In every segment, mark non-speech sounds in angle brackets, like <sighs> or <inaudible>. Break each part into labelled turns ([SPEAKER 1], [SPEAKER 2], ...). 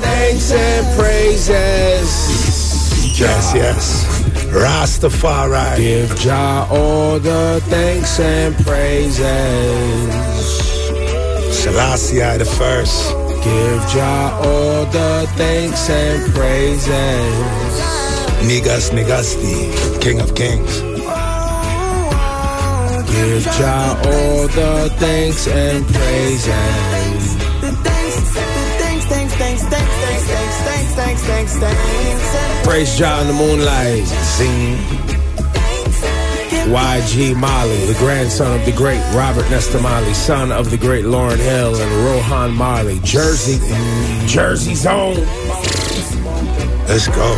[SPEAKER 1] thanks and praises. Yes, yes. Rastafari. Give Jah all the thanks and praises. Selassie I the first. Give Jah all the thanks and praises. Niggas Nigasti, King of Kings. Give Jah all the thanks and praises. Praise John the Moonlight. Zing. YG Molly, the grandson of the great Robert Nesta Molly, son of the great Lauren Hill and Rohan Marley. Jersey, Jersey Zone. Let's go.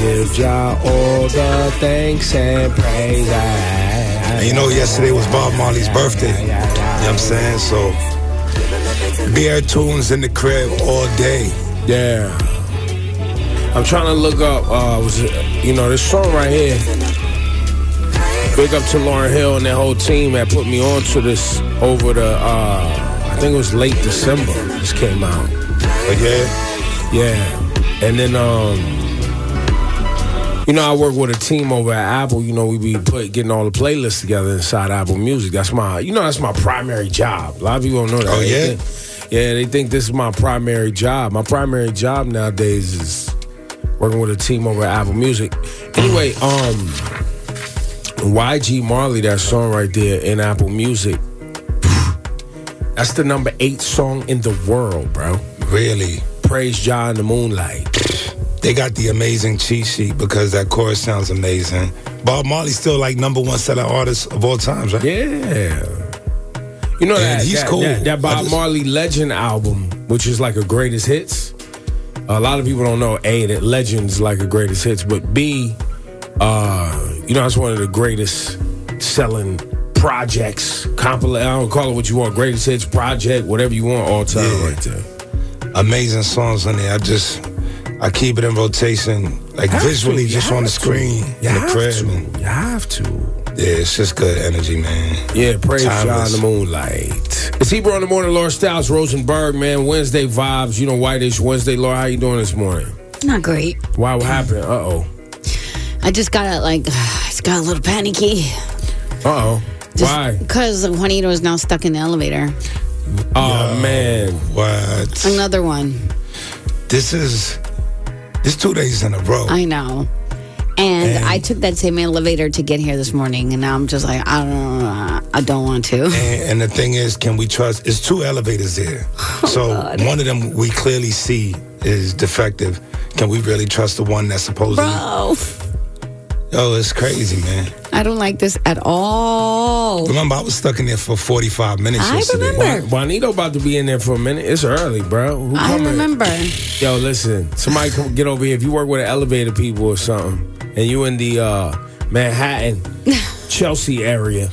[SPEAKER 1] Give Jah all the thanks and praise.
[SPEAKER 2] And you know, yesterday was Bob Marley's birthday. You know what I'm saying? So, beer tunes in the crib all day.
[SPEAKER 1] Yeah. I'm trying to look up, uh, was it, you know, this song right here. Big up to Lauren Hill and that whole team that put me onto this over the, uh, I think it was late December this came out.
[SPEAKER 2] But yeah,
[SPEAKER 1] Yeah. And then, um, you know, I work with a team over at Apple. You know, we be put, getting all the playlists together inside Apple Music. That's my, you know, that's my primary job. A lot of people don't know that.
[SPEAKER 2] Oh,
[SPEAKER 1] They
[SPEAKER 2] yeah?
[SPEAKER 1] think- yeah, they think this is my primary job. My primary job nowadays is working with a team over at Apple Music. Anyway, um, YG Marley, that song right there in Apple Music, <sighs> that's the number eight song in the world, bro.
[SPEAKER 2] really.
[SPEAKER 1] Praise John the Moonlight.
[SPEAKER 2] They got the amazing cheat sheet because that chorus sounds amazing. Bob Marley's still like number one selling artist of all times, right?
[SPEAKER 1] Yeah. You know
[SPEAKER 2] And
[SPEAKER 1] that,
[SPEAKER 2] he's
[SPEAKER 1] that,
[SPEAKER 2] cool.
[SPEAKER 1] that, that
[SPEAKER 2] I
[SPEAKER 1] Bob
[SPEAKER 2] just-
[SPEAKER 1] Marley Legend album, which is like a greatest hits. A lot of people don't know A that Legends like a greatest hits, but B, uh, you know that's one of the greatest selling projects. Compil- I don't call it what you want, greatest hits project, whatever you want, all time
[SPEAKER 2] Yeah.
[SPEAKER 1] right there.
[SPEAKER 2] Amazing songs on there. I just, I keep it in rotation, like
[SPEAKER 1] Have to,
[SPEAKER 2] visually,
[SPEAKER 1] you
[SPEAKER 2] just
[SPEAKER 1] have
[SPEAKER 2] on the
[SPEAKER 1] to.
[SPEAKER 2] screen,
[SPEAKER 1] You
[SPEAKER 2] in the
[SPEAKER 1] have
[SPEAKER 2] crib.
[SPEAKER 1] to.
[SPEAKER 2] and-
[SPEAKER 1] You have to.
[SPEAKER 2] Yeah, it's just good energy, man.
[SPEAKER 1] Yeah, praise
[SPEAKER 2] Timeless.
[SPEAKER 1] John the Moonlight. It's Hebrew on the morning, Laura Styles, Rosenberg, man. Wednesday vibes, you know, whitish Wednesday. Laura, how you doing this morning?
[SPEAKER 3] Not great.
[SPEAKER 1] Why? What happened? Uh oh.
[SPEAKER 3] I just got like, <sighs> I just got a little panicky.
[SPEAKER 1] Uh oh. Why?
[SPEAKER 3] Because Juanito is now stuck in the elevator.
[SPEAKER 1] Oh man.
[SPEAKER 2] What?
[SPEAKER 3] Another one.
[SPEAKER 2] This is this two days in a row.
[SPEAKER 3] I know. And
[SPEAKER 2] And-
[SPEAKER 3] I took that same elevator to get here this morning, and now I'm just like, I don't, know, I don't want to.
[SPEAKER 2] And, and the thing is, can we trust? It's two
[SPEAKER 3] <laughs>
[SPEAKER 2] elevators there,
[SPEAKER 3] Oh,
[SPEAKER 2] so one of them we clearly see is defective. Can we really trust the one that's supposed to?
[SPEAKER 3] Bro,
[SPEAKER 2] Oh, it's crazy, man.
[SPEAKER 3] I don't like this at all.
[SPEAKER 2] Remember, I was stuck in there for forty-five minutes.
[SPEAKER 3] Oh. I
[SPEAKER 2] yesterday.
[SPEAKER 3] remember.
[SPEAKER 1] Juanito about to be in there for a minute. It's early, bro. Who
[SPEAKER 3] I
[SPEAKER 1] coming?
[SPEAKER 3] remember.
[SPEAKER 1] Yo, listen. Somebody come get over here. If you work with elevator people or something, and you in the uh,
[SPEAKER 3] <laughs>
[SPEAKER 1] Manhattan, Chelsea area.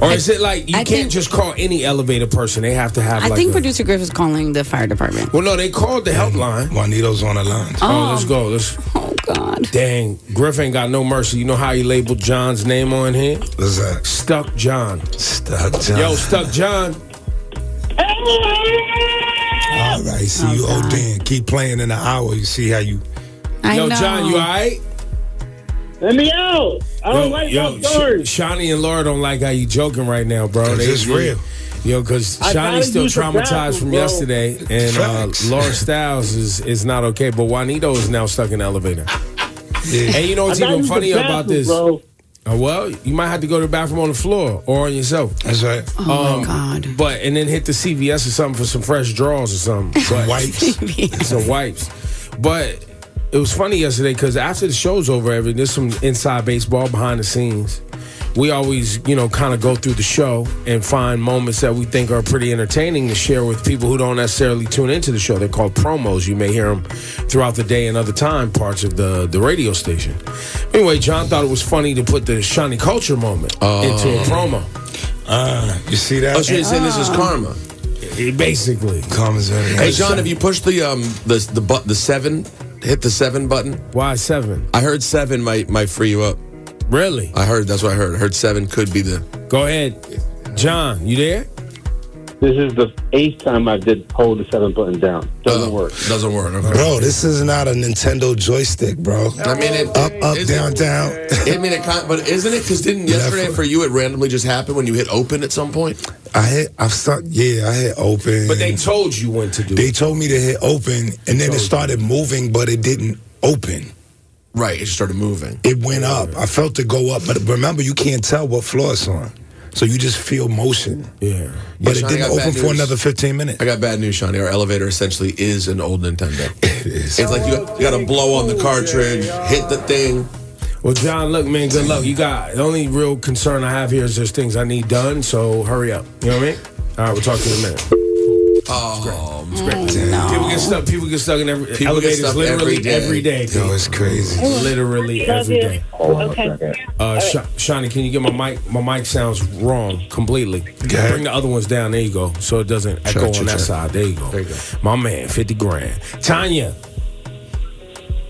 [SPEAKER 1] Or is it like you
[SPEAKER 3] I
[SPEAKER 1] can't
[SPEAKER 3] think-
[SPEAKER 1] just call any elevator person? They have to have.
[SPEAKER 3] I
[SPEAKER 1] like
[SPEAKER 3] think
[SPEAKER 1] a-
[SPEAKER 3] producer Griff is calling the fire department.
[SPEAKER 1] Well, no, they called the helpline.
[SPEAKER 2] Juanito's on the line.
[SPEAKER 1] Oh, let's go. Let's.
[SPEAKER 3] Oh God.
[SPEAKER 1] Dang, Griff ain't got no mercy. You know how he labeled John's name on here?
[SPEAKER 2] What's that?
[SPEAKER 1] Stuck John.
[SPEAKER 2] Stuck, John.
[SPEAKER 1] Yo, Stuck John.
[SPEAKER 2] All right, see you,
[SPEAKER 3] Oh, God.
[SPEAKER 2] Odin. Keep playing in an hour. You see how you
[SPEAKER 3] I
[SPEAKER 1] Yo,
[SPEAKER 3] know.
[SPEAKER 1] John, you all right?
[SPEAKER 4] Let me out. I don't like outdoors.
[SPEAKER 1] Sh- Shawnee and Laura don't like how you joking right now, bro.
[SPEAKER 2] Cause it's real.
[SPEAKER 1] Yo, because
[SPEAKER 4] I
[SPEAKER 1] Shawnee's
[SPEAKER 4] gotta
[SPEAKER 1] still
[SPEAKER 4] use the bathroom,
[SPEAKER 1] traumatized from
[SPEAKER 4] bro.
[SPEAKER 1] yesterday, and uh,
[SPEAKER 2] Facts. <laughs>
[SPEAKER 1] Laura Styles is, is not okay, but Juanito is now stuck in the elevator.
[SPEAKER 2] Yeah.
[SPEAKER 1] And you know what's
[SPEAKER 4] I gotta
[SPEAKER 1] even
[SPEAKER 4] use the
[SPEAKER 1] funnier about
[SPEAKER 4] bathroom,
[SPEAKER 1] this?
[SPEAKER 4] Bro.
[SPEAKER 1] Uh, well, you might have to go to the bathroom on the floor or on yourself. Um,
[SPEAKER 2] That's right.
[SPEAKER 3] Oh my God.
[SPEAKER 1] But and then hit the CVS or something for some fresh draws or
[SPEAKER 2] <laughs>
[SPEAKER 1] something. But <laughs>
[SPEAKER 2] Wipes.
[SPEAKER 1] some wipes. But it was funny yesterday because after the show's over, Evan, there's some inside baseball behind the scenes. we always, you know, kind of go through the show and find moments that we think are pretty entertaining to share with people who don't necessarily tune into the show. They're called promos. You may hear them throughout the day and other time parts of the, the radio station. Anyway, John thought it was funny to put the Shawnee Culture moment
[SPEAKER 2] Oh.
[SPEAKER 1] into a promo.
[SPEAKER 2] Uh, you see that?
[SPEAKER 5] Oh, she didn't say this is karma.
[SPEAKER 1] Basically.
[SPEAKER 2] Comes in.
[SPEAKER 5] Hey, John, if you push the um the the but the seven, hit the seven button.
[SPEAKER 1] Why seven?
[SPEAKER 5] I heard seven might might free you up.
[SPEAKER 1] Really?
[SPEAKER 5] I heard that's what I heard. I heard seven could be the.
[SPEAKER 1] Go ahead. John, you there?
[SPEAKER 4] This is the eighth time I did hold the seven button down. Doesn't
[SPEAKER 5] uh,
[SPEAKER 4] work.
[SPEAKER 5] Doesn't
[SPEAKER 1] <laughs>
[SPEAKER 5] work. okay.
[SPEAKER 2] Bro, this is not a Nintendo joystick, bro.
[SPEAKER 5] I mean it.
[SPEAKER 2] Up, up,
[SPEAKER 5] is
[SPEAKER 2] down,
[SPEAKER 5] it-
[SPEAKER 2] down.
[SPEAKER 5] I mean it, kind- but isn't it? Because didn't yesterday
[SPEAKER 2] foot.
[SPEAKER 5] for you it randomly just happened when you hit open at some point?
[SPEAKER 2] I hit. I've stuck. Yeah, I hit open.
[SPEAKER 1] But they told you when to do
[SPEAKER 2] They
[SPEAKER 1] it.
[SPEAKER 2] told me to hit open, and then
[SPEAKER 1] Told you.
[SPEAKER 2] it started moving, but it didn't open.
[SPEAKER 5] Right. It just started moving.
[SPEAKER 2] It went up. I felt it go up, but remember, you can't tell what floor it's on, so you just feel motion.
[SPEAKER 1] Yeah.
[SPEAKER 2] But
[SPEAKER 5] Sean, I
[SPEAKER 2] it didn't
[SPEAKER 5] got bad
[SPEAKER 2] open for
[SPEAKER 5] news.
[SPEAKER 2] another 15 minutes.
[SPEAKER 5] I got bad news, Shawnee. Our elevator essentially is an
[SPEAKER 2] <laughs>
[SPEAKER 5] old Nintendo. it
[SPEAKER 2] is.
[SPEAKER 5] It's like you, got- you got to blow on the cartridge, hit the thing.
[SPEAKER 1] Well, John, look, man, good luck. You got the only real concern I have here is there's things I need done, so hurry up. You know what I mean? All right, we'll talk to you in a minute.
[SPEAKER 5] Oh,
[SPEAKER 1] People get stuck. People get stuck in every
[SPEAKER 5] People get
[SPEAKER 1] elevators
[SPEAKER 5] stuck
[SPEAKER 1] literally
[SPEAKER 5] every day.
[SPEAKER 1] every day.
[SPEAKER 2] Yo, it's crazy.
[SPEAKER 1] literally
[SPEAKER 6] Love
[SPEAKER 1] every
[SPEAKER 6] you.
[SPEAKER 1] day.
[SPEAKER 6] Oh, Okay.
[SPEAKER 1] Uh, Sh- Shani, can you get my mic? My mic sounds wrong completely.
[SPEAKER 2] ahead.
[SPEAKER 1] Bring the other ones down. There you go. So it doesn't echo
[SPEAKER 5] Sure,
[SPEAKER 1] on
[SPEAKER 5] sure,
[SPEAKER 1] that
[SPEAKER 5] sure.
[SPEAKER 1] side. There you go.
[SPEAKER 5] There you go.
[SPEAKER 1] My man, fifty grand. Tanya,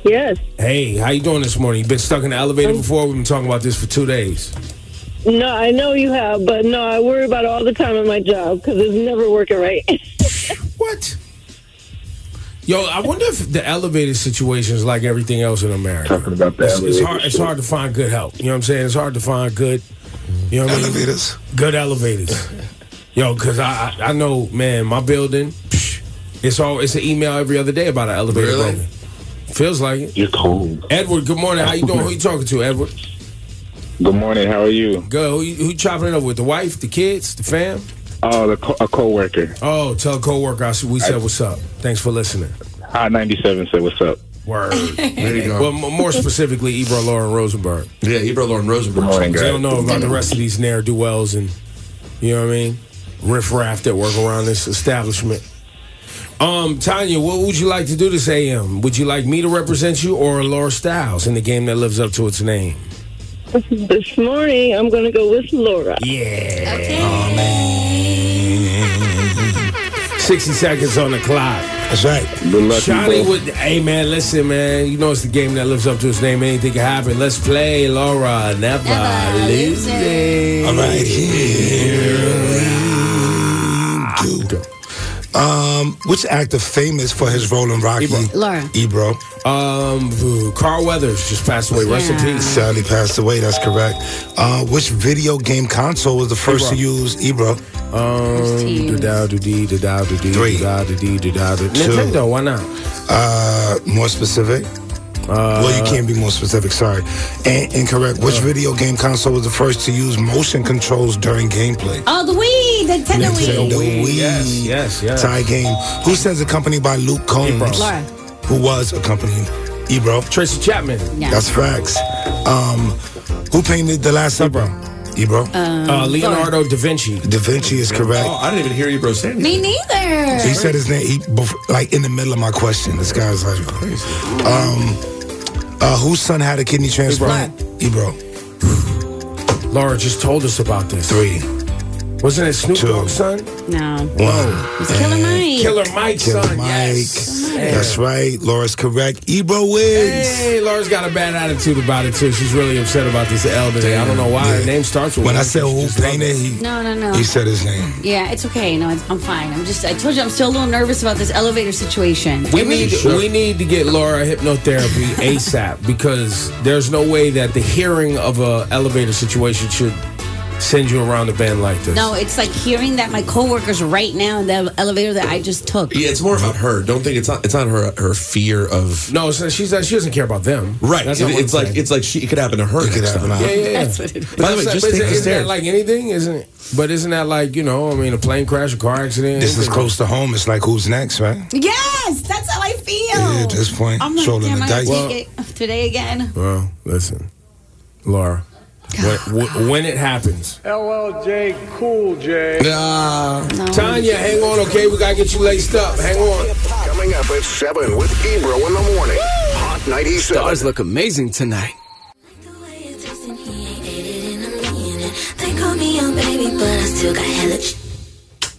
[SPEAKER 6] Yes.
[SPEAKER 1] hey, how you doing this morning? You been stuck in the elevator before? We've been talking about this for two days.
[SPEAKER 6] No, I know you have, but no, I worry about it all the time at my job because it's never working right.
[SPEAKER 1] What? Yo, I wonder if the elevator situation is like everything else in America.
[SPEAKER 7] Talking about the
[SPEAKER 1] it's, it's
[SPEAKER 7] elevator
[SPEAKER 1] hard. It's hard to find good help. You know what I'm saying? It's hard to find good. You know what I mean?
[SPEAKER 2] Elevators.
[SPEAKER 1] Good elevators. Yo, because I, I I know, man, my building. psh, It's all. It's an email every other day about an elevator
[SPEAKER 5] Really?
[SPEAKER 1] building. Feels like it.
[SPEAKER 7] You're cold.
[SPEAKER 1] Edward, good morning. How you doing? Who you talking to, Edward?
[SPEAKER 7] Good morning. How are you?
[SPEAKER 1] Good. Who you, who you chopping it up with? The wife, the kids, the fam?
[SPEAKER 7] Oh, the co- a coworker.
[SPEAKER 1] Oh, tell a coworker I s- we said what's up. Thanks for listening.
[SPEAKER 7] Hot 97 said, "What's up?"
[SPEAKER 1] <laughs> Word.
[SPEAKER 5] there you go.
[SPEAKER 1] Well, m- more specifically, Ebro Lauren Rosenberg.
[SPEAKER 5] yeah, Ebro Lauren Rosenberg.
[SPEAKER 7] Good morning,
[SPEAKER 1] They
[SPEAKER 7] guys.
[SPEAKER 1] don't know about the rest of these ne'er do wells and you know what I mean, riff raff that work around this establishment. Um, Tanya, what would you like to do this AM? Would you like me to represent you or Laura Styles in the game that lives up to its name?
[SPEAKER 6] this morning, I'm going to go with Laura.
[SPEAKER 1] Yeah.
[SPEAKER 8] Oh,
[SPEAKER 1] Sixty seconds on the clock.
[SPEAKER 2] That's right.
[SPEAKER 7] Good luck.
[SPEAKER 1] Shawnee
[SPEAKER 7] people.
[SPEAKER 1] would. Hey man, listen man. You know it's the game that lives up to its name. Anything can happen. Let's play, Laura. Never,
[SPEAKER 3] Never lose
[SPEAKER 1] lose it.
[SPEAKER 2] All right, here we go. Um, which actor famous for his role in Rocky?
[SPEAKER 1] Ebro.
[SPEAKER 3] Laura.
[SPEAKER 2] Ebro.
[SPEAKER 1] E, Um, ooh, Carl Weathers just passed away. Rest in
[SPEAKER 3] Yeah.
[SPEAKER 1] peace.
[SPEAKER 2] Sadly passed away. That's correct. Uh, which video game console was the first to
[SPEAKER 1] Ebro.
[SPEAKER 2] use E, Ebro?
[SPEAKER 1] E, Um,
[SPEAKER 3] Tears.
[SPEAKER 1] da-da, da-dee, da-da, da-dee,
[SPEAKER 2] Three.
[SPEAKER 1] da-da, da-dee, da-da, da- Nintendo, why not?
[SPEAKER 2] Uh, more specific.
[SPEAKER 1] Uh,
[SPEAKER 2] well, you can't be more specific. Sorry, and, incorrect. Which video game console was the first to use motion controls during gameplay?
[SPEAKER 3] Oh, the Wii, the Nintendo
[SPEAKER 2] Nintendo
[SPEAKER 3] Wii.
[SPEAKER 2] Wii.
[SPEAKER 1] Yes, yes, yes. E,
[SPEAKER 2] Tie game. Who says accompanied by Luke Combs?
[SPEAKER 1] Ebro.
[SPEAKER 3] Laura.
[SPEAKER 2] Who was accompanied? Ebro.
[SPEAKER 1] Tracy Chapman.
[SPEAKER 3] Yeah.
[SPEAKER 2] That's facts. Um, who painted the Last Supper? Ebro.
[SPEAKER 3] Um,
[SPEAKER 1] Uh, Leonardo da Vinci.
[SPEAKER 2] da Vinci is correct.
[SPEAKER 5] Oh, I didn't even hear Ebro say anything.
[SPEAKER 3] Me neither.
[SPEAKER 2] He said his name he, bef- like in the middle of my question. This guy's like crazy. Um, uh, whose son had a kidney transplant? Ebro.
[SPEAKER 1] Laura just told us about this.
[SPEAKER 2] Three,
[SPEAKER 1] Wasn't it Snoop
[SPEAKER 2] Two.
[SPEAKER 1] Dogg's son?
[SPEAKER 3] No.
[SPEAKER 2] one.
[SPEAKER 3] It's Killer Mike.
[SPEAKER 1] Killer Mike's
[SPEAKER 2] Killer
[SPEAKER 1] son.
[SPEAKER 2] Mike.
[SPEAKER 1] Yes.
[SPEAKER 2] That's
[SPEAKER 1] Yeah.
[SPEAKER 2] right. Laura's correct. Ebro wins.
[SPEAKER 1] Hey, Laura's got a bad attitude about it too. She's really upset about this L today. I don't know why her name starts with
[SPEAKER 2] When
[SPEAKER 1] one.
[SPEAKER 2] I said
[SPEAKER 1] She
[SPEAKER 2] who
[SPEAKER 1] just
[SPEAKER 2] painted, he,
[SPEAKER 3] No, no, no.
[SPEAKER 2] he said his name.
[SPEAKER 3] yeah, it's okay. No, it's, I'm fine. I'm just, I told you, I'm still a little nervous about this elevator situation.
[SPEAKER 1] We need we need to get Laura hypnotherapy ASAP because there's no way that the hearing of a elevator situation should send you around the bend like this.
[SPEAKER 3] No, it's like hearing that my coworkers right now in the elevator that I just took.
[SPEAKER 5] Yeah, it's more about her. Don't think it's not. It's not her. Her fear of.
[SPEAKER 1] no, it's not- she's not, she doesn't care about them.
[SPEAKER 5] Right.
[SPEAKER 1] That's
[SPEAKER 5] It-
[SPEAKER 1] not what
[SPEAKER 5] it's
[SPEAKER 1] I'm
[SPEAKER 5] like
[SPEAKER 1] saying.
[SPEAKER 5] it's like she. It could happen to her.
[SPEAKER 2] It could
[SPEAKER 5] next
[SPEAKER 2] happen
[SPEAKER 5] time.
[SPEAKER 2] to her.
[SPEAKER 1] yeah, yeah, yeah.
[SPEAKER 3] That's what it is.
[SPEAKER 5] By the way,
[SPEAKER 1] But
[SPEAKER 5] just
[SPEAKER 1] is
[SPEAKER 5] take
[SPEAKER 1] it-
[SPEAKER 5] the
[SPEAKER 1] isn't that
[SPEAKER 5] stairs.
[SPEAKER 1] like anything? Isn't it? But isn't that like you know? I mean, a plane crash, a car accident.
[SPEAKER 2] This is
[SPEAKER 1] anything?
[SPEAKER 2] close to home. It's like who's next, right?
[SPEAKER 3] Yes, that's how I feel.
[SPEAKER 2] Yeah, at this point,
[SPEAKER 3] I'm like,
[SPEAKER 2] trolling
[SPEAKER 3] damn,
[SPEAKER 2] the
[SPEAKER 3] I gotta
[SPEAKER 2] dice.
[SPEAKER 3] take it today again.
[SPEAKER 1] Well, listen, Laura. When, w- when it happens.
[SPEAKER 9] LLJ Cool J.
[SPEAKER 1] Nah. Tanya, hang on, okay? We gotta get you laced up. Hang on.
[SPEAKER 10] Coming up at 7 with Ebro in the morning. Hot 97.
[SPEAKER 11] Stars look amazing tonight.
[SPEAKER 8] They call me young baby, but I still got hella ch-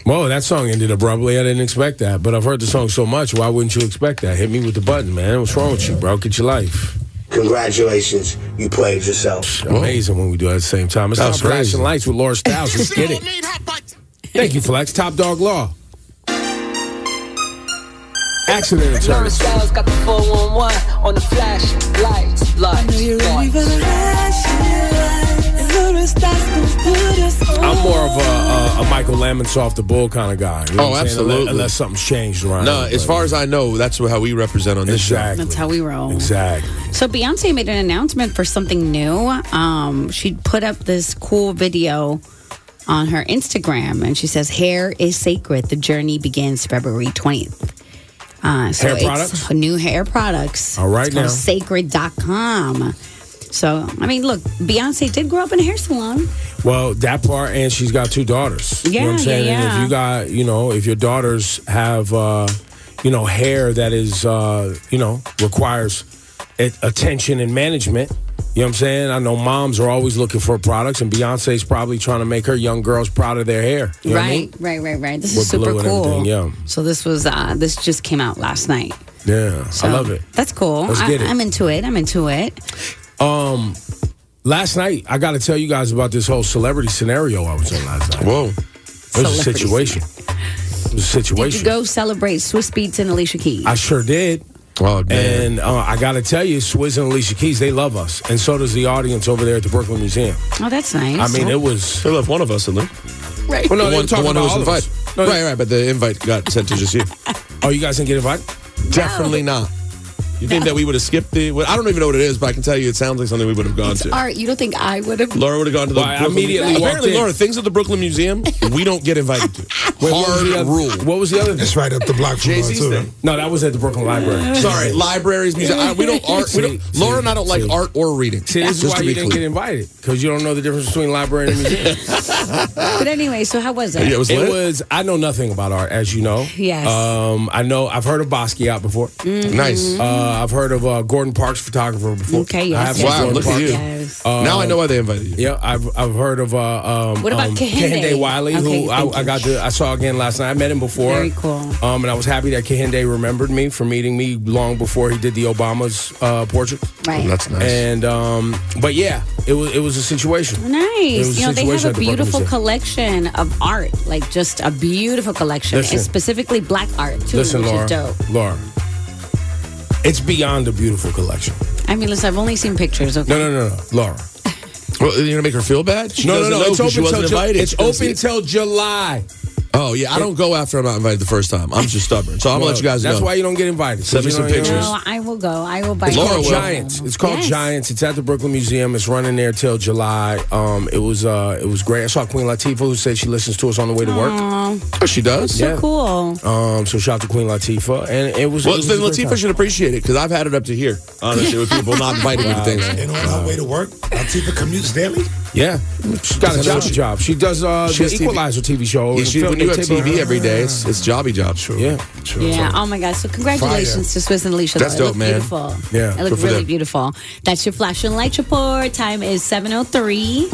[SPEAKER 1] Whoa, that song ended abruptly. I didn't expect that, but I've heard the song so much. Why wouldn't you expect that? Hit me with the button, man. What's wrong with you, bro? Get your life.
[SPEAKER 12] Congratulations, you played yourself.
[SPEAKER 1] Amazing when we do it at the same time. It's
[SPEAKER 12] That
[SPEAKER 1] not
[SPEAKER 12] was
[SPEAKER 1] flashing
[SPEAKER 12] crazy.
[SPEAKER 1] lights with Laura Styles. Let's
[SPEAKER 13] <laughs>
[SPEAKER 1] get it. Thank you, Flex. Top Dog Law. Accident
[SPEAKER 13] Lauren
[SPEAKER 1] attorney.
[SPEAKER 13] Styles got the 411 on the flash lights, lights,
[SPEAKER 1] I'm more of a, a, a Michael Lamons off the bull kind of guy. You know
[SPEAKER 5] Oh,
[SPEAKER 1] what I'm saying? Unless-
[SPEAKER 5] absolutely.
[SPEAKER 1] Unless something's changed around.
[SPEAKER 5] No, as far as I know, that's how we represent on this
[SPEAKER 1] Exactly.
[SPEAKER 5] show.
[SPEAKER 3] That's how we roll.
[SPEAKER 1] Exactly.
[SPEAKER 3] So Beyonce made an announcement for something new. Um, she put up this cool video on her Instagram, and she says, "Hair is sacred. The journey begins February 20th." Uh, so
[SPEAKER 1] Hair
[SPEAKER 3] it's
[SPEAKER 1] products?
[SPEAKER 3] new hair products.
[SPEAKER 1] All right
[SPEAKER 3] it's called
[SPEAKER 1] now.
[SPEAKER 3] Sacred.com. So I mean, look, Beyonce did grow up in a hair salon.
[SPEAKER 1] Well, that part, and she's got two daughters. you
[SPEAKER 3] Yeah,
[SPEAKER 1] know what I'm
[SPEAKER 3] yeah,
[SPEAKER 1] saying? And
[SPEAKER 3] yeah.
[SPEAKER 1] if you got, you know, if your daughters have, uh, you know, hair that is, uh, you know, requires a- attention and management. You know what I'm saying? I know moms are always looking for products, and Beyonce's probably trying to make her young girls proud of their hair. You know what I
[SPEAKER 3] right,
[SPEAKER 1] mean?
[SPEAKER 3] right, right, right. This is
[SPEAKER 1] With
[SPEAKER 3] super
[SPEAKER 1] blue and
[SPEAKER 3] cool.
[SPEAKER 1] everything, yeah.
[SPEAKER 3] So this was uh, this just came out last night.
[SPEAKER 1] Yeah,
[SPEAKER 3] So
[SPEAKER 1] I love it.
[SPEAKER 3] That's cool.
[SPEAKER 1] Let's
[SPEAKER 3] I,
[SPEAKER 1] get it.
[SPEAKER 3] I'm into it. I'm into it.
[SPEAKER 1] Um, last night I got to tell you guys about this whole celebrity scenario I was in last night. Whoa, it was a
[SPEAKER 3] Celebrity
[SPEAKER 1] situation. It was a
[SPEAKER 3] Did you
[SPEAKER 1] situation.
[SPEAKER 3] go celebrate Swiss Beats and Alicia Keys?
[SPEAKER 1] I sure did. Oh, and uh, I got to tell you, Swizz and Alicia Keys, they love us, and so does the audience over there at the Brooklyn Museum.
[SPEAKER 3] Oh, that's nice.
[SPEAKER 1] I mean, it was. They left one of us in there.
[SPEAKER 3] <laughs> Right.
[SPEAKER 1] Well, no,
[SPEAKER 5] the
[SPEAKER 1] they
[SPEAKER 5] one,
[SPEAKER 1] were talking
[SPEAKER 5] the one who
[SPEAKER 1] about
[SPEAKER 5] was
[SPEAKER 1] all of us.
[SPEAKER 5] invited. right, right, but the invite got sent to just you.
[SPEAKER 1] <laughs> oh, you guys didn't get invited?
[SPEAKER 5] Definitely not. You think that we would have skipped the? well, I don't even know what it is, but I can tell you, it sounds like something we would have gone to.
[SPEAKER 3] All right, you don't think I would have?
[SPEAKER 5] Laura would have gone to the.
[SPEAKER 1] Well, I
[SPEAKER 5] Brooklyn
[SPEAKER 1] immediately
[SPEAKER 5] Museum.
[SPEAKER 1] walked
[SPEAKER 5] Apparently,
[SPEAKER 1] in.
[SPEAKER 5] Laura, things at the
[SPEAKER 1] <laughs>
[SPEAKER 5] Brooklyn Museum we don't get invited to.
[SPEAKER 1] Wait, what was
[SPEAKER 5] Hard
[SPEAKER 1] the other-
[SPEAKER 5] rule.
[SPEAKER 1] What was the other? That's
[SPEAKER 2] right up the block from
[SPEAKER 5] Jay-Z's
[SPEAKER 2] us, too.
[SPEAKER 5] thing.
[SPEAKER 1] No, that was at the Brooklyn Library.
[SPEAKER 5] <laughs> Sorry, libraries, music. I, we don't art. We don't,
[SPEAKER 1] See,
[SPEAKER 5] Laura and I don't like
[SPEAKER 1] see.
[SPEAKER 5] art or reading.
[SPEAKER 1] See, this is
[SPEAKER 5] Just
[SPEAKER 1] why
[SPEAKER 5] to
[SPEAKER 1] you
[SPEAKER 5] be
[SPEAKER 1] didn't
[SPEAKER 5] clear.
[SPEAKER 1] get invited because you don't know the difference between library and museum.
[SPEAKER 3] But anyway, so how was it?
[SPEAKER 1] it was. I know nothing about art, as you know.
[SPEAKER 3] Yes. Mm-hmm.
[SPEAKER 1] Um, I know. I've heard of Basquiat before.
[SPEAKER 5] Nice.
[SPEAKER 1] Uh, I've heard of uh, Gordon Parks, photographer before.
[SPEAKER 3] Okay,
[SPEAKER 1] I
[SPEAKER 3] yes, yes,
[SPEAKER 1] have seen
[SPEAKER 5] Wow,
[SPEAKER 1] Gordon
[SPEAKER 5] look at
[SPEAKER 1] Parks.
[SPEAKER 5] you.
[SPEAKER 3] Yes.
[SPEAKER 5] Now I know why they invited you.
[SPEAKER 1] Yeah, I've I've heard of uh, um,
[SPEAKER 3] What about
[SPEAKER 1] um,
[SPEAKER 3] Kehinde?
[SPEAKER 1] Wiley,
[SPEAKER 3] Okay,
[SPEAKER 1] who
[SPEAKER 3] thank
[SPEAKER 1] I, I
[SPEAKER 3] you.
[SPEAKER 1] got to I saw again last night. I met him before.
[SPEAKER 3] Very cool.
[SPEAKER 1] Um, and I was happy that Kehinde remembered me for meeting me long before he did the Obama's uh, portrait.
[SPEAKER 3] Right.
[SPEAKER 5] That's nice.
[SPEAKER 1] And um, but yeah, it was it was a situation. It was
[SPEAKER 3] Nice.
[SPEAKER 1] a
[SPEAKER 3] You know, they have
[SPEAKER 1] situation
[SPEAKER 3] a
[SPEAKER 1] at the Brooklyn
[SPEAKER 3] beautiful
[SPEAKER 1] Museum.
[SPEAKER 3] collection of art, like just a beautiful collection,
[SPEAKER 1] Listen.
[SPEAKER 3] and specifically black art, too,
[SPEAKER 1] Listen,
[SPEAKER 3] which
[SPEAKER 1] Laura.
[SPEAKER 3] is dope.
[SPEAKER 1] Laura, it's beyond a beautiful collection.
[SPEAKER 3] I mean, listen, I've only seen pictures, okay?
[SPEAKER 1] No, no, no, no, Laura.
[SPEAKER 5] <laughs> Well, you're gonna make her feel bad? She
[SPEAKER 1] no, no,
[SPEAKER 5] doesn't
[SPEAKER 1] no.
[SPEAKER 5] know
[SPEAKER 1] It's
[SPEAKER 5] 'cause
[SPEAKER 1] open
[SPEAKER 5] she wasn't
[SPEAKER 1] till Ju-
[SPEAKER 5] invited.
[SPEAKER 1] it's
[SPEAKER 5] She doesn't see
[SPEAKER 1] open
[SPEAKER 5] it.
[SPEAKER 1] till July.
[SPEAKER 5] Oh yeah, I don't go after I'm not invited the first time. I'm just stubborn, so I'm gonna let you guys
[SPEAKER 1] That's
[SPEAKER 5] know.
[SPEAKER 1] why you don't get invited. 'cause
[SPEAKER 5] Send me
[SPEAKER 1] you
[SPEAKER 5] some
[SPEAKER 1] don't- you don't-
[SPEAKER 5] pictures.
[SPEAKER 3] No, Oh, I will go. I will buy
[SPEAKER 1] It's
[SPEAKER 5] Laura
[SPEAKER 1] called
[SPEAKER 5] will.
[SPEAKER 1] Giants. It's called
[SPEAKER 3] Yes.
[SPEAKER 1] Giants. It's at the Brooklyn Museum. It's running there till July. Um, it was uh, it was great. I saw Queen Latifah who said she listens to us on the way to work.
[SPEAKER 5] Oh, she does.
[SPEAKER 3] So
[SPEAKER 1] Yeah.
[SPEAKER 3] cool.
[SPEAKER 1] Um, so shout out to Queen Latifah, and it was. it
[SPEAKER 5] Well,
[SPEAKER 1] was
[SPEAKER 5] then
[SPEAKER 1] a great time.
[SPEAKER 5] Latifah should appreciate it because I've had it up to here,
[SPEAKER 14] <laughs>
[SPEAKER 5] honestly, with people
[SPEAKER 1] <laughs>
[SPEAKER 2] <laughs>
[SPEAKER 5] not inviting me to things.
[SPEAKER 2] And on our way to work, Latifah commutes daily.
[SPEAKER 1] Yeah, she got a job. job. She does uh, the
[SPEAKER 5] She has TV.
[SPEAKER 1] Equalizer TV, show.
[SPEAKER 5] Yeah,
[SPEAKER 1] and
[SPEAKER 5] she,
[SPEAKER 1] film
[SPEAKER 5] when you have
[SPEAKER 1] and tape.
[SPEAKER 5] TV every day, it's, it's jobby job. True.
[SPEAKER 1] Yeah,
[SPEAKER 3] Yeah. Oh my God. So congratulations to Swiss and Alicia. though.
[SPEAKER 5] That's
[SPEAKER 3] It
[SPEAKER 5] dope,
[SPEAKER 3] looked
[SPEAKER 5] man.
[SPEAKER 3] Beautiful.
[SPEAKER 1] Yeah,
[SPEAKER 3] It
[SPEAKER 5] good
[SPEAKER 3] looked
[SPEAKER 5] for
[SPEAKER 3] really
[SPEAKER 5] them.
[SPEAKER 3] beautiful. That's your flash and light report. Time is seven oh three.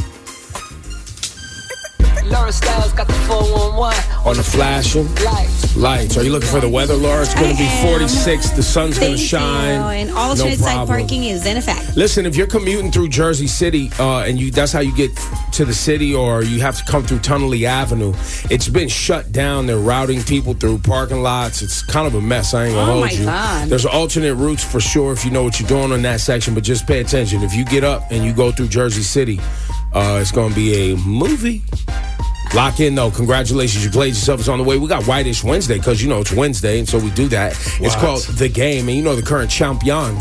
[SPEAKER 13] Lauren Styles got the 411
[SPEAKER 1] on the flashing
[SPEAKER 13] lights.
[SPEAKER 1] lights. Are you looking for the weather, Laura? It's going to be
[SPEAKER 3] I am.
[SPEAKER 1] 46. The sun's going
[SPEAKER 3] Thank
[SPEAKER 1] to
[SPEAKER 3] you.
[SPEAKER 1] shine.
[SPEAKER 3] And alternate side
[SPEAKER 1] problem.
[SPEAKER 3] parking is in effect.
[SPEAKER 1] Listen, if you're commuting through Jersey City uh, and you that's how you get to the city or you have to come through Tunnelly Avenue, it's been shut down. They're routing people through parking lots. It's kind of a mess. I ain't gonna
[SPEAKER 3] Oh,
[SPEAKER 1] hold
[SPEAKER 3] my
[SPEAKER 1] you.
[SPEAKER 3] God.
[SPEAKER 1] There's alternate routes for sure if you know what you're doing on that section, but just pay attention. If you get up and you go through Jersey City, uh, it's gonna be a movie. Lock in though. Congratulations, you played yourself. It's on the way. We got Whitish Wednesday because you know it's Wednesday, and so we do that. It's
[SPEAKER 2] Wow.
[SPEAKER 1] called the game, and you know the current champion,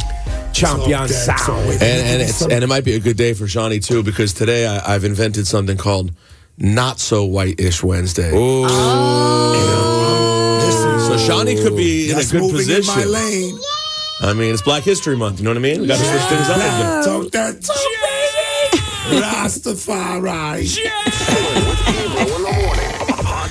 [SPEAKER 1] champion
[SPEAKER 2] dead, it's all
[SPEAKER 1] sound.
[SPEAKER 2] dead.
[SPEAKER 5] And and it's and it might be a good day for Shawnee too because today I, I've invented something called not so white-ish Wednesday.
[SPEAKER 1] Ooh.
[SPEAKER 5] So Shawnee could be in a
[SPEAKER 2] Oh. That's
[SPEAKER 5] good
[SPEAKER 2] moving
[SPEAKER 5] position.
[SPEAKER 2] in my lane.
[SPEAKER 5] I mean, it's Black History Month. You know what I mean? We got to switch things up. a bit.
[SPEAKER 2] Talk that talk.
[SPEAKER 1] Rastafari.
[SPEAKER 10] Ebro in the morning. Hot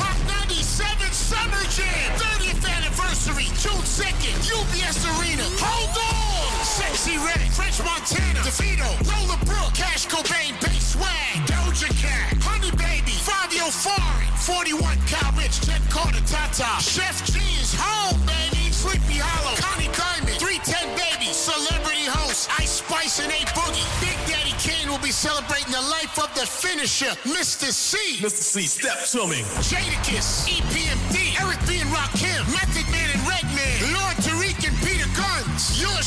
[SPEAKER 11] Hot 97 Summer Jam 30th anniversary, June 2nd, UBS Arena. Hold on! Sexy Red, French Montana, DeVito, Lola Brooke, Cash Cobain, Bass Swag, Doja Cat, Honey Baby, Fabio Fari, 41 Kyle Rich, Jen Carter, Tata, Chef G is home, baby. Sleepy Hollow, Connie Diamond, 310 Baby, Celebrity Host, Ice Spice and A Boogie. Big Daddy Kane will be celebrating the life of the finisher, Mr. C. Mr. C, step to me. Jadakiss, E EPMD, Eric B. and Rakim, Method Man and Redman, Lord Tariq and Peter Guns. Yours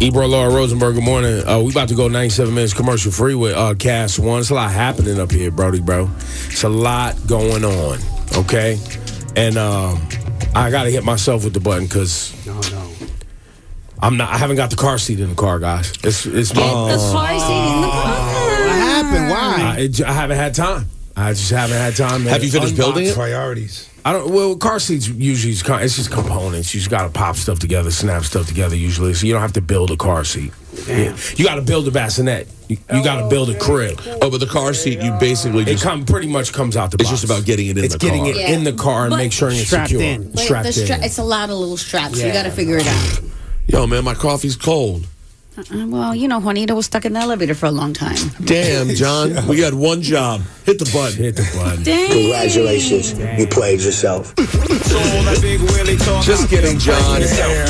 [SPEAKER 1] Ebro Laura Rosenberg, good morning. Uh, we about to go 97 minutes commercial free with uh, Cast One. It's a lot happening up here, Brody, bro. It's a lot going on, okay? And um, I got to hit myself with the button because I'm not. I haven't got the car seat in the car, guys. It's it's my
[SPEAKER 2] What happened? Why?
[SPEAKER 1] I, it j- I haven't had time. I just haven't had time. to
[SPEAKER 5] Have you finished
[SPEAKER 1] unbox
[SPEAKER 5] building it?
[SPEAKER 2] Priorities.
[SPEAKER 1] I don't. Well, car seats usually is, con- it's just components. You just got to pop stuff together, snap stuff together. Usually, so you don't have to build a car seat. Yeah. You got to build a bassinet. You, you got to build a crib.
[SPEAKER 5] Oh, but the car seat, you basically
[SPEAKER 1] It
[SPEAKER 5] just.
[SPEAKER 1] come pretty much comes out the.
[SPEAKER 5] It's
[SPEAKER 1] box.
[SPEAKER 5] just about getting it in
[SPEAKER 1] It's
[SPEAKER 5] the
[SPEAKER 1] getting
[SPEAKER 5] car.
[SPEAKER 1] it in the car and
[SPEAKER 3] But-
[SPEAKER 1] make sure it's
[SPEAKER 2] Strapped
[SPEAKER 1] secure.
[SPEAKER 2] in.
[SPEAKER 3] But
[SPEAKER 1] Strapped
[SPEAKER 3] the stra-
[SPEAKER 1] in.
[SPEAKER 3] it's a lot of little straps.
[SPEAKER 1] Yeah.
[SPEAKER 3] You got to figure it out.
[SPEAKER 5] Yo, man, my coffee's cold.
[SPEAKER 3] Uh, well, you know, Juanita was stuck in the elevator for a long time.
[SPEAKER 2] <laughs>
[SPEAKER 5] Damn, John, we got one job. Hit the button.
[SPEAKER 1] Hit the button.
[SPEAKER 3] Dang.
[SPEAKER 12] Congratulations, you played yourself.
[SPEAKER 5] Just kidding, John.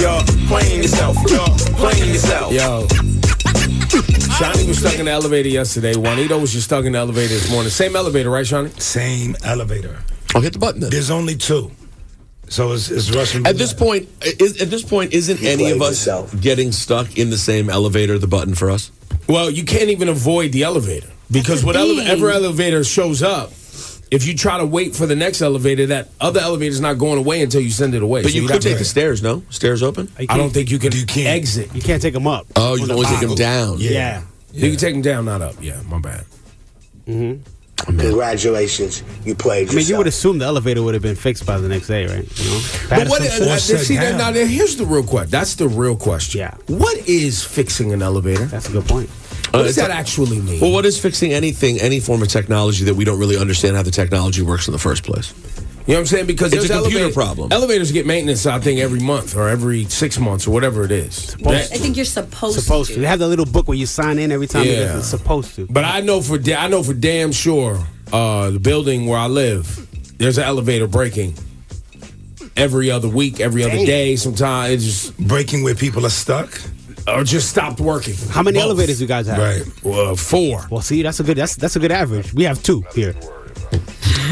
[SPEAKER 1] Yo, playing yourself. Yo, playing yourself. Yo. Shawnee was stuck in the elevator yesterday. Juanito was just stuck in the elevator this morning. Same elevator, right, Shawnee?
[SPEAKER 2] Same elevator.
[SPEAKER 5] I'll Oh, hit the button. Then.
[SPEAKER 2] There's only two. So it's, it's Russian.
[SPEAKER 5] At this point, is, at this point, isn't
[SPEAKER 12] You
[SPEAKER 5] any of
[SPEAKER 12] played
[SPEAKER 5] us
[SPEAKER 12] yourself.
[SPEAKER 5] getting stuck in the same elevator? The button for us.
[SPEAKER 1] Well, you can't even avoid the elevator because
[SPEAKER 3] the
[SPEAKER 1] whatever
[SPEAKER 3] thing.
[SPEAKER 1] ever elevator shows up, if you try to wait for the next elevator, that other elevator's not going away until you send it away.
[SPEAKER 5] But
[SPEAKER 1] So
[SPEAKER 5] you
[SPEAKER 1] you'd
[SPEAKER 5] could
[SPEAKER 1] have to-
[SPEAKER 5] take the stairs. No stairs open.
[SPEAKER 1] I don't think you can
[SPEAKER 2] You can't.
[SPEAKER 1] exit.
[SPEAKER 15] You can't take them up.
[SPEAKER 5] Oh, you
[SPEAKER 15] On
[SPEAKER 5] can
[SPEAKER 15] the
[SPEAKER 5] only take them
[SPEAKER 15] bottom.
[SPEAKER 5] down.
[SPEAKER 15] Yeah.
[SPEAKER 1] You can take them down, not up. Yeah, my bad. Mm-hmm.
[SPEAKER 12] Congratulations, you played
[SPEAKER 15] I mean, you
[SPEAKER 12] yourself.
[SPEAKER 15] would assume the elevator would have been fixed by the next day, right? You know?
[SPEAKER 1] But what?
[SPEAKER 15] Patterson-
[SPEAKER 1] I, I,
[SPEAKER 2] force it
[SPEAKER 1] see that
[SPEAKER 2] down.
[SPEAKER 1] now. There, here's the real question. That's the real question.
[SPEAKER 15] Yeah.
[SPEAKER 1] What is fixing an elevator?
[SPEAKER 15] That's a good point.
[SPEAKER 1] What
[SPEAKER 5] Uh,
[SPEAKER 1] does
[SPEAKER 5] it's
[SPEAKER 1] that
[SPEAKER 5] a-
[SPEAKER 1] actually mean?
[SPEAKER 5] Well, what is fixing anything, any form of technology that we don't really understand how the technology works in the first place?
[SPEAKER 1] You know what I'm saying? Because
[SPEAKER 5] It's a
[SPEAKER 1] there's
[SPEAKER 5] computer problem.
[SPEAKER 1] Elevators get maintenance, I think, every month or every six months or whatever it is. That-
[SPEAKER 3] I think you're supposed,
[SPEAKER 15] Supposed to. They have that little book where you sign in every time.
[SPEAKER 1] Yeah.
[SPEAKER 15] Yeah. It's supposed to.
[SPEAKER 1] But I know for da- I know for damn sure uh, the building where I live, there's an elevator breaking every other week, every other
[SPEAKER 15] Damn.
[SPEAKER 1] day. Sometimes it just
[SPEAKER 2] breaking where people are stuck.
[SPEAKER 1] or just stopped working.
[SPEAKER 15] How many
[SPEAKER 1] Both.
[SPEAKER 15] elevators you guys have?
[SPEAKER 2] Right.
[SPEAKER 1] Well, uh, four.
[SPEAKER 15] Well, see, that's a good. That's that's a good average. We have two here.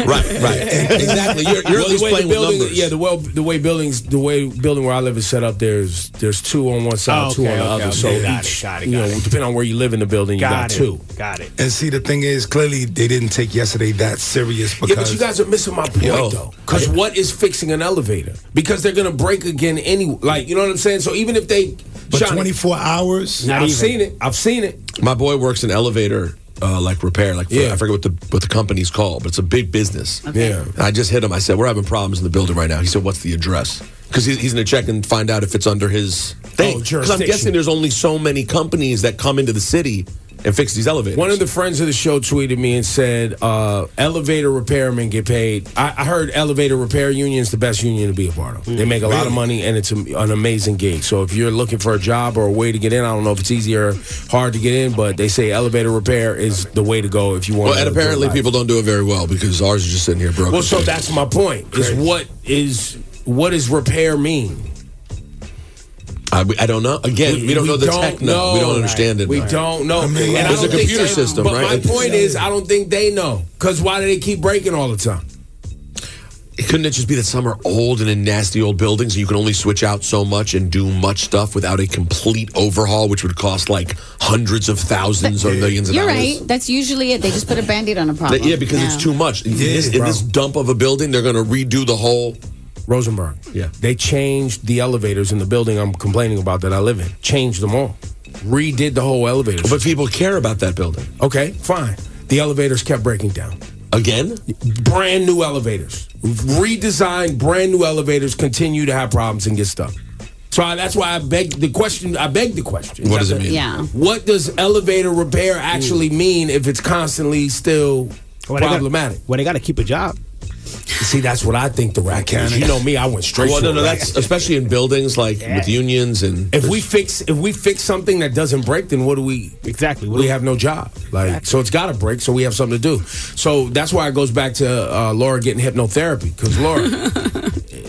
[SPEAKER 5] Right, right, exactly. You're, you're
[SPEAKER 1] Well,
[SPEAKER 5] at least playing with
[SPEAKER 1] building,
[SPEAKER 5] numbers.
[SPEAKER 1] yeah, the well, the way buildings, the way building where I live is set up, there's there's two on one side,
[SPEAKER 15] Oh,
[SPEAKER 1] two
[SPEAKER 15] okay,
[SPEAKER 1] on the
[SPEAKER 15] okay,
[SPEAKER 1] other.
[SPEAKER 15] okay.
[SPEAKER 1] So
[SPEAKER 15] Got it,
[SPEAKER 1] each,
[SPEAKER 15] got it,
[SPEAKER 1] you
[SPEAKER 15] got
[SPEAKER 1] know,
[SPEAKER 15] it.
[SPEAKER 1] depending on where you live in the building, you got,
[SPEAKER 15] got it.
[SPEAKER 1] two.
[SPEAKER 15] Got it.
[SPEAKER 2] And see, the thing is, clearly they didn't take yesterday that serious because
[SPEAKER 1] Yeah, but you guys are missing my point
[SPEAKER 5] Yo.
[SPEAKER 1] though. Because what is fixing an elevator? Because they're gonna break again anyway. Like you know what I'm saying. So even if they,
[SPEAKER 2] but
[SPEAKER 1] Shawnee,
[SPEAKER 2] 24 hours.
[SPEAKER 15] Not
[SPEAKER 1] I've
[SPEAKER 15] even.
[SPEAKER 1] seen it. I've seen it.
[SPEAKER 5] My boy works in elevator uh, like repair, like for,
[SPEAKER 1] Yeah.
[SPEAKER 5] I forget what the what the company's called, but it's a big business.
[SPEAKER 1] Okay. Yeah.
[SPEAKER 5] And I just hit him. I said, "We're having problems in the building right now." He said, "What's the address?" Because he's, he's going to check and find out if it's under his thing.
[SPEAKER 1] Oh,
[SPEAKER 5] Because I'm
[SPEAKER 1] jurisdiction.
[SPEAKER 5] guessing there's only so many companies that come into the city and fix these elevators.
[SPEAKER 1] One of the friends of the show tweeted me and said, uh, "Elevator repairmen get paid." I, I heard elevator repair union's the best union to be a part of. They make a lot of money, and it's a, an amazing gig. So if you're looking for a job or a way to get in, I don't know if it's easy or hard to get in, but they say elevator repair is the way to go if you want.
[SPEAKER 5] Well,
[SPEAKER 1] to
[SPEAKER 5] and apparently people don't do it very well because ours is just sitting here broken.
[SPEAKER 1] Well, so that's my point. Is what is what does repair mean?
[SPEAKER 5] I, I don't know. Again, we, don't know the tech. No, we don't understand it.
[SPEAKER 1] We
[SPEAKER 5] now.
[SPEAKER 1] don't know. And I
[SPEAKER 5] there's a
[SPEAKER 1] don't think
[SPEAKER 5] computer
[SPEAKER 1] they-
[SPEAKER 5] system,
[SPEAKER 1] but
[SPEAKER 5] right?
[SPEAKER 1] my point is, I don't think they know. Because why do they keep breaking all the time?
[SPEAKER 5] Couldn't it just be that some are old and in nasty old buildings, and you can only switch out so much and do much stuff without a complete overhaul, which would cost like hundreds of thousands or millions of
[SPEAKER 3] You're
[SPEAKER 5] dollars?
[SPEAKER 3] right. That's usually it. They just put a band-aid on a problem.
[SPEAKER 5] That- yeah, because it's too much. In, this, in
[SPEAKER 1] bro.
[SPEAKER 5] this dump of a building, they're going to redo the whole.
[SPEAKER 1] Rosenberg. Yeah. They changed the elevators in the building I'm complaining about that I live in. Changed them all. Redid the whole elevator.
[SPEAKER 5] But people care about that building.
[SPEAKER 1] Okay, fine. The elevators kept breaking down.
[SPEAKER 5] Again?
[SPEAKER 1] Brand new elevators. Redesigned, brand new elevators continue to have problems and get stuck. So I, that's why I beg the question. I beg the question.
[SPEAKER 5] What does it
[SPEAKER 1] Not
[SPEAKER 5] mean?
[SPEAKER 1] that-
[SPEAKER 5] Yeah.
[SPEAKER 1] What does elevator repair actually mean if it's constantly still problematic?
[SPEAKER 15] Hmm. well, they got to keep a job.
[SPEAKER 1] See, that's what I think the rat can. You know me. I went straight.
[SPEAKER 5] Well,
[SPEAKER 1] for
[SPEAKER 5] no,
[SPEAKER 1] a
[SPEAKER 5] no,
[SPEAKER 1] rat.
[SPEAKER 5] that's especially in buildings like with unions and.
[SPEAKER 1] If we fix if we fix something that doesn't break, then what do we
[SPEAKER 15] exactly?
[SPEAKER 1] we have no job. Like so, it's got to break. So we have something to do. So that's why it goes back to uh, Laura getting hypnotherapy
[SPEAKER 15] <laughs>
[SPEAKER 1] because Laura,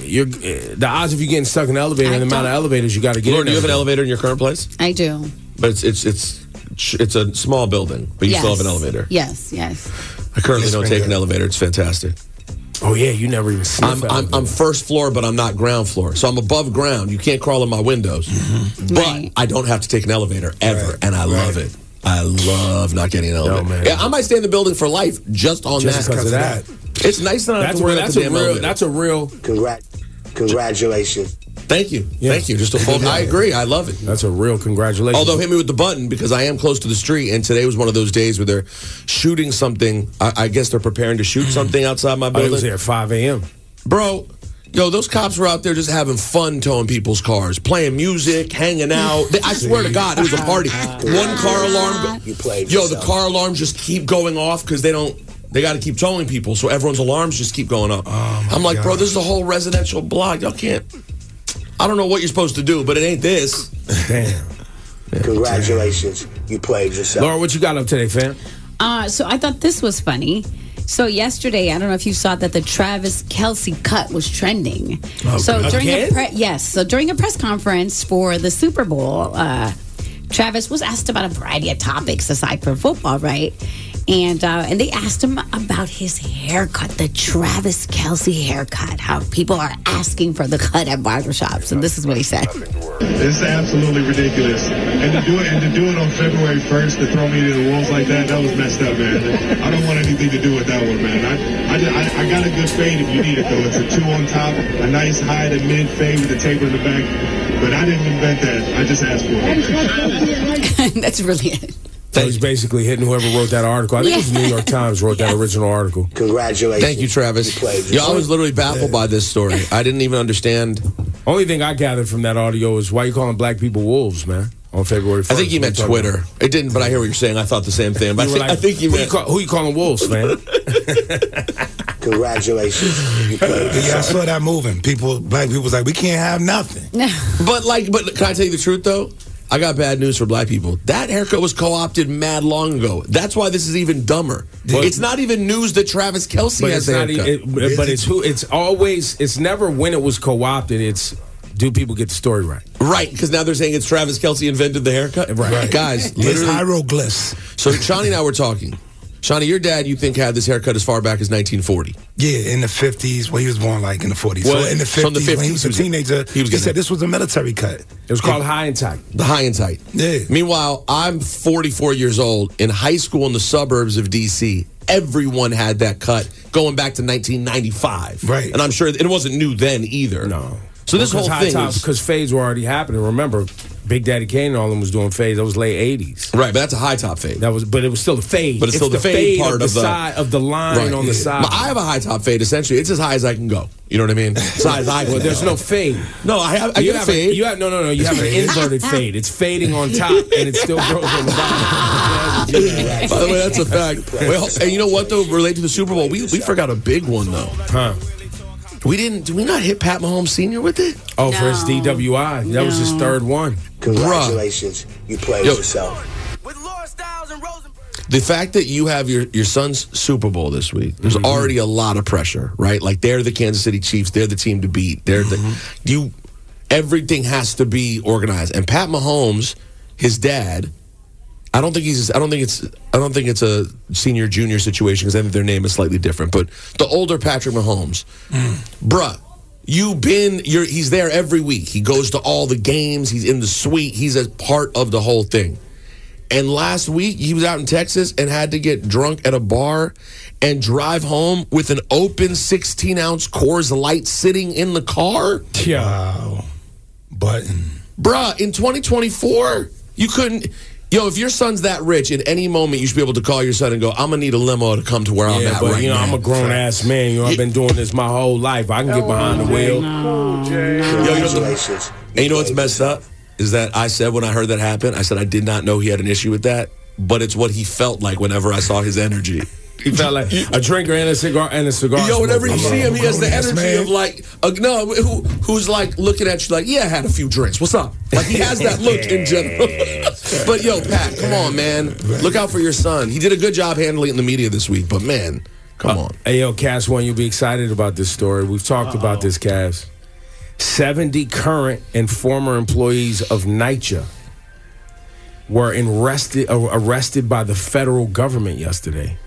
[SPEAKER 1] you're uh, the odds of you getting stuck in an elevator and the amount of elevators you got to get.
[SPEAKER 5] Laura,
[SPEAKER 1] in
[SPEAKER 5] do you have an
[SPEAKER 1] every day.
[SPEAKER 5] elevator in your current place?
[SPEAKER 3] I do.
[SPEAKER 5] But it's it's it's it's a small building, but you still have an
[SPEAKER 3] Yes.
[SPEAKER 5] elevator.
[SPEAKER 3] Yes, yes.
[SPEAKER 5] I currently
[SPEAKER 1] Yes,
[SPEAKER 5] don't
[SPEAKER 1] ma'am.
[SPEAKER 5] take an elevator. It's fantastic.
[SPEAKER 1] Oh yeah, you never even. sniff
[SPEAKER 5] I'm,
[SPEAKER 1] an
[SPEAKER 5] I'm, I'm first floor, but I'm not ground floor. So I'm above ground. You can't crawl in my windows, but I don't have to take an elevator ever, and I love it. I love not getting an elevator.
[SPEAKER 1] man.
[SPEAKER 5] Yeah, I might stay in the building for life just on
[SPEAKER 1] Just
[SPEAKER 5] that.
[SPEAKER 1] because of that.
[SPEAKER 5] It's nice that I don't have
[SPEAKER 1] That's
[SPEAKER 5] to
[SPEAKER 1] where
[SPEAKER 5] worry about
[SPEAKER 1] that's
[SPEAKER 5] the
[SPEAKER 1] a
[SPEAKER 5] damn
[SPEAKER 1] real.
[SPEAKER 5] elevator.
[SPEAKER 1] That's a real.
[SPEAKER 12] Congrat- congratulations.
[SPEAKER 5] Thank you, thank you. Just a full. I agree. I love it.
[SPEAKER 1] That's a real congratulations.
[SPEAKER 5] Although hit me with the button because I am close to the street, and today was one of those days where they're shooting something. I, I guess they're preparing to shoot something outside my
[SPEAKER 1] Oh, it
[SPEAKER 5] building.
[SPEAKER 1] was there at 5 a.m.
[SPEAKER 5] Bro, yo, those cops were out there just having fun towing people's cars, playing music, hanging out. They- I swear to God, it was a party.
[SPEAKER 2] Ah.
[SPEAKER 5] One car alarm.
[SPEAKER 12] You played
[SPEAKER 5] Yo, the
[SPEAKER 12] yourself.
[SPEAKER 5] car alarms just keep going off because they don't. They got to keep towing people, so everyone's alarms just keep going up.
[SPEAKER 1] Oh
[SPEAKER 5] I'm like, bro, this is a whole residential block. Y'all can't. I don't know what you're supposed to do, but it ain't this.
[SPEAKER 1] Damn.
[SPEAKER 12] Congratulations. You played yourself.
[SPEAKER 1] Laura, what you got up today, fam?
[SPEAKER 3] Uh, so I thought this was funny. So yesterday, I don't know if you saw that the Travis Kelsey cut was trending.
[SPEAKER 16] Oh,
[SPEAKER 3] so
[SPEAKER 16] God.
[SPEAKER 3] during a
[SPEAKER 16] Again?
[SPEAKER 3] pre- yes, so during a press conference for the Super Bowl, uh, Travis was asked about a variety of topics aside from football, right? And uh, and they asked him about his haircut, the Travis Kelsey haircut. How people are asking for the cut at barbershops, and this is what he said.
[SPEAKER 14] It's absolutely ridiculous. And to do it and to do it on February 1st to throw me to the wolves like that, that was <laughs> messed up, man. I don't want anything to do with that one, man. I, I, I, I got a good fade if you need it, though. It's a two on top, a nice high to mid fade with a taper in the back. But I didn't invent that. I just asked for it.
[SPEAKER 3] <laughs> That's really it.
[SPEAKER 1] So he's basically hitting whoever wrote that article. I think it was the New York Times wrote that original article.
[SPEAKER 12] Congratulations.
[SPEAKER 5] Thank you, Travis. Yo, I was literally baffled by this
[SPEAKER 1] <laughs>
[SPEAKER 5] story. I didn't even understand.
[SPEAKER 1] Only thing I gathered from that audio is why you calling black people wolves, man, on February 1st.
[SPEAKER 5] I think you meant Twitter. It didn't, but I hear what you're saying. I thought the same thing. But I,
[SPEAKER 1] You were
[SPEAKER 5] think,
[SPEAKER 1] like,
[SPEAKER 5] I think you
[SPEAKER 1] who
[SPEAKER 5] meant.
[SPEAKER 1] you call- who you calling wolves, man?
[SPEAKER 12] Congratulations.
[SPEAKER 1] <laughs>
[SPEAKER 12] You played
[SPEAKER 2] Yeah, I
[SPEAKER 12] yourself.
[SPEAKER 2] saw that moving. People, black people's like, we can't have nothing.
[SPEAKER 1] <laughs>
[SPEAKER 5] but like, but can I tell you the truth though? I got bad news for black people. That haircut was co-opted mad long ago. That's why this is even dumber. it's not even news that Travis Kelsey
[SPEAKER 1] But
[SPEAKER 5] has
[SPEAKER 1] it's
[SPEAKER 5] a
[SPEAKER 1] not.
[SPEAKER 5] haircut.
[SPEAKER 1] e- it- but- but it's who. It's always. It's never when it was co-opted. It's do people get the story right?
[SPEAKER 5] right because now they're saying it's Travis Kelsey invented the haircut. Right, guys,
[SPEAKER 2] It's
[SPEAKER 5] literally.
[SPEAKER 2] hieroglyphs.
[SPEAKER 5] so Shawnee and I were talking. Shawnee, your dad, you think had this haircut as far back as 1940?
[SPEAKER 2] Yeah, in the fifties. Well, he was born like in the forties.
[SPEAKER 5] Well,
[SPEAKER 2] so in the
[SPEAKER 5] so in the
[SPEAKER 2] fifties, when he was a
[SPEAKER 5] 50s, he was-
[SPEAKER 2] teenager,
[SPEAKER 5] he
[SPEAKER 2] he,
[SPEAKER 5] was getting
[SPEAKER 2] said this was a military cut.
[SPEAKER 1] It was called high and tight.
[SPEAKER 5] The high and tight.
[SPEAKER 2] Yeah.
[SPEAKER 5] Meanwhile, I'm 44 years old in high school in the suburbs of DC. Everyone had that cut going back to 1995.
[SPEAKER 2] Right.
[SPEAKER 5] And I'm sure it wasn't new then either. No. So this whole thing is
[SPEAKER 1] because fades were already happening. Remember, Big Daddy Kane and all them was doing fades. That was late eighties.
[SPEAKER 5] Right, but that's a high top fade.
[SPEAKER 1] That was, but it was still a fade.
[SPEAKER 5] But it's still the fade part
[SPEAKER 1] of the,
[SPEAKER 5] of the-
[SPEAKER 1] side of the line
[SPEAKER 5] Right.
[SPEAKER 1] on the
[SPEAKER 5] Yeah.
[SPEAKER 1] side.
[SPEAKER 5] But I have a high top fade. Essentially, it's as high as I can go. You know what I mean? As high as I can
[SPEAKER 1] well, there's
[SPEAKER 5] go.
[SPEAKER 1] no fade.
[SPEAKER 5] No, I have. I
[SPEAKER 1] you
[SPEAKER 5] get a
[SPEAKER 1] have
[SPEAKER 5] fade. <laughs>
[SPEAKER 1] you have no, no, no. You
[SPEAKER 5] It's
[SPEAKER 1] have an
[SPEAKER 5] faded. <laughs>
[SPEAKER 1] inverted fade. It's fading on top and it's still broken on the bottom.
[SPEAKER 5] By the way, that's a fact. Well, and you know what though? Related to the Super Bowl, we, we forgot a big one though. Huh? We didn't. Did we not hit Pat Mahomes Senior with it?
[SPEAKER 1] Oh, for his DWI. That was his
[SPEAKER 5] No.
[SPEAKER 1] third one.
[SPEAKER 12] Congratulations, you played
[SPEAKER 5] Yo.
[SPEAKER 12] yourself.
[SPEAKER 5] The fact that you have your, your son's Super Bowl this week,
[SPEAKER 1] Mm-hmm.
[SPEAKER 5] there's already a lot of pressure, right? Like they're the Kansas City Chiefs, they're the team to beat. They're
[SPEAKER 1] Mm-hmm.
[SPEAKER 5] the you everything has to be organized. And Pat Mahomes, his dad, I don't think he's I don't think it's I don't think it's a senior junior situation because I think their name is slightly different. But the older Patrick Mahomes, bruh, you been you're he's there every week. He goes to all the games, he's in the suite, he's a part of the whole thing. And last week he was out in Texas and had to get drunk at a bar and drive home with an open 16 ounce Coors Light sitting in the car.
[SPEAKER 1] Wow. Button.
[SPEAKER 5] Bruh, in 2024, you couldn't. Yo, if your son's that rich, at any moment you should be able to call your son and go, "I'm gonna need a limo to come to where I'm
[SPEAKER 1] Yeah,
[SPEAKER 5] at."
[SPEAKER 1] but
[SPEAKER 5] right
[SPEAKER 1] you know,
[SPEAKER 5] now."
[SPEAKER 1] I'm a grown ass man. You know, I've been doing this my whole life. I can get behind the wheel.
[SPEAKER 5] Yo, you know, the, and you know what's messed up is that I said when I heard that happen, I said I did not know he had an issue with that, but it's what he felt like whenever I saw his energy.
[SPEAKER 1] He felt like a drinker and a cigar and a cigar.
[SPEAKER 5] Yo, whenever you
[SPEAKER 1] smoker.
[SPEAKER 5] see him, he has the
[SPEAKER 1] Grown-ass
[SPEAKER 5] energy
[SPEAKER 1] man.
[SPEAKER 5] of like, uh, no, who, who's like looking at you like, yeah, I had a few drinks. What's up? Like he has that look in general. <laughs> but yo, Pat, come on, man, look out for your son. He did a good job handling it in the media this week, but man, come on.
[SPEAKER 1] Uh, Hey, yo, Cass, one, you'll be excited about this story. We've talked about this, Cass. 70 current and former employees of NYCHA were arrested, uh, arrested by the federal government yesterday.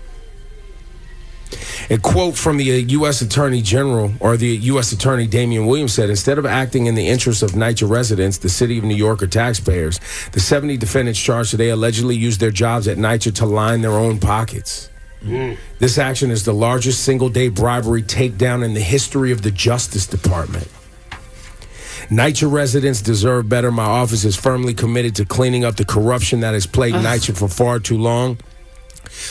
[SPEAKER 1] A quote from the uh, U.S. Attorney General or the U.S. Attorney Damian Williams said instead of acting in the interest of NYCHA residents, the city of New York, or taxpayers, the 70 defendants charged today allegedly used their jobs at NYCHA to line their own pockets.
[SPEAKER 5] Mm.
[SPEAKER 1] This action is the largest single day bribery takedown in the history of the Justice Department. NYCHA residents deserve better. My office is firmly committed to cleaning up the corruption that has plagued
[SPEAKER 16] Ugh.
[SPEAKER 1] NYCHA for far too long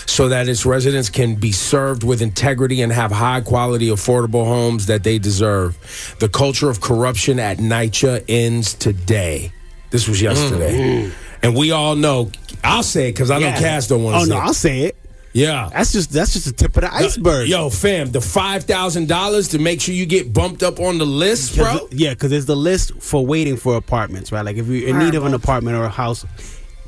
[SPEAKER 1] so that its residents can be served with integrity and have high quality, affordable homes that they deserve. The culture of corruption at NYCHA ends today. This was yesterday. And we all know, I'll say it because I know Cass don't want to
[SPEAKER 15] Oh
[SPEAKER 1] say
[SPEAKER 15] no,
[SPEAKER 1] it.
[SPEAKER 15] I'll say it.
[SPEAKER 1] Yeah, that's just that's just the tip of the iceberg. Yo, fam, the five thousand dollars to make sure you get bumped up on the list, bro.
[SPEAKER 15] Yeah, because there's the list for waiting for apartments, right? Like if you're in need of an apartment or a house,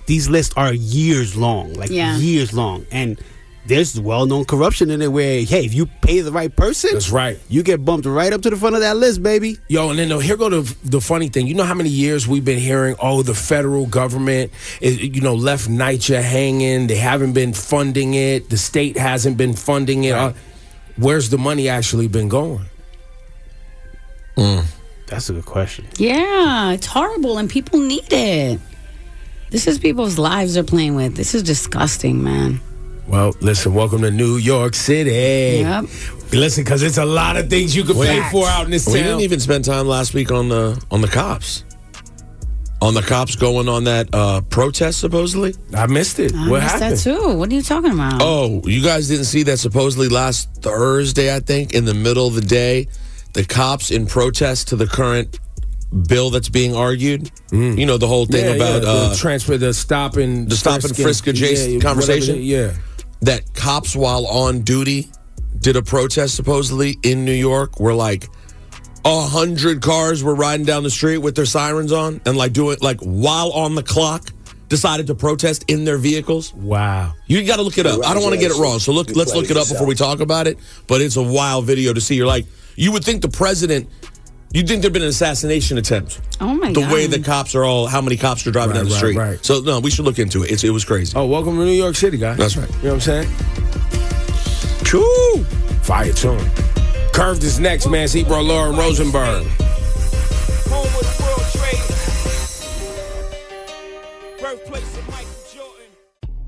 [SPEAKER 15] these lists are years long, like
[SPEAKER 3] Yeah.
[SPEAKER 15] years long, and there's well-known corruption in it. Where hey, if you pay the right person, that's
[SPEAKER 1] right,
[SPEAKER 15] you get bumped right up to the front of that list, baby.
[SPEAKER 1] Yo, and then though, here go the the funny thing. You know how many years we've been hearing, oh, the federal government, is, you know, left NYCHA hanging. They haven't been funding it. The state hasn't been funding it. Uh, where's the money actually been going?
[SPEAKER 15] That's a good question.
[SPEAKER 3] Yeah, it's horrible and people need it. This is people's lives they're playing with. This is disgusting, man.
[SPEAKER 1] Well, listen, welcome to New York City.
[SPEAKER 3] Yep.
[SPEAKER 1] Listen, because it's a lot of things you could
[SPEAKER 5] Wait.
[SPEAKER 1] pay for out in this
[SPEAKER 5] We
[SPEAKER 1] town.
[SPEAKER 5] didn't even spend time last week on the on the cops, on the cops going on that uh, protest supposedly.
[SPEAKER 1] I missed it.
[SPEAKER 3] I missed that too. What are you talking about?
[SPEAKER 5] Oh, you guys didn't see that supposedly last Thursday, I think, in the middle of the day, the cops in protest to the current bill that's being argued. You know, the whole thing
[SPEAKER 1] Mm. Yeah,
[SPEAKER 5] about
[SPEAKER 1] yeah,
[SPEAKER 5] uh,
[SPEAKER 1] the transfer, the stop and
[SPEAKER 5] the stop and frisk adjacent
[SPEAKER 1] yeah,
[SPEAKER 5] conversation.
[SPEAKER 1] whatever the- yeah.
[SPEAKER 5] That cops while on duty did a protest supposedly in New York where like a hundred cars were riding down the street with their sirens on and like doing like while on the clock decided to protest in their vehicles.
[SPEAKER 1] Wow.
[SPEAKER 5] You got to look it up. I don't want to get it wrong. So look,
[SPEAKER 1] You
[SPEAKER 5] let's
[SPEAKER 1] played
[SPEAKER 5] look it up before we talk about it. But it's a wild video to see. You're like, you would think the president, you'd think there'd been an assassination attempt.
[SPEAKER 3] Oh my
[SPEAKER 5] the
[SPEAKER 3] god.
[SPEAKER 5] way the cops are all, how many cops are driving
[SPEAKER 1] Right,
[SPEAKER 5] down the
[SPEAKER 1] right,
[SPEAKER 5] street.
[SPEAKER 1] right.
[SPEAKER 5] So no, we should look into it. It's, it was crazy.
[SPEAKER 1] Oh, welcome to New York City, guys.
[SPEAKER 5] That's right.
[SPEAKER 1] You know what I'm saying? Choo! Fire tune. Curved is next, man. It's Ebro, Laura, and Rosenberg.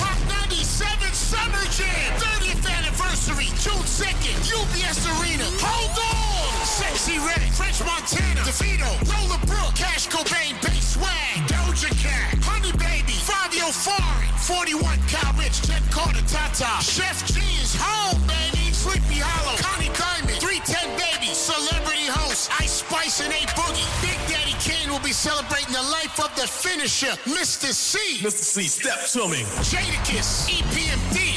[SPEAKER 11] Hot 97 Summer Jam 30th anniversary. anniversary, June 2nd, UBS Arena. Hold on! Sexy Red, French Montana, DeVito, Roller Brook, Cash Cobain, Bass Swag, Doja Cat, Honey Baby, Fabio Fari, 41 Cal Rich, Ted Carter, Tata, Chef G is home, baby. Sleepy Hollow, Connie Diamond, 310 Baby, Celebrity Host, Ice Spice and A Boogie. Big Daddy Kane will be celebrating the life of the finisher, Mr. C. E
[SPEAKER 16] Mr. C, step to me.
[SPEAKER 11] Jadakiss, EPMD,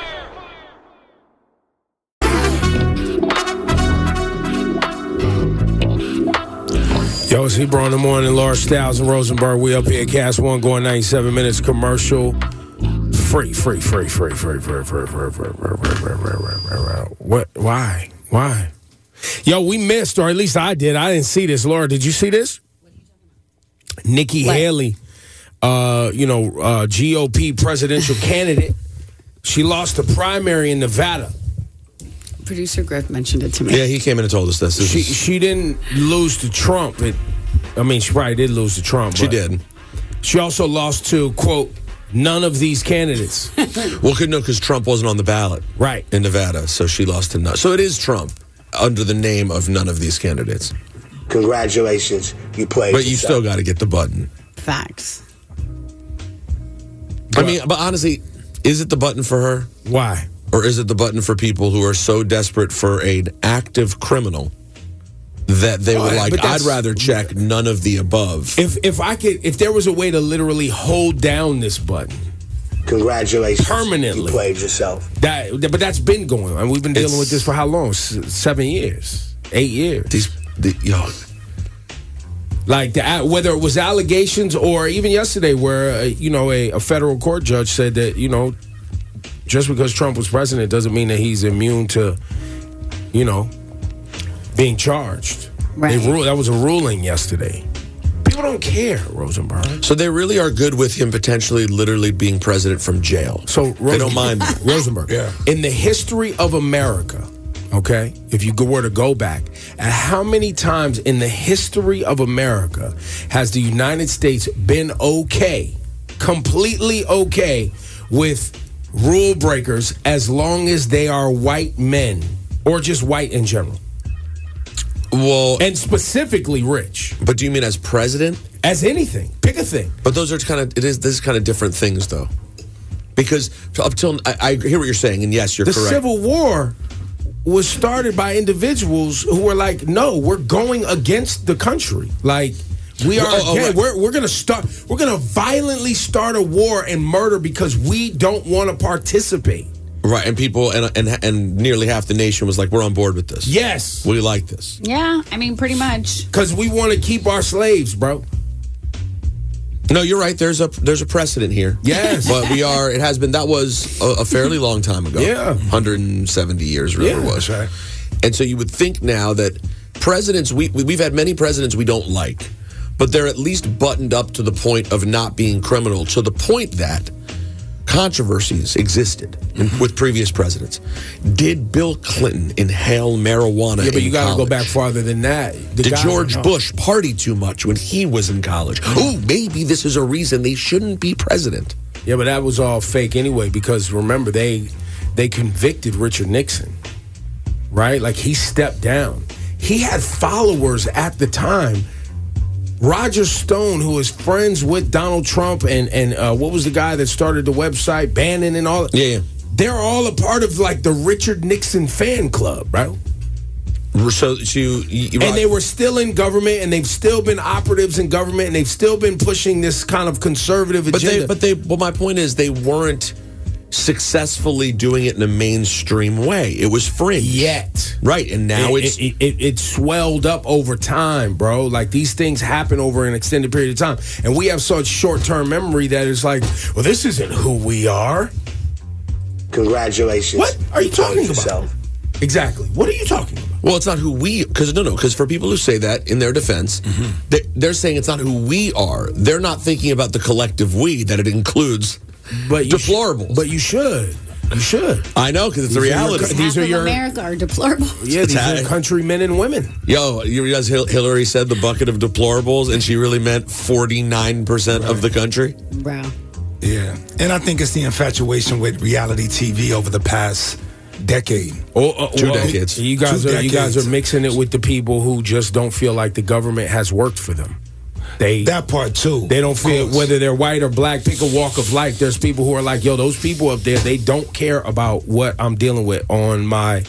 [SPEAKER 1] Yo, it's Hebrew in the morning. Laura Styles and Rosenberg. We up here at Cast One going 97 minutes commercial. Free, free, free, free, free, free, free, free, free, free, free, free, free, free, free, free. What? Why? Why? Yo, we missed, or at least I did. I didn't see this. Laura, did you see this? Nikki Haley, uh, you know, uh, GOP presidential <laughs> candidate. She lost the primary in Nevada.
[SPEAKER 3] Producer Griff mentioned it to me.
[SPEAKER 5] Yeah, he came in and told us this.
[SPEAKER 1] She she didn't lose to Trump. It, I mean, she probably did lose to Trump.
[SPEAKER 5] She
[SPEAKER 1] but
[SPEAKER 5] did.
[SPEAKER 1] She also lost to quote none of these candidates.
[SPEAKER 5] <laughs> well, could no, because Trump wasn't on the ballot,
[SPEAKER 1] right,
[SPEAKER 5] in Nevada, so she lost to none. So it is Trump under the name of none of these candidates.
[SPEAKER 12] Congratulations, you played.
[SPEAKER 5] But you still got to get the button.
[SPEAKER 3] Facts.
[SPEAKER 5] I mean, but honestly, is it the button for her?
[SPEAKER 1] Why?
[SPEAKER 5] Or is it the button for people who are so desperate for an active criminal that they
[SPEAKER 1] Well,
[SPEAKER 5] would like,
[SPEAKER 1] but
[SPEAKER 5] I'd
[SPEAKER 1] that's-
[SPEAKER 5] rather check none of the above?
[SPEAKER 1] If if I could, if there was a way to literally hold down this button,
[SPEAKER 12] Congratulations,
[SPEAKER 1] Permanently.
[SPEAKER 12] You played yourself.
[SPEAKER 1] that but that's been going on. We've been dealing
[SPEAKER 5] It's-
[SPEAKER 1] with this for how long? S- seven years, eight years.
[SPEAKER 5] These, the, yo,
[SPEAKER 1] like the a- whether it was allegations or even yesterday where uh, you know a, a federal court judge said that you know just because Trump was president doesn't mean that he's immune to you know being charged. They
[SPEAKER 3] Right.
[SPEAKER 1] ruled, that was a ruling yesterday. People don't care, Rosenberg.
[SPEAKER 5] So they really are good with him potentially literally being president from jail.
[SPEAKER 1] So
[SPEAKER 5] they don't mind that.
[SPEAKER 1] <laughs> Rosenberg.
[SPEAKER 5] Yeah.
[SPEAKER 1] In the history of America, okay, if you go- were to go back, at how many times in the history of America has the United States been okay, completely okay with rule breakers as long as they are white men or just white in general?
[SPEAKER 5] Well,
[SPEAKER 1] And specifically rich.
[SPEAKER 5] but do you mean as president?
[SPEAKER 1] As anything. Pick a thing.
[SPEAKER 5] But those are kind of it is this is kind of different things though, because up till I, I hear what you're saying, and yes, you're
[SPEAKER 1] the
[SPEAKER 5] correct.
[SPEAKER 1] Civil War was started by individuals who were like, "No, we're going against the country. Like, we are.
[SPEAKER 5] Oh, oh,
[SPEAKER 1] again-
[SPEAKER 5] right.
[SPEAKER 1] We're we're gonna start. We're gonna violently start a war and murder because we don't want to participate."
[SPEAKER 5] right, and people and and and nearly half the nation was like, we're on board with this.
[SPEAKER 1] Yes,
[SPEAKER 5] we like this.
[SPEAKER 3] Yeah, I mean, pretty much.
[SPEAKER 1] because we want to keep our slaves, bro.
[SPEAKER 5] No, you're right. There's a there's a precedent here.
[SPEAKER 1] Yes.
[SPEAKER 5] but we are. It has been that was a,
[SPEAKER 1] <laughs>
[SPEAKER 5] a fairly long time ago.
[SPEAKER 1] Yeah.
[SPEAKER 5] 170 years, whatever
[SPEAKER 1] Yeah,
[SPEAKER 5] it was.
[SPEAKER 1] that's right.
[SPEAKER 5] And so you would think now that presidents, we, we- we've had many presidents we don't like, but they're at least buttoned up to the point of not being criminal, to the point that controversies existed in,
[SPEAKER 1] Mm-hmm.
[SPEAKER 5] with previous presidents. Did Bill Clinton inhale marijuana?
[SPEAKER 1] Yeah, but
[SPEAKER 5] in
[SPEAKER 1] you got to go
[SPEAKER 5] college?
[SPEAKER 1] back farther than that. The
[SPEAKER 5] Did
[SPEAKER 1] guy-
[SPEAKER 5] George Bush party too much when he was in college? Oh, maybe this is a reason they shouldn't be president.
[SPEAKER 1] Yeah, but that was all fake anyway. Because remember, they they convicted Richard Nixon, right? Like he stepped down. He had followers at the time. Roger Stone, who is friends with Donald Trump, and and uh, what was the guy that started the website Bannon and all?
[SPEAKER 5] Yeah, yeah.
[SPEAKER 1] they're all a part of like the Richard Nixon fan club, right?
[SPEAKER 5] So, so you, you-
[SPEAKER 1] And they were still in government, and they've still been operatives in government, and they've still been pushing this kind of conservative
[SPEAKER 5] but
[SPEAKER 1] agenda.
[SPEAKER 5] they, but they, well, my point is they weren't successfully doing it in a mainstream way. It was fringe,
[SPEAKER 1] yet.
[SPEAKER 5] right? And now
[SPEAKER 1] it,
[SPEAKER 5] it's
[SPEAKER 1] it, it, it swelled up over time, bro. Like these things happen over an extended period of time, and we have such short term memory that it's like, well, this isn't who we are.
[SPEAKER 12] Congratulations.
[SPEAKER 1] What are you
[SPEAKER 12] played
[SPEAKER 1] talking about?
[SPEAKER 12] yourself.
[SPEAKER 1] Exactly. What are you talking about?
[SPEAKER 5] Well, it's not who we because no, no, because for people who say that in their defense,
[SPEAKER 8] Mm-hmm.
[SPEAKER 5] they, they're saying it's not who we are. They're not thinking about the collective we that it includes. But deplorables. but
[SPEAKER 1] you should. You should.
[SPEAKER 5] I know because it's the
[SPEAKER 1] These are your
[SPEAKER 5] reality.
[SPEAKER 1] co- these are
[SPEAKER 3] Half of
[SPEAKER 1] your-
[SPEAKER 3] America are deplorable.
[SPEAKER 1] Yeah, these
[SPEAKER 5] Attack.
[SPEAKER 1] are countrymen and women.
[SPEAKER 5] Yo, you realize Hil- Hillary said the bucket of deplorables, and she really meant forty nine percent of the country.
[SPEAKER 3] Bro.
[SPEAKER 2] Yeah. And I think it's the infatuation with reality TV over the past decade.
[SPEAKER 1] Oh, uh,
[SPEAKER 5] Two
[SPEAKER 1] well,
[SPEAKER 5] decades.
[SPEAKER 1] You guys
[SPEAKER 2] Two
[SPEAKER 1] are you guys
[SPEAKER 2] decades.
[SPEAKER 1] are mixing it with the people who just don't feel like the government has worked for them. They
[SPEAKER 2] That part too.
[SPEAKER 1] they don't
[SPEAKER 2] Of
[SPEAKER 1] feel
[SPEAKER 2] course.
[SPEAKER 1] whether they're white or black. Pick a walk of life. There's people who are like, yo, those people up there, they don't care about what I'm dealing with on my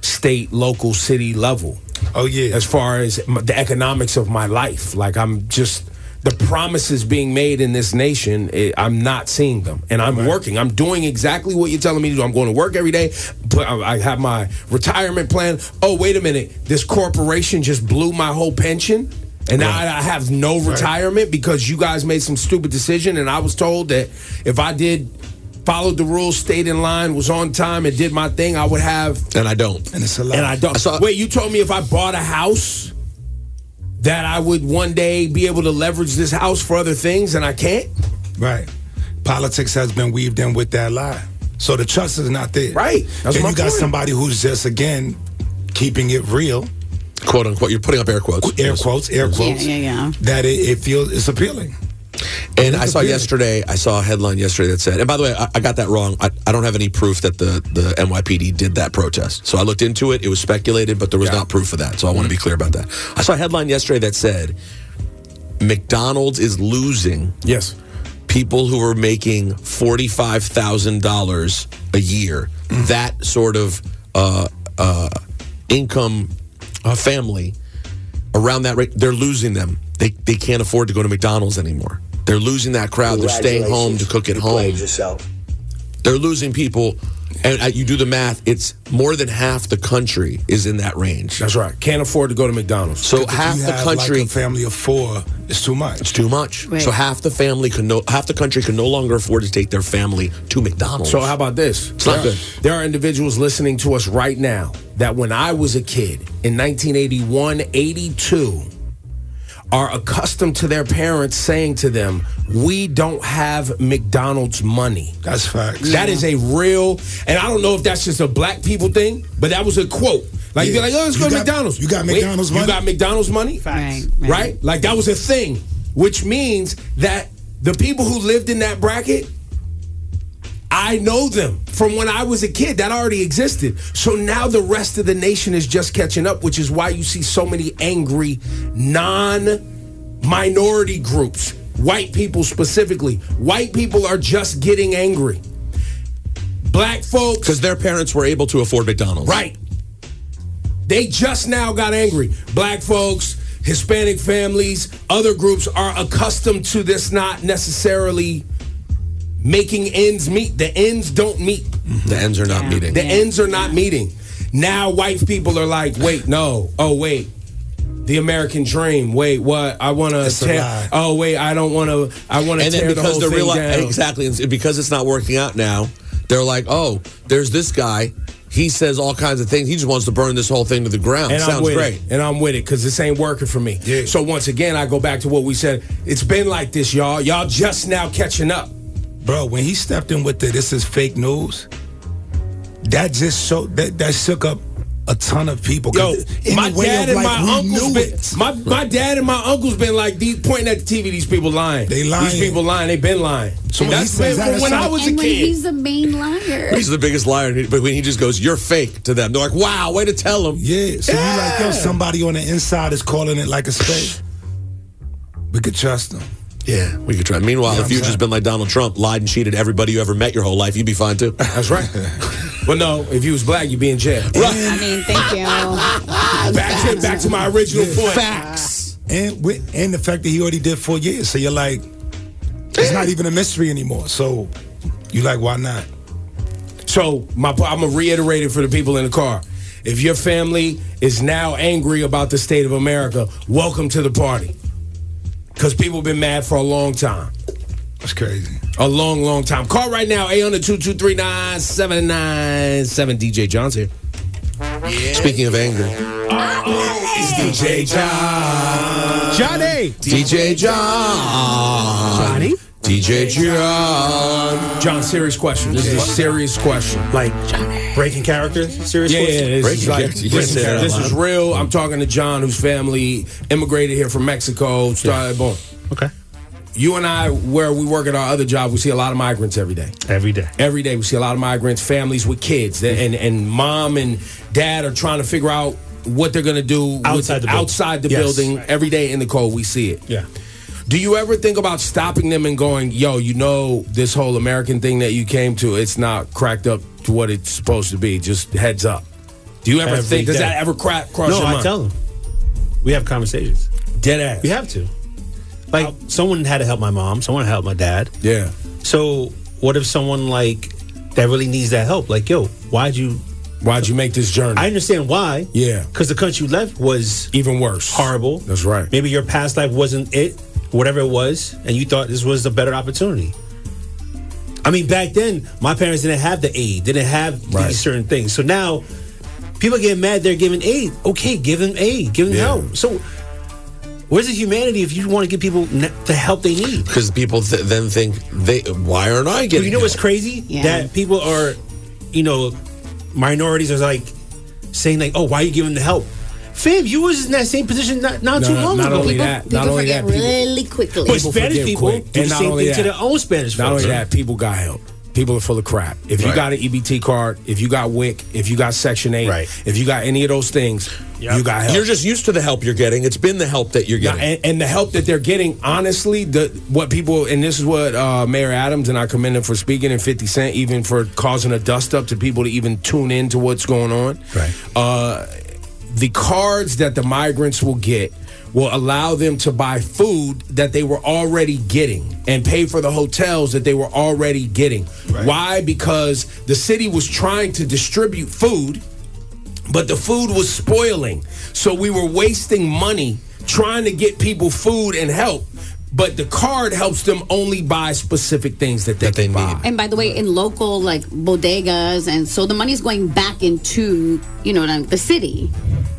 [SPEAKER 1] state, local, city level.
[SPEAKER 2] Oh yeah.
[SPEAKER 1] as far as m- the economics of my life. Like I'm just the promises being made in this nation. It, I'm not seeing them, and I'm working. I'm doing exactly what you're telling me to do. I'm going to work every day. But I, I have my retirement plan. Oh wait a minute, this corporation just blew my whole pension. And now I I have no retirement because you guys made some stupid decision, and I was told that if I did followed the rules, stayed in line, was on time, and did my thing, I would have
[SPEAKER 5] And I don't.
[SPEAKER 2] And it's a lot.
[SPEAKER 1] and I don't. Wait, you told me if I bought a house that I would one day be able to leverage this house for other things, and I can't.
[SPEAKER 2] Right. Politics has been weaved in with that lie. So the trust is not there.
[SPEAKER 1] Right. That's
[SPEAKER 2] and
[SPEAKER 1] my
[SPEAKER 2] you got
[SPEAKER 1] point.
[SPEAKER 2] somebody who's just again keeping it real.
[SPEAKER 5] Quote unquote. You're putting up air quotes.
[SPEAKER 2] Air quotes, air
[SPEAKER 3] Yeah,
[SPEAKER 2] quotes.
[SPEAKER 3] yeah, yeah.
[SPEAKER 8] Uh-huh.
[SPEAKER 2] That it, it feels it's appealing.
[SPEAKER 5] And I saw
[SPEAKER 2] appealing.
[SPEAKER 5] yesterday, I saw a headline yesterday that said, and by the way, I, I got that wrong. I, I don't have any proof that the, the NYPD did that protest. So I looked into it. It was speculated, but there was not proof of that. So I want
[SPEAKER 2] Mm-hmm.
[SPEAKER 5] to be clear about that. I saw a headline yesterday that said, McDonald's is losing
[SPEAKER 1] Yes.
[SPEAKER 5] people who are making $45,000 a year. That sort of uh, uh, income uh, family around that rate, they're losing them. They, they can't afford to go to McDonald's anymore. They're losing that crowd. They're staying home to cook at
[SPEAKER 12] you
[SPEAKER 5] home.
[SPEAKER 12] Played yourself.
[SPEAKER 5] They're losing people. And uh, you do the math, it's more than half the country is in that range.
[SPEAKER 1] That's right. Can't afford to go to McDonald's.
[SPEAKER 5] So
[SPEAKER 2] If
[SPEAKER 5] half
[SPEAKER 2] you
[SPEAKER 5] the
[SPEAKER 2] have,
[SPEAKER 5] country,
[SPEAKER 2] like a family of four, it's too much.
[SPEAKER 5] it's too much.
[SPEAKER 3] Right.
[SPEAKER 5] So half the family can no, half the country can no longer afford to take their family to McDonald's.
[SPEAKER 1] So how about this?
[SPEAKER 5] not
[SPEAKER 1] There are-
[SPEAKER 5] good.
[SPEAKER 1] There are individuals listening to us right now that when I was a kid in 1981, 82, are accustomed to their parents saying to them, "We don't have McDonald's money."
[SPEAKER 2] That's facts.
[SPEAKER 1] That is a real, and I don't know if that's just a black people thing, but that was a quote. Like you'd be
[SPEAKER 2] Yeah.
[SPEAKER 1] like, "Oh, let's
[SPEAKER 2] You
[SPEAKER 1] go to
[SPEAKER 2] got-
[SPEAKER 1] McDonald's."
[SPEAKER 2] you got
[SPEAKER 1] Wait,
[SPEAKER 2] McDonald's money?
[SPEAKER 1] You got McDonald's money,
[SPEAKER 3] Right,
[SPEAKER 1] right?
[SPEAKER 3] right.
[SPEAKER 1] Like that was a thing, which means that the people who lived in that bracket, I know them from when I was a kid. That already existed. So now the rest of the nation is just catching up, which is why you see so many angry non minority groups, white people specifically. White people are just getting angry. Black folks,
[SPEAKER 5] Because their parents were able to afford McDonald's.
[SPEAKER 1] right. They just now got angry. Black folks, Hispanic families, other groups are accustomed to this not necessarily making ends meet. The ends don't meet.
[SPEAKER 5] The ends are not meeting.
[SPEAKER 1] The ends are not meeting. Now white people are like, wait, no. Oh, wait. The American dream. Wait, what? I want to
[SPEAKER 2] It's a
[SPEAKER 1] tear.
[SPEAKER 2] lie.
[SPEAKER 1] Oh, wait, I don't want to. I want to
[SPEAKER 5] and then
[SPEAKER 1] tear the
[SPEAKER 5] because
[SPEAKER 1] whole
[SPEAKER 5] they're
[SPEAKER 1] thing down.
[SPEAKER 5] realizing exactly and because it's not working out now, they're like, oh, there's this guy. He says all kinds of things. He just wants to burn this whole thing to the ground.
[SPEAKER 1] And I'm
[SPEAKER 5] Sounds
[SPEAKER 1] with
[SPEAKER 5] great.
[SPEAKER 1] It. And I'm with it because this ain't working for me.
[SPEAKER 2] Yeah.
[SPEAKER 1] So once again, I go back to what we said. It's been like this, y'all. Y'all just now catching up.
[SPEAKER 2] Bro, when he stepped in with the this is fake news, that just showed that that shook up a ton of people.
[SPEAKER 1] Yo,
[SPEAKER 2] 'Cause in
[SPEAKER 1] my
[SPEAKER 2] the way
[SPEAKER 1] dad
[SPEAKER 2] of
[SPEAKER 1] and
[SPEAKER 2] life,
[SPEAKER 1] my
[SPEAKER 2] we
[SPEAKER 1] uncle's
[SPEAKER 2] knew
[SPEAKER 1] been
[SPEAKER 2] it.
[SPEAKER 1] my, my dad and my uncle's been like these pointing at the TV. These people lying.
[SPEAKER 2] They
[SPEAKER 1] These
[SPEAKER 2] lying.
[SPEAKER 1] people lying. They've been lying. So
[SPEAKER 2] when
[SPEAKER 1] that's
[SPEAKER 2] he says
[SPEAKER 1] been
[SPEAKER 2] that,
[SPEAKER 1] from when
[SPEAKER 2] it's
[SPEAKER 1] I
[SPEAKER 2] like-
[SPEAKER 1] was
[SPEAKER 3] and
[SPEAKER 1] a
[SPEAKER 3] when
[SPEAKER 1] kid.
[SPEAKER 3] he's the main liar.
[SPEAKER 5] He's the biggest liar. and he- But when he just goes, you're fake to them, they're like, wow, way to tell them.
[SPEAKER 2] Yeah. So you like, yo,
[SPEAKER 1] Yeah.
[SPEAKER 2] somebody on the inside is calling it like a spade. We could trust them.
[SPEAKER 5] Yeah, we could try. Meanwhile,
[SPEAKER 2] Yeah,
[SPEAKER 5] if
[SPEAKER 2] I'm
[SPEAKER 5] you
[SPEAKER 2] sorry.
[SPEAKER 5] just been like Donald Trump, lied and cheated everybody you ever met your whole life, you'd be fine too.
[SPEAKER 1] that's
[SPEAKER 5] <laughs>
[SPEAKER 1] right. but no, if you was black, you'd be in jail.
[SPEAKER 3] I mean, thank you.
[SPEAKER 1] <laughs> Back to back to my original point.
[SPEAKER 5] Facts.
[SPEAKER 2] And with and the fact that he already did four years. So you're like, it's not even a mystery anymore. So you like, why not?
[SPEAKER 1] So my, I'm gonna reiterate it for the people in the car. If your family is now angry about the state of America, welcome to the party. Because people been mad for a long time.
[SPEAKER 2] That's crazy.
[SPEAKER 1] A long, long time. Call right now, 800 223 9797. DJ John's here.
[SPEAKER 5] Speaking of anger,
[SPEAKER 1] It's DJ John.
[SPEAKER 15] Johnny.
[SPEAKER 5] DJ John.
[SPEAKER 15] Johnny.
[SPEAKER 5] DJ John.
[SPEAKER 1] John, serious question. This is a serious question.
[SPEAKER 16] Like breaking characters? Serious
[SPEAKER 1] Yeah, yeah,
[SPEAKER 16] question?
[SPEAKER 1] this
[SPEAKER 5] Breaking
[SPEAKER 1] is like,
[SPEAKER 5] character.
[SPEAKER 1] this,
[SPEAKER 5] Yes,
[SPEAKER 1] is, this
[SPEAKER 5] Carolina.
[SPEAKER 1] is real. I'm talking to John, whose family immigrated here from Mexico. Started, boom.
[SPEAKER 16] Okay.
[SPEAKER 1] You and I, where we work at our other job, we see a lot of migrants every day.
[SPEAKER 16] Every day.
[SPEAKER 1] Every day we see a lot of migrants, families with kids, that- and and mom and dad are trying to figure out what they're going to do with-
[SPEAKER 16] Outside the building.
[SPEAKER 1] outside the
[SPEAKER 16] Yes.
[SPEAKER 1] building. Every day in the cold, we see it.
[SPEAKER 16] Yeah.
[SPEAKER 1] Do you ever think about stopping them and going, yo, you know, this whole American thing that you came to, it's not cracked up to what it's supposed to be. Just heads up. Do you ever
[SPEAKER 16] Every
[SPEAKER 1] think, does
[SPEAKER 16] day.
[SPEAKER 1] that ever crack, cross
[SPEAKER 16] no,
[SPEAKER 1] your
[SPEAKER 16] I
[SPEAKER 1] mind?
[SPEAKER 16] tell them. We have conversations.
[SPEAKER 1] Dead ass.
[SPEAKER 16] We have to. Like someone had to help my mom. Someone had to help my dad.
[SPEAKER 1] Yeah.
[SPEAKER 16] So what if someone like that really needs that help? Like, yo, why'd you?
[SPEAKER 1] Why'd you make this journey?
[SPEAKER 16] I understand why.
[SPEAKER 1] Yeah.
[SPEAKER 16] Because the country you left was
[SPEAKER 1] Even worse.
[SPEAKER 16] horrible.
[SPEAKER 1] That's right.
[SPEAKER 16] Maybe your past life wasn't it, whatever it was, and you thought this was a better opportunity. I mean, back then, my parents didn't have the aid, didn't have
[SPEAKER 1] Right.
[SPEAKER 16] these certain things. So now, people get mad they're giving aid. Okay, give them aid, give them
[SPEAKER 5] Yeah.
[SPEAKER 16] help. So, where's the humanity if you want to give people ne- the help they need?
[SPEAKER 5] Because people th- then think they why aren't I
[SPEAKER 16] But
[SPEAKER 5] getting?
[SPEAKER 16] you know what's
[SPEAKER 5] help?
[SPEAKER 16] crazy?
[SPEAKER 3] Yeah.
[SPEAKER 16] That people are, you know, minorities are like saying like, "Oh, why are you giving the help?" Fam, you was in that same position not, not
[SPEAKER 1] No,
[SPEAKER 16] too
[SPEAKER 1] no,
[SPEAKER 16] long
[SPEAKER 1] not
[SPEAKER 16] ago.
[SPEAKER 1] only
[SPEAKER 3] People,
[SPEAKER 1] that, not
[SPEAKER 3] people
[SPEAKER 1] only
[SPEAKER 3] forget
[SPEAKER 1] that, people-
[SPEAKER 3] really quickly.
[SPEAKER 16] But
[SPEAKER 1] People
[SPEAKER 16] Spanish
[SPEAKER 1] forgive
[SPEAKER 16] people
[SPEAKER 1] quick.
[SPEAKER 16] do
[SPEAKER 1] And
[SPEAKER 16] the
[SPEAKER 1] not
[SPEAKER 16] same
[SPEAKER 1] only
[SPEAKER 16] thing to
[SPEAKER 1] that-
[SPEAKER 16] their own Spanish
[SPEAKER 1] Not
[SPEAKER 16] folks.
[SPEAKER 1] only that, people got help. People are full of crap. If you
[SPEAKER 5] Right.
[SPEAKER 1] got an EBT card, if you got WIC, if you got Section 8,
[SPEAKER 16] Right.
[SPEAKER 1] if you got any of those things, you got help.
[SPEAKER 5] You're just used to the help you're getting. It's been the help that you're
[SPEAKER 1] Yeah,
[SPEAKER 5] getting.
[SPEAKER 1] and, and the help that they're getting, honestly, the what people and this is what uh, Mayor Adams and I commend him for speaking and Fifty Cent even for causing a dust up to people to even tune in to what's going on.
[SPEAKER 16] Right.
[SPEAKER 1] Uh, the cards that the migrants will get will allow them to buy food that they were already getting and pay for the hotels that they were already getting. Why? Because the city was trying to distribute food but the food was spoiling. So we were wasting money trying to get people food and help. But the card helps them only buy specific things that they,
[SPEAKER 5] That they
[SPEAKER 1] can buy.
[SPEAKER 5] need.
[SPEAKER 3] And by the way, in local like bodegas, and so the money's going back into you know like, the city,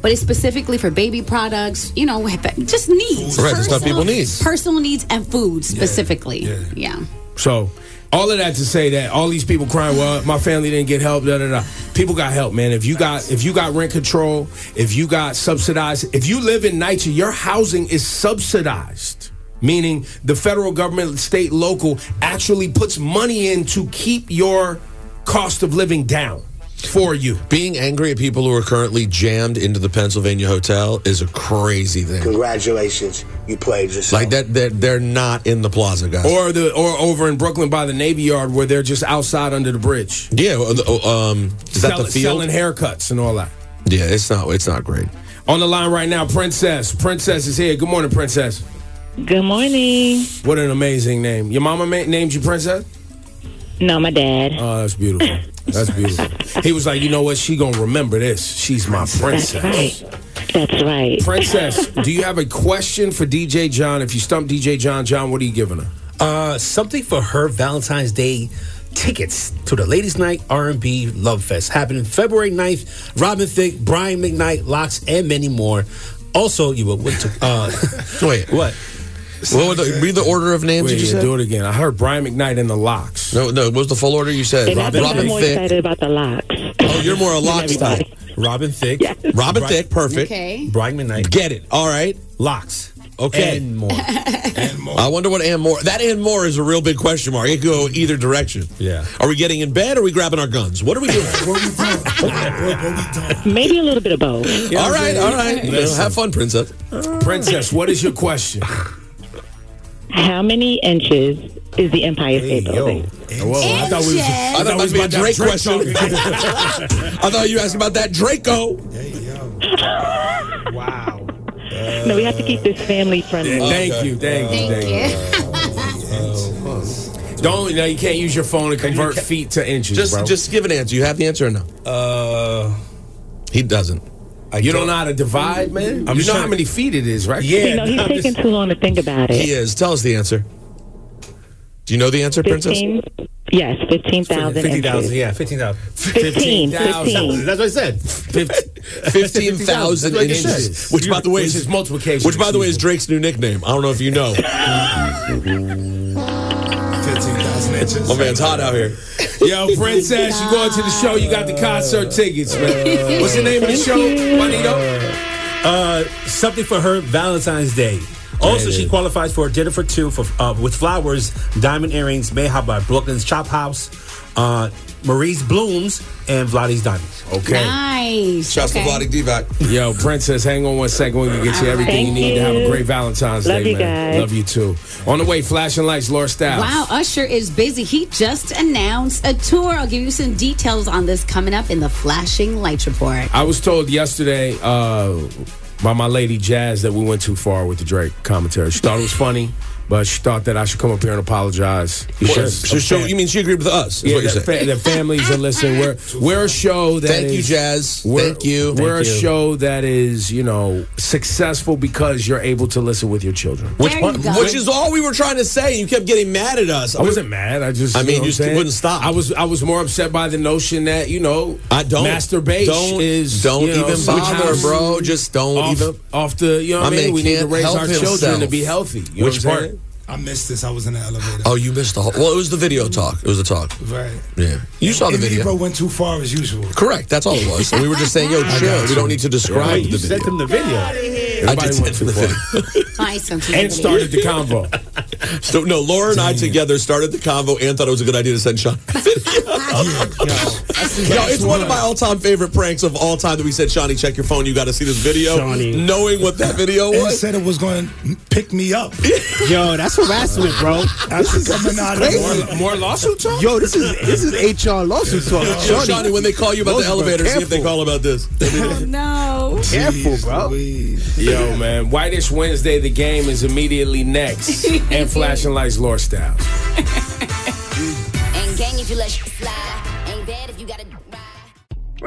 [SPEAKER 3] but it's specifically for baby products. You know, just needs.
[SPEAKER 5] Right, the stuff people need.
[SPEAKER 3] Personal needs and food specifically.
[SPEAKER 1] yeah.
[SPEAKER 3] Yeah.
[SPEAKER 1] So, all of that to say that all these people crying, well, my family didn't get help. Da da da. People got help, man. If you got if you got rent control, if you got subsidized, if you live in NYCHA, your housing is subsidized. Meaning the federal government, state, local actually puts money in to keep your cost of living down for you.
[SPEAKER 5] Being angry at people who are currently jammed into the Pennsylvania hotel is a crazy thing.
[SPEAKER 12] Congratulations, you played yourself.
[SPEAKER 5] Like that, they're, they're not in the plaza, guys.
[SPEAKER 1] Or the or over in Brooklyn by the Navy Yard where they're just outside under the bridge.
[SPEAKER 5] yeah, uh, the- uh, um, is that
[SPEAKER 1] Sell-
[SPEAKER 5] the field?
[SPEAKER 1] Selling haircuts and all that.
[SPEAKER 5] Yeah, it's not. It's not great.
[SPEAKER 1] On the line right now, Princess. Princess is here. Good morning, Princess.
[SPEAKER 6] Good morning.
[SPEAKER 1] What an amazing name. Your mama ma- named you Princess?
[SPEAKER 6] No, my dad.
[SPEAKER 1] Oh, that's beautiful. That's
[SPEAKER 6] <laughs>
[SPEAKER 1] beautiful. he was like, you know what? She gonna remember this. She's my princess.
[SPEAKER 6] That's right. <laughs>
[SPEAKER 1] Princess, do you have a question for DJ John? If you stump DJ John, John, what are you giving her?
[SPEAKER 16] Uh, something for her Valentine's Day tickets to the Ladies Night R&B Love Fest happening February 9th. Robin Thicke, Brian McKnight, Locks, and many more. Also, you will went to
[SPEAKER 1] <laughs>
[SPEAKER 16] uh,
[SPEAKER 5] Wait,
[SPEAKER 16] what?
[SPEAKER 5] What were the, read the order of names?
[SPEAKER 1] Wait,
[SPEAKER 5] did you
[SPEAKER 1] yeah,
[SPEAKER 5] say?
[SPEAKER 1] do it again. I heard Brian McKnight in the locks.
[SPEAKER 5] No, no. What was the full order you said?
[SPEAKER 6] And I've been
[SPEAKER 5] Robin
[SPEAKER 6] more
[SPEAKER 5] Thicke.
[SPEAKER 6] excited about the
[SPEAKER 11] <laughs>
[SPEAKER 6] locks.
[SPEAKER 5] Oh, you're more a locks type.
[SPEAKER 16] Robin Thicke,
[SPEAKER 5] Robin
[SPEAKER 16] Right.
[SPEAKER 5] Thicke, perfect.
[SPEAKER 3] Okay.
[SPEAKER 16] Brian McKnight,
[SPEAKER 5] Get it. All right.
[SPEAKER 16] Locks,
[SPEAKER 5] Okay.
[SPEAKER 16] and
[SPEAKER 1] <laughs>
[SPEAKER 16] more.
[SPEAKER 5] I wonder what and more. That and more is a real big question mark. It could go either direction.
[SPEAKER 16] Yeah.
[SPEAKER 5] Are we getting in bed? Or are we grabbing our guns? What are
[SPEAKER 1] <laughs>
[SPEAKER 5] we doing? <laughs>
[SPEAKER 6] Maybe a little bit of
[SPEAKER 8] <laughs>
[SPEAKER 6] both.
[SPEAKER 5] all right, all right. You know, have fun, princess.
[SPEAKER 1] Princess, what is your question?
[SPEAKER 6] How many inches is the Empire State Building?
[SPEAKER 1] Whoa, I thought we was, I
[SPEAKER 5] I
[SPEAKER 1] thought we
[SPEAKER 5] thought that
[SPEAKER 1] was
[SPEAKER 5] was my
[SPEAKER 1] about
[SPEAKER 5] Drake question.
[SPEAKER 1] question.
[SPEAKER 5] <laughs> I thought you asked about that Draco.
[SPEAKER 15] Wow.
[SPEAKER 6] no, we have to keep this family friendly.
[SPEAKER 5] Uh,
[SPEAKER 1] Thank you, thank you, thank you. Don't no, you can't use your phone to convert feet to inches,
[SPEAKER 5] Just,
[SPEAKER 1] bro.
[SPEAKER 5] just give an answer. You have the answer or no?
[SPEAKER 16] Uh,
[SPEAKER 5] He doesn't.
[SPEAKER 16] I
[SPEAKER 1] you don't
[SPEAKER 16] don't-
[SPEAKER 1] know how to divide, man. you
[SPEAKER 16] just
[SPEAKER 1] know how
[SPEAKER 16] trying-
[SPEAKER 1] many feet it is, right?
[SPEAKER 16] Yeah.
[SPEAKER 6] You know, he's
[SPEAKER 16] I'm
[SPEAKER 6] taking
[SPEAKER 16] just-
[SPEAKER 6] too long to think about
[SPEAKER 5] He
[SPEAKER 6] it.
[SPEAKER 5] is. Tell us the answer. Do you know the answer, princess?
[SPEAKER 6] 15, Yes, 15,000.
[SPEAKER 16] 50,000, yeah, 15,000.
[SPEAKER 6] 15, 15.
[SPEAKER 16] That's what I said.
[SPEAKER 5] 15,000 in inches. Which, by the way,
[SPEAKER 16] Which is multiplication.
[SPEAKER 5] Which, by the way, is Drake's new nickname. I don't know if
[SPEAKER 16] <laughs>
[SPEAKER 5] you know.
[SPEAKER 2] 15,000 inches.
[SPEAKER 5] My man, it's hot out here.
[SPEAKER 1] Yo, Princess, you going to the show? You got the concert tickets, man. What's the name of the show? Juanito?
[SPEAKER 16] Uh, something for her Valentine's Day. Also, she qualifies for Jennifer 2 for, uh, with flowers, diamond earrings, made hot by Brooklyn's Chop House, uh, Marie's Blooms, and Vladdy's Diamonds.
[SPEAKER 5] Okay.
[SPEAKER 3] Nice.
[SPEAKER 5] Shouts
[SPEAKER 3] okay.
[SPEAKER 5] to Vladi Divac.
[SPEAKER 1] Yo, Princess, hang on one second. We can get you everything you
[SPEAKER 6] Thank
[SPEAKER 1] need to have a
[SPEAKER 6] you.
[SPEAKER 1] great Valentine's
[SPEAKER 6] Love
[SPEAKER 1] Day,
[SPEAKER 6] you
[SPEAKER 1] man.
[SPEAKER 6] guys.
[SPEAKER 1] Love you too. On the way, flashing lights, Laura Styles.
[SPEAKER 3] Wow, Usher is busy. He just announced a tour. I'll give you some details on this coming up in the Flashing Lights Report.
[SPEAKER 1] I was told yesterday uh, by my lady Jazz that we went too far with the Drake commentary. She thought it was funny, but she thought that I should come up here and apologize. because
[SPEAKER 5] So,
[SPEAKER 1] of
[SPEAKER 5] so
[SPEAKER 1] fam-
[SPEAKER 5] you mean she agreed with us? Is
[SPEAKER 1] yeah,
[SPEAKER 5] what you're
[SPEAKER 1] that,
[SPEAKER 5] saying.
[SPEAKER 1] fa- that families are listening. We're we're a show that
[SPEAKER 5] Thank you,
[SPEAKER 1] is-
[SPEAKER 5] Jazz.
[SPEAKER 1] We're,
[SPEAKER 5] Thank you.
[SPEAKER 1] We're
[SPEAKER 5] Thank
[SPEAKER 1] a
[SPEAKER 5] you.
[SPEAKER 1] show that is you know successful because you're able to listen with your children.
[SPEAKER 3] Which There you one- go.
[SPEAKER 5] Which is all we were trying to say. You kept getting mad at us.
[SPEAKER 1] I wasn't mad. I just
[SPEAKER 5] I mean,
[SPEAKER 1] know what
[SPEAKER 5] you
[SPEAKER 1] I'm saying?
[SPEAKER 5] wouldn't stop.
[SPEAKER 1] I was I was more upset by the notion that you know
[SPEAKER 5] I don't
[SPEAKER 1] masturbation
[SPEAKER 5] Don't
[SPEAKER 1] is
[SPEAKER 5] don't
[SPEAKER 1] you know,
[SPEAKER 5] even
[SPEAKER 1] somehow
[SPEAKER 5] bother, bro. Just don't
[SPEAKER 1] off,
[SPEAKER 5] even.
[SPEAKER 1] off the you know
[SPEAKER 5] My
[SPEAKER 1] what I mean.
[SPEAKER 5] man
[SPEAKER 1] We need to
[SPEAKER 5] can't
[SPEAKER 1] raise
[SPEAKER 5] help
[SPEAKER 1] our children
[SPEAKER 5] himself.
[SPEAKER 1] to be healthy. You
[SPEAKER 5] Which
[SPEAKER 1] know what I'm
[SPEAKER 5] part?
[SPEAKER 1] saying?
[SPEAKER 2] I missed this. I was in the elevator.
[SPEAKER 5] Oh, you missed the whole. Well, it was the video talk. It was the talk.
[SPEAKER 2] Right.
[SPEAKER 5] Yeah, you saw the
[SPEAKER 2] And
[SPEAKER 5] video.
[SPEAKER 2] Libra went too far as usual.
[SPEAKER 5] Correct. That's all it was. And we were just saying, yo, chill. We don't need to describe
[SPEAKER 16] you
[SPEAKER 5] the
[SPEAKER 16] sent
[SPEAKER 5] video.
[SPEAKER 16] him the video.
[SPEAKER 5] I
[SPEAKER 1] Everybody
[SPEAKER 5] did send
[SPEAKER 1] went
[SPEAKER 5] him the
[SPEAKER 1] too
[SPEAKER 5] video.
[SPEAKER 3] Hi, Cynthia.
[SPEAKER 1] And started the convo.
[SPEAKER 5] <laughs> So no, Laura and I together started the convo and thought it was a good idea to send Sean. the video. Yo, it's one of my all-time favorite pranks of all time that we said, Shawnee, check your phone. You got to see this video.
[SPEAKER 15] Shawnee.
[SPEAKER 5] Knowing what that video
[SPEAKER 2] And it
[SPEAKER 5] was.
[SPEAKER 2] said it was going to pick me
[SPEAKER 5] <laughs>
[SPEAKER 2] up.
[SPEAKER 15] Yo, that's harassment, bro.
[SPEAKER 2] That's coming out of the
[SPEAKER 1] More, more lawsuit talk.
[SPEAKER 15] Yo, this is this is HR lawsuit
[SPEAKER 1] <laughs>
[SPEAKER 15] talk.
[SPEAKER 5] Yo, Shawnee, when they call you about
[SPEAKER 15] Those
[SPEAKER 5] the
[SPEAKER 15] were
[SPEAKER 5] elevator, see if they
[SPEAKER 15] careful.
[SPEAKER 5] call about this.
[SPEAKER 3] Oh, no.
[SPEAKER 15] careful, bro.
[SPEAKER 1] Yo, man, Whitish Wednesday. The game is
[SPEAKER 3] <laughs>
[SPEAKER 1] immediately next, and flashing lights, Laura Styles.
[SPEAKER 8] Ain't gang if you let shit slide. Ain't bad if you gotta ride.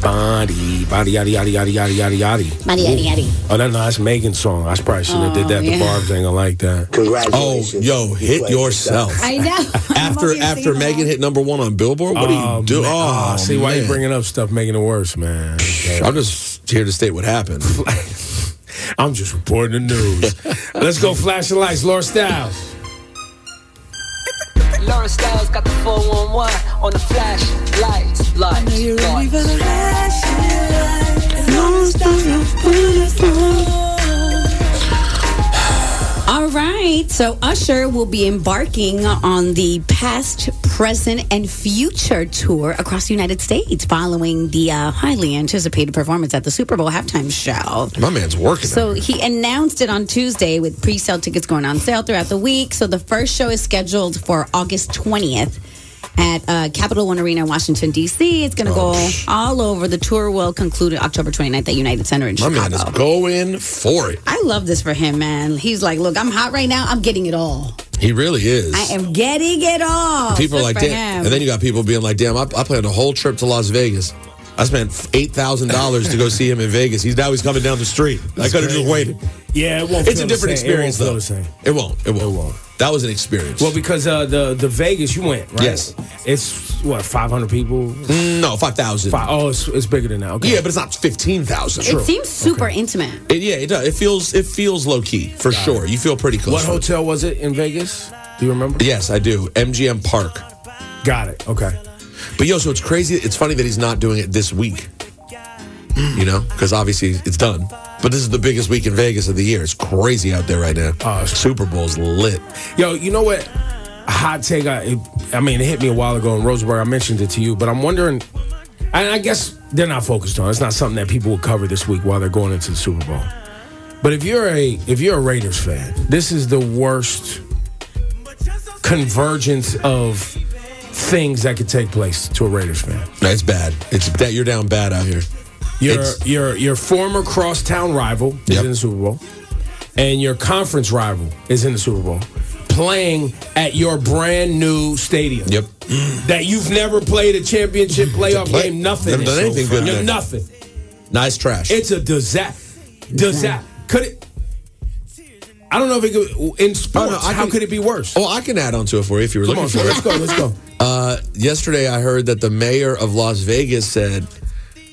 [SPEAKER 1] body, body, yada, yada, yada, yada, yada, yada.
[SPEAKER 3] Body, yada, yada.
[SPEAKER 1] Oh, no, no, that's Megan's song. I probably shouldn't have did that.
[SPEAKER 3] yeah.
[SPEAKER 1] The Barb thing, I like that.
[SPEAKER 5] Oh,
[SPEAKER 12] Congratulations.
[SPEAKER 5] yo,
[SPEAKER 12] You
[SPEAKER 5] hit
[SPEAKER 12] played
[SPEAKER 5] yourself.
[SPEAKER 3] I
[SPEAKER 5] <laughs>
[SPEAKER 3] know.
[SPEAKER 5] Oh. After after Megan hit number one on Billboard, what do you do?
[SPEAKER 1] man. Ah,
[SPEAKER 5] Oh,
[SPEAKER 1] see why you
[SPEAKER 5] man.
[SPEAKER 1] bringing up stuff making it worse, man.
[SPEAKER 5] I'm just here to state what happened.
[SPEAKER 1] <laughs> I'm just reporting the
[SPEAKER 5] <laughs>
[SPEAKER 1] news. Let's go flashing lights, Laura Styles.
[SPEAKER 13] Laura Styles got the 411 on the flash lights, lights, lights.
[SPEAKER 3] <sighs> All right. So Usher will be embarking on the past, present, and future tour across the United States following the uh, highly anticipated performance at the Super Bowl halftime show.
[SPEAKER 5] My man's working.
[SPEAKER 3] Oh. So he announced it on Tuesday with pre sale tickets going on sale throughout the week. So the first show is scheduled for August 20th at uh, Capital One Arena in Washington, D.C. It's going to
[SPEAKER 5] Oh,
[SPEAKER 3] go all over. The tour will conclude on October 29th at United Center in
[SPEAKER 5] My
[SPEAKER 3] Chicago.
[SPEAKER 5] man is going for it.
[SPEAKER 3] I love this for him, man. He's like, look, I'm hot right now. I'm getting it all.
[SPEAKER 5] He really is.
[SPEAKER 3] I am getting it all.
[SPEAKER 5] people are
[SPEAKER 3] Oh, Good
[SPEAKER 5] like,
[SPEAKER 3] for
[SPEAKER 5] damn.
[SPEAKER 3] him.
[SPEAKER 5] And then you got people being like, damn, I, I planned a whole trip to Las Vegas. I spent $8,000 to go see him in Vegas. He's now he's coming down the street. I could have just waited.
[SPEAKER 1] Yeah, it won't feel
[SPEAKER 5] It's a
[SPEAKER 1] the
[SPEAKER 5] different
[SPEAKER 1] same. It won't
[SPEAKER 5] experience,
[SPEAKER 1] feel
[SPEAKER 5] though.
[SPEAKER 1] the same.
[SPEAKER 5] It won't. It won't. That was an experience.
[SPEAKER 1] Well, because uh, the the Vegas you went, right?
[SPEAKER 5] Yes. Mm,
[SPEAKER 1] It's what five hundred people?
[SPEAKER 5] no, five thousand.
[SPEAKER 1] Oh, it's, it's bigger than that. Okay.
[SPEAKER 5] Yeah, but it's not fifteen thousand.
[SPEAKER 3] It seems super intimate.
[SPEAKER 5] It, yeah, it does. It feels it feels low key for
[SPEAKER 1] Got
[SPEAKER 5] sure.
[SPEAKER 1] it.
[SPEAKER 5] You feel pretty close.
[SPEAKER 1] What
[SPEAKER 5] to it.
[SPEAKER 1] hotel was it in Vegas? Do you remember?
[SPEAKER 5] Yes, I do. MGM Park.
[SPEAKER 1] Got it. Okay.
[SPEAKER 5] But yo, so it's crazy. It's funny that he's not doing it this week.
[SPEAKER 1] Hmm.
[SPEAKER 5] You know, because obviously it's done. But this is the biggest week in Vegas of the year. It's crazy out there right now.
[SPEAKER 1] Oh,
[SPEAKER 5] Super Bowl's lit.
[SPEAKER 1] Yo, you know what? Hot take. I, it, I mean, it hit me a while ago in Roseburg. I mentioned it to you, but I'm wondering. And I guess they're not focused on. it. It's not something that people will cover this week while they're going into the Super Bowl. But if you're a if you're a Raiders fan, this is the worst convergence of things that could take place to a Raiders fan.
[SPEAKER 5] That's bad. It's that you're down bad out here.
[SPEAKER 1] Your
[SPEAKER 5] It's-
[SPEAKER 1] your your former crosstown rival is in the Super Bowl, and your conference rival is in the Super Bowl, playing at your brand new stadium. Yep. That you've never played a championship playoff
[SPEAKER 5] Mm-hmm. play-
[SPEAKER 1] game, nothing.
[SPEAKER 5] Never done
[SPEAKER 1] So
[SPEAKER 5] anything good
[SPEAKER 1] far.
[SPEAKER 5] there.
[SPEAKER 1] Nothing.
[SPEAKER 5] Nice trash.
[SPEAKER 1] It's a disaster. Disaster. Could it? I don't know if it could. In sports, Oh, how could it be worse?
[SPEAKER 5] Oh, I can add on to it for you if you were
[SPEAKER 1] Come on,
[SPEAKER 5] looking
[SPEAKER 1] let's
[SPEAKER 5] for
[SPEAKER 1] go.
[SPEAKER 5] it.
[SPEAKER 1] Let's go.
[SPEAKER 5] Uh, yesterday, I heard that the mayor of Las Vegas said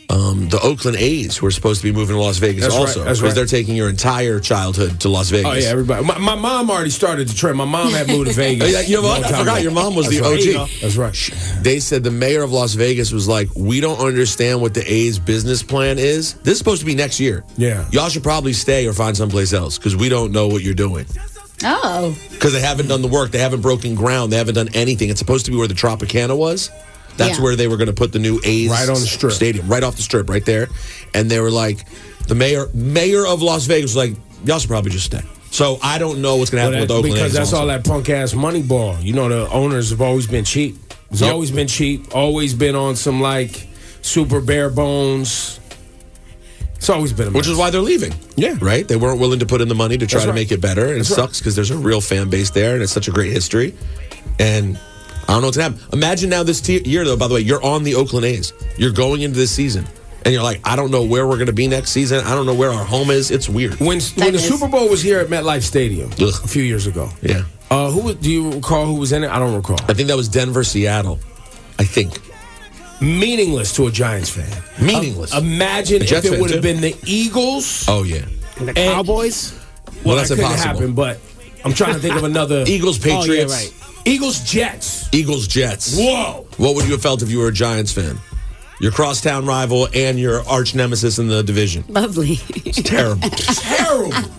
[SPEAKER 5] um, the Oakland A's were supposed to be moving to Las Vegas
[SPEAKER 1] That's right,
[SPEAKER 5] also
[SPEAKER 1] that's right.
[SPEAKER 5] they're taking your entire childhood to Las Vegas.
[SPEAKER 1] Oh yeah, everybody. My, my mom already started the trend. My mom had
[SPEAKER 5] <laughs>
[SPEAKER 1] moved to Vegas.
[SPEAKER 5] Oh, Yeah, you know what?
[SPEAKER 1] a long
[SPEAKER 5] I
[SPEAKER 1] time
[SPEAKER 5] forgot
[SPEAKER 1] ago.
[SPEAKER 5] your mom was
[SPEAKER 1] That's
[SPEAKER 5] the
[SPEAKER 1] right.
[SPEAKER 5] OG.
[SPEAKER 1] There you go. That's right.
[SPEAKER 5] They said the mayor of Las Vegas was like, "We don't understand what the A's business plan is. This is supposed to be next year.
[SPEAKER 1] Yeah.
[SPEAKER 5] y'all should probably stay or find someplace else because we don't know what you're doing."
[SPEAKER 3] Oh.
[SPEAKER 5] because they haven't done the work. They haven't broken ground. They haven't done anything. It's supposed to be where the Tropicana was. That's
[SPEAKER 3] Yeah.
[SPEAKER 5] where they were going to put the new A's
[SPEAKER 1] Right on the strip.
[SPEAKER 5] stadium, right off the strip, right there. And they were like, the mayor, mayor of Las Vegas, was like, y'all should probably just stay. So I don't know what's going to happen
[SPEAKER 1] Well,
[SPEAKER 5] with
[SPEAKER 1] that-
[SPEAKER 5] Oakland
[SPEAKER 1] because
[SPEAKER 5] A's
[SPEAKER 1] that's
[SPEAKER 5] also.
[SPEAKER 1] all that punk ass money ball. You know, the owners have always been cheap. It's
[SPEAKER 5] Yep.
[SPEAKER 1] always been cheap. Always been on some like super bare bones. It's always been a
[SPEAKER 5] Which is why they're leaving.
[SPEAKER 1] Yeah.
[SPEAKER 5] Right? They weren't willing to put in the money to try
[SPEAKER 1] That's
[SPEAKER 5] to
[SPEAKER 1] right.
[SPEAKER 5] make it better. And
[SPEAKER 1] That's
[SPEAKER 5] it
[SPEAKER 1] right.
[SPEAKER 5] sucks because there's a real fan base there and it's such a great history. And I don't know what's going to happen. Imagine now this te- year, though, by the way, you're on the Oakland A's. You're going into this season. And you're like, I don't know where we're going to be next season. I don't know where our home is. It's weird.
[SPEAKER 1] when when the Super Bowl was here at MetLife Stadium a few years ago.
[SPEAKER 5] Yeah.
[SPEAKER 1] Uh, who was- do you recall who was in it? I don't recall.
[SPEAKER 5] I think that was Denver, Seattle. I think.
[SPEAKER 1] Meaningless to a Giants fan.
[SPEAKER 5] Meaningless.
[SPEAKER 1] Uh, imagine
[SPEAKER 5] A
[SPEAKER 1] if
[SPEAKER 5] Jets
[SPEAKER 1] it
[SPEAKER 5] fan,
[SPEAKER 1] would have
[SPEAKER 5] too.
[SPEAKER 1] been the Eagles.
[SPEAKER 5] Oh, yeah.
[SPEAKER 1] And the Cowboys? Well,
[SPEAKER 5] Well,
[SPEAKER 1] that
[SPEAKER 5] that's
[SPEAKER 1] couldn't
[SPEAKER 5] impossible.
[SPEAKER 1] happen, but I'm trying to think of another.
[SPEAKER 5] <laughs> Eagles,
[SPEAKER 1] Oh, yeah,
[SPEAKER 5] Patriots.
[SPEAKER 1] right. Eagles, Jets.
[SPEAKER 5] Eagles, Jets.
[SPEAKER 1] Whoa.
[SPEAKER 5] What would you have felt if you were a Giants fan? Your crosstown rival and your arch nemesis in the division.
[SPEAKER 3] <laughs> Lovely.
[SPEAKER 5] It's
[SPEAKER 1] <laughs>
[SPEAKER 5] terrible.
[SPEAKER 1] Terrible.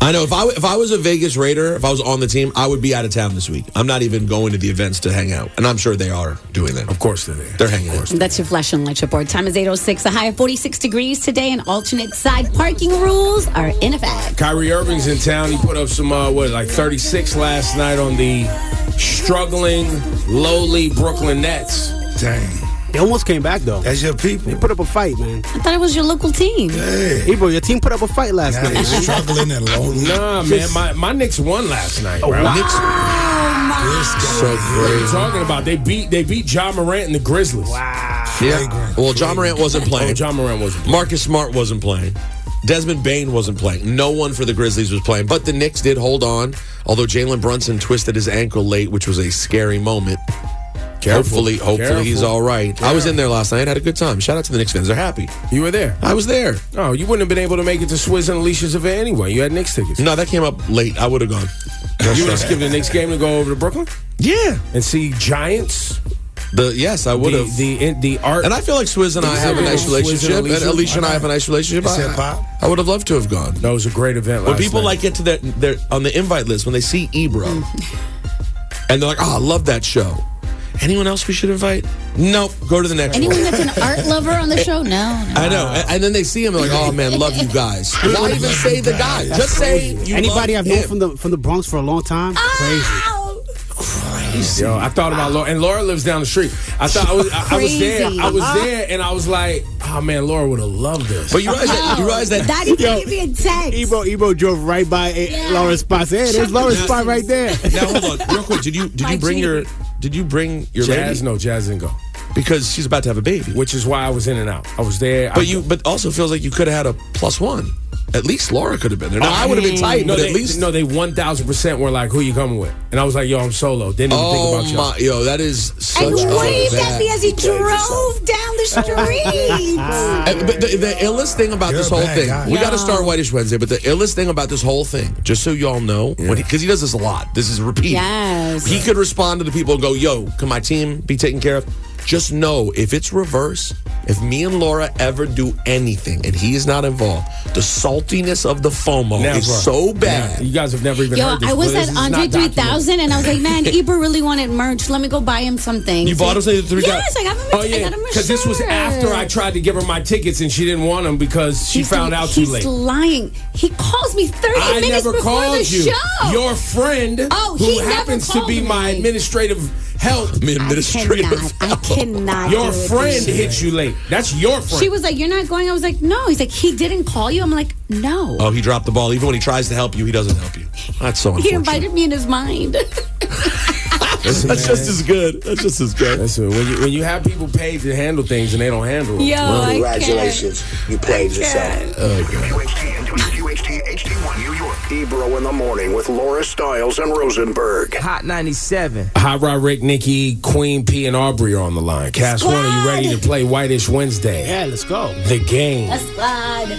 [SPEAKER 5] I know if I if I was a Vegas Raider, if I was on the team, I would be out of town this week. I'm not even going to the events to hang out, and I'm sure they are doing that. Of
[SPEAKER 1] course they're there.
[SPEAKER 5] They're hanging out.
[SPEAKER 3] That's your flash and light report. Time is 8.06, a high of 46 degrees today, and alternate side parking rules are in effect.
[SPEAKER 1] Kyrie Irving's in town. He put up some uh, what, like 36 last night on the struggling, lowly Brooklyn Nets.
[SPEAKER 2] Dang.
[SPEAKER 15] They almost came back though.
[SPEAKER 2] That's your people.
[SPEAKER 15] They put up a fight, man.
[SPEAKER 3] I thought it was your local team.
[SPEAKER 15] Hey, bro, your team put up a fight last
[SPEAKER 2] Nah,
[SPEAKER 15] night.
[SPEAKER 2] he's struggling and lonely.
[SPEAKER 1] <laughs> Nah, man, my, my Knicks won last night, bro.
[SPEAKER 15] wow.
[SPEAKER 1] Knicks,
[SPEAKER 5] So
[SPEAKER 1] what are you
[SPEAKER 5] crazy.
[SPEAKER 1] talking about? They beat they beat John Morant and the Grizzlies. Wow.
[SPEAKER 5] Yeah. Well, John Morant wasn't playing.
[SPEAKER 1] John Oh, Morant wasn't.
[SPEAKER 5] Marcus Smart wasn't playing. Desmond Bain wasn't playing. No one for the Grizzlies was playing, but the Knicks did hold on. Although Jalen Brunson twisted his ankle late, which was a scary moment. Hopefully, hopefully he's
[SPEAKER 1] Careful.
[SPEAKER 5] all right. I was in there last night. Had a good time. Shout out to the Knicks fans. They're happy.
[SPEAKER 1] You were there.
[SPEAKER 5] I was there.
[SPEAKER 1] Oh, you wouldn't have been able to make it to Swizz and Alicia's event anyway. You had Knicks tickets.
[SPEAKER 5] No, that came up late. I would have gone.
[SPEAKER 1] you would have skipped the Knicks game to go over to Brooklyn
[SPEAKER 5] Yeah.
[SPEAKER 1] and see Giants.
[SPEAKER 5] The yes, I would
[SPEAKER 1] The,
[SPEAKER 5] have.
[SPEAKER 1] the the art.
[SPEAKER 5] And I feel like Swizz and I
[SPEAKER 1] Is
[SPEAKER 5] have a
[SPEAKER 1] it-
[SPEAKER 5] nice
[SPEAKER 1] Swizz and
[SPEAKER 5] relationship, and
[SPEAKER 1] Alicia?
[SPEAKER 5] Alicia and I have a nice relationship.
[SPEAKER 2] Is
[SPEAKER 5] I-
[SPEAKER 2] it pop?
[SPEAKER 5] I would have loved to have gone.
[SPEAKER 1] That was a great event.
[SPEAKER 5] When
[SPEAKER 1] last
[SPEAKER 5] people
[SPEAKER 1] night.
[SPEAKER 5] like get to their, their on the invite list, when they see
[SPEAKER 1] Mm.
[SPEAKER 5] Ebro, and they're like, "Oh, I love that show." Anyone else we should invite? Nope. Go to the next
[SPEAKER 3] Anyone
[SPEAKER 5] one.
[SPEAKER 3] that's
[SPEAKER 5] <laughs>
[SPEAKER 3] an art lover on the show? No. no.
[SPEAKER 5] I know. And, and then they see him, they're like, "Oh man, love you guys." Why even say the guy? Just say you
[SPEAKER 15] Anybody I've
[SPEAKER 5] love
[SPEAKER 15] known
[SPEAKER 5] him.
[SPEAKER 15] from the from the Bronx for a long time? Crazy.
[SPEAKER 1] crazy. Yo, I thought about Laura, and Laura lives down the street. I thought I was, I, I was there. I was
[SPEAKER 3] Uh-huh.
[SPEAKER 1] there, and I was like, oh man, Laura would have loved this.
[SPEAKER 5] But you realize that- you realize
[SPEAKER 1] <laughs>
[SPEAKER 5] that-
[SPEAKER 3] That didn't even text.
[SPEAKER 15] Ebo, Ebo drove right by eh, Laura's spot. Hey, there's Laura's spot right <laughs> there.
[SPEAKER 5] Now hold on, real quick. Did you did
[SPEAKER 15] My
[SPEAKER 5] you bring
[SPEAKER 15] G.
[SPEAKER 5] your did you bring your
[SPEAKER 1] Jazz,
[SPEAKER 5] lady?
[SPEAKER 1] no, Jazz didn't go.
[SPEAKER 5] Because she's about to have a baby,
[SPEAKER 1] which is why I was in and out. I was there.
[SPEAKER 5] But you but also feels like you could have had a plus one. At least Laura could have been there. Now, I would have been tight,
[SPEAKER 1] No,
[SPEAKER 5] but
[SPEAKER 1] they,
[SPEAKER 5] at least
[SPEAKER 1] no, they one thousand percent were like, "Who you coming with?" And I was like, "Yo, I'm solo." Didn't even
[SPEAKER 5] Oh
[SPEAKER 1] think
[SPEAKER 5] my,
[SPEAKER 1] about
[SPEAKER 5] yo, that is such
[SPEAKER 3] and
[SPEAKER 5] a
[SPEAKER 3] waved at
[SPEAKER 5] bad-
[SPEAKER 3] me as he drove down the street.
[SPEAKER 5] And- but the, the illest thing about
[SPEAKER 3] You're
[SPEAKER 5] this
[SPEAKER 3] a
[SPEAKER 5] whole
[SPEAKER 3] bad
[SPEAKER 5] thing,
[SPEAKER 3] guy.
[SPEAKER 5] we got
[SPEAKER 3] Yeah.
[SPEAKER 5] to start Whitish Wednesday. But the illest thing about this whole thing, just so y'all know, because he, 'cause he does this a lot, this is repeated.
[SPEAKER 3] Yes.
[SPEAKER 5] He could respond to the people and go, "Yo, can my team be taken care of?" Just know if it's reverse, if me and Laura ever do anything and he is not involved, the saltiness of the FOMO
[SPEAKER 1] Never.
[SPEAKER 5] is so bad.
[SPEAKER 1] You guys have never even
[SPEAKER 3] Yo,
[SPEAKER 1] heard this.
[SPEAKER 3] I was
[SPEAKER 1] but
[SPEAKER 3] at
[SPEAKER 1] this is
[SPEAKER 3] Andre
[SPEAKER 1] not documented.
[SPEAKER 3] 3000 and I was like, man, Ibra really wanted merch. Let me go buy him something.
[SPEAKER 1] You bought him something three
[SPEAKER 3] Yes, I got him a,
[SPEAKER 1] Oh yeah, because this was after I tried to give her my tickets and she didn't want them because she found out too
[SPEAKER 3] He's
[SPEAKER 1] late.
[SPEAKER 3] lying. He calls me 30
[SPEAKER 1] I
[SPEAKER 3] minutes
[SPEAKER 1] never
[SPEAKER 3] before
[SPEAKER 1] called
[SPEAKER 3] the
[SPEAKER 1] you.
[SPEAKER 3] show.
[SPEAKER 1] Your friend,
[SPEAKER 3] Oh, he
[SPEAKER 1] who
[SPEAKER 3] never
[SPEAKER 1] happens to
[SPEAKER 3] called
[SPEAKER 1] be my
[SPEAKER 3] me.
[SPEAKER 1] administrative help,
[SPEAKER 3] administrative I cannot. I cannot
[SPEAKER 1] Your
[SPEAKER 3] do it.
[SPEAKER 1] friend hit you late. That's your friend.
[SPEAKER 3] She was like, you're not going. I was like, no. He's like, he didn't call you. I'm like, no.
[SPEAKER 5] Oh, he dropped the ball. Even when he tries to help you, he doesn't help you. That's so
[SPEAKER 3] he
[SPEAKER 5] unfortunate.
[SPEAKER 3] invited me in his mind. <laughs>
[SPEAKER 5] <laughs> That's just as good. That's just as good.
[SPEAKER 1] Listen, when you when you have people paid to handle things and they don't handle them,
[SPEAKER 3] Yo, I can't.
[SPEAKER 17] Congratulations. You played yourself.
[SPEAKER 1] Uh,
[SPEAKER 18] WHT HD1 New York. Ebro in the morning with Laura Stiles and Rosenberg.
[SPEAKER 1] Hot 97. Hot Rod Rick, Nikki, Queen P, and Aubrey are on the line. Cass One, are you ready to play Whitish Wednesday?
[SPEAKER 15] Yeah, let's go.
[SPEAKER 1] The game.
[SPEAKER 19] A squad.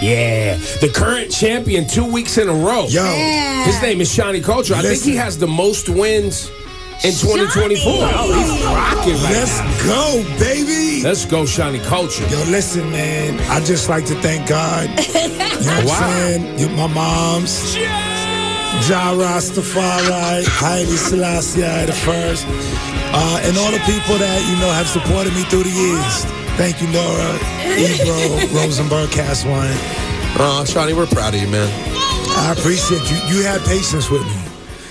[SPEAKER 1] Yeah, the current champion two weeks in a row. Yo,
[SPEAKER 11] Yeah.
[SPEAKER 1] his name is Shawnee Culture. I think
[SPEAKER 11] Listen.
[SPEAKER 1] he has the most wins in 2024.
[SPEAKER 11] Shawnee!
[SPEAKER 1] Oh, he's rocking right
[SPEAKER 2] Let's
[SPEAKER 1] now.
[SPEAKER 2] go, baby.
[SPEAKER 1] Let's go, Shawnee Culture.
[SPEAKER 2] Yo, listen, man. I just like to thank God. You know what
[SPEAKER 1] Wow.
[SPEAKER 2] I'm saying? You- My mom's. Ja Rastafari, Haile Selassie I the first, uh, and all the people that you know have supported me through the years. Thank you, Laura, Ebro, Rosenberg, Cast One.
[SPEAKER 5] Oh, Shawnee, we're proud of you, man.
[SPEAKER 2] I appreciate you. You had patience with me.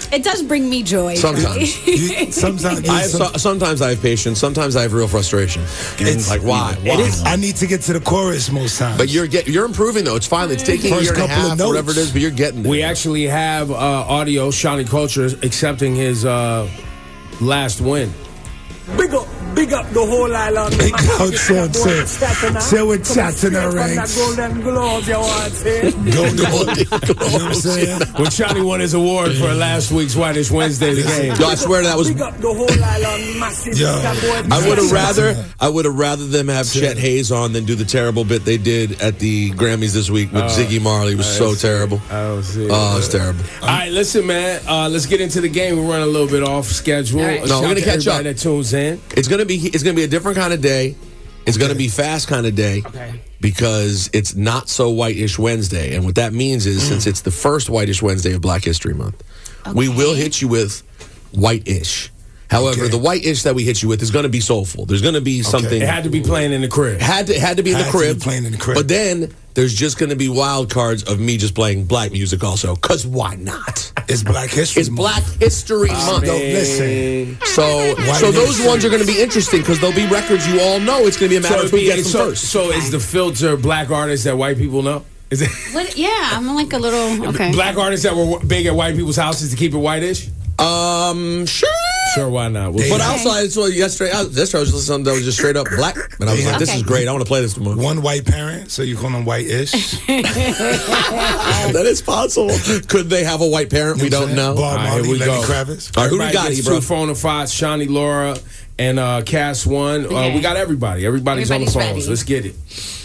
[SPEAKER 3] It does bring me joy.
[SPEAKER 5] Sometimes.
[SPEAKER 3] <laughs>
[SPEAKER 2] You- sometimes,
[SPEAKER 5] I have, so, sometimes I have patience. Sometimes I have real frustration. And it's like why?
[SPEAKER 2] It
[SPEAKER 5] Why?
[SPEAKER 2] is- I need to get to the chorus most times.
[SPEAKER 5] But you're get, you're improving though. It's fine. It's taking a
[SPEAKER 2] First
[SPEAKER 5] year and a
[SPEAKER 2] couple of
[SPEAKER 5] half,
[SPEAKER 2] notes.
[SPEAKER 5] whatever it is. But you're getting there.
[SPEAKER 1] We actually have uh, audio Shawnee Culture accepting his uh, last win.
[SPEAKER 8] Big up, big up the whole island. Big
[SPEAKER 2] out, Sam, Sam. Say we're chatting our ranks.
[SPEAKER 8] Golden gloves, you want to say?
[SPEAKER 1] When Shawnee won his award for last week's Whitish Wednesday, the game.
[SPEAKER 5] Yo, I swear that was.
[SPEAKER 8] Big up the whole island, massive.
[SPEAKER 5] Yo,
[SPEAKER 8] That boy-
[SPEAKER 5] I would have rather I would have rather them have Chet Hayes on than do the terrible bit they did at the Grammys this week with
[SPEAKER 1] Oh,
[SPEAKER 5] Ziggy Marley. It was
[SPEAKER 1] I
[SPEAKER 5] so
[SPEAKER 1] see.
[SPEAKER 5] terrible.
[SPEAKER 1] Oh,
[SPEAKER 5] Oh, it's terrible.
[SPEAKER 1] All right, listen, man. Uh, let's get into the game. We're running a little bit off schedule.
[SPEAKER 5] All right. No,
[SPEAKER 1] Shout
[SPEAKER 5] we're gonna
[SPEAKER 1] to
[SPEAKER 5] catch
[SPEAKER 1] everybody
[SPEAKER 5] up.
[SPEAKER 1] That tunes in.
[SPEAKER 5] It's gonna be it's gonna be a different kind of day. It's gonna be fast kind of day. Okay. Because it's not so whitish Wednesday, and what that means is since it's the first whitish Wednesday of Black History Month, we will hit you with whitish. However, the white ish that we hit you with is going to be soulful. There's going to be something.
[SPEAKER 1] It had to be playing in the crib.
[SPEAKER 5] Had to had to be in the
[SPEAKER 1] Had to be
[SPEAKER 5] crib.
[SPEAKER 1] playing in the crib.
[SPEAKER 5] But then there's just going to be wild cards of me just playing black music also. Cause why not?
[SPEAKER 2] It's Black History
[SPEAKER 5] It's Black History
[SPEAKER 1] Oh,
[SPEAKER 5] Month.
[SPEAKER 2] Yo, listen.
[SPEAKER 5] So
[SPEAKER 2] White
[SPEAKER 5] so those
[SPEAKER 2] history.
[SPEAKER 5] ones are going to be interesting because they'll be records you all know. It's going to be a matter
[SPEAKER 1] So,
[SPEAKER 5] of who
[SPEAKER 1] yeah,
[SPEAKER 5] gets them
[SPEAKER 1] so,
[SPEAKER 5] first.
[SPEAKER 1] so is the filter black artists that white people know? Is it
[SPEAKER 3] What, yeah, I'm like a
[SPEAKER 1] <laughs>
[SPEAKER 3] little okay.
[SPEAKER 1] black artists that were big at white people's houses to keep it whitish?
[SPEAKER 5] Um, sure.
[SPEAKER 1] Sure, why not? We'll
[SPEAKER 5] But also, I saw yesterday. I, yesterday I was listening to something that was just straight up black, and I was like, "This is great. I want to play this tomorrow."
[SPEAKER 2] One white parent, so you call them white-ish.
[SPEAKER 5] <laughs>
[SPEAKER 2] <laughs>
[SPEAKER 5] that is possible. Could they have a white parent? We don't know.
[SPEAKER 2] Bob
[SPEAKER 1] All right, here we go.
[SPEAKER 5] All right, who do we
[SPEAKER 1] Everybody
[SPEAKER 5] got
[SPEAKER 1] gets
[SPEAKER 5] here, bro?
[SPEAKER 1] Two phone and five, Shawnee, Laura, and uh, Cass One. Uh,
[SPEAKER 5] Okay.
[SPEAKER 1] we got everybody. Everybody's,
[SPEAKER 5] Everybody's
[SPEAKER 1] on the phones.
[SPEAKER 5] ready.
[SPEAKER 1] Let's get it.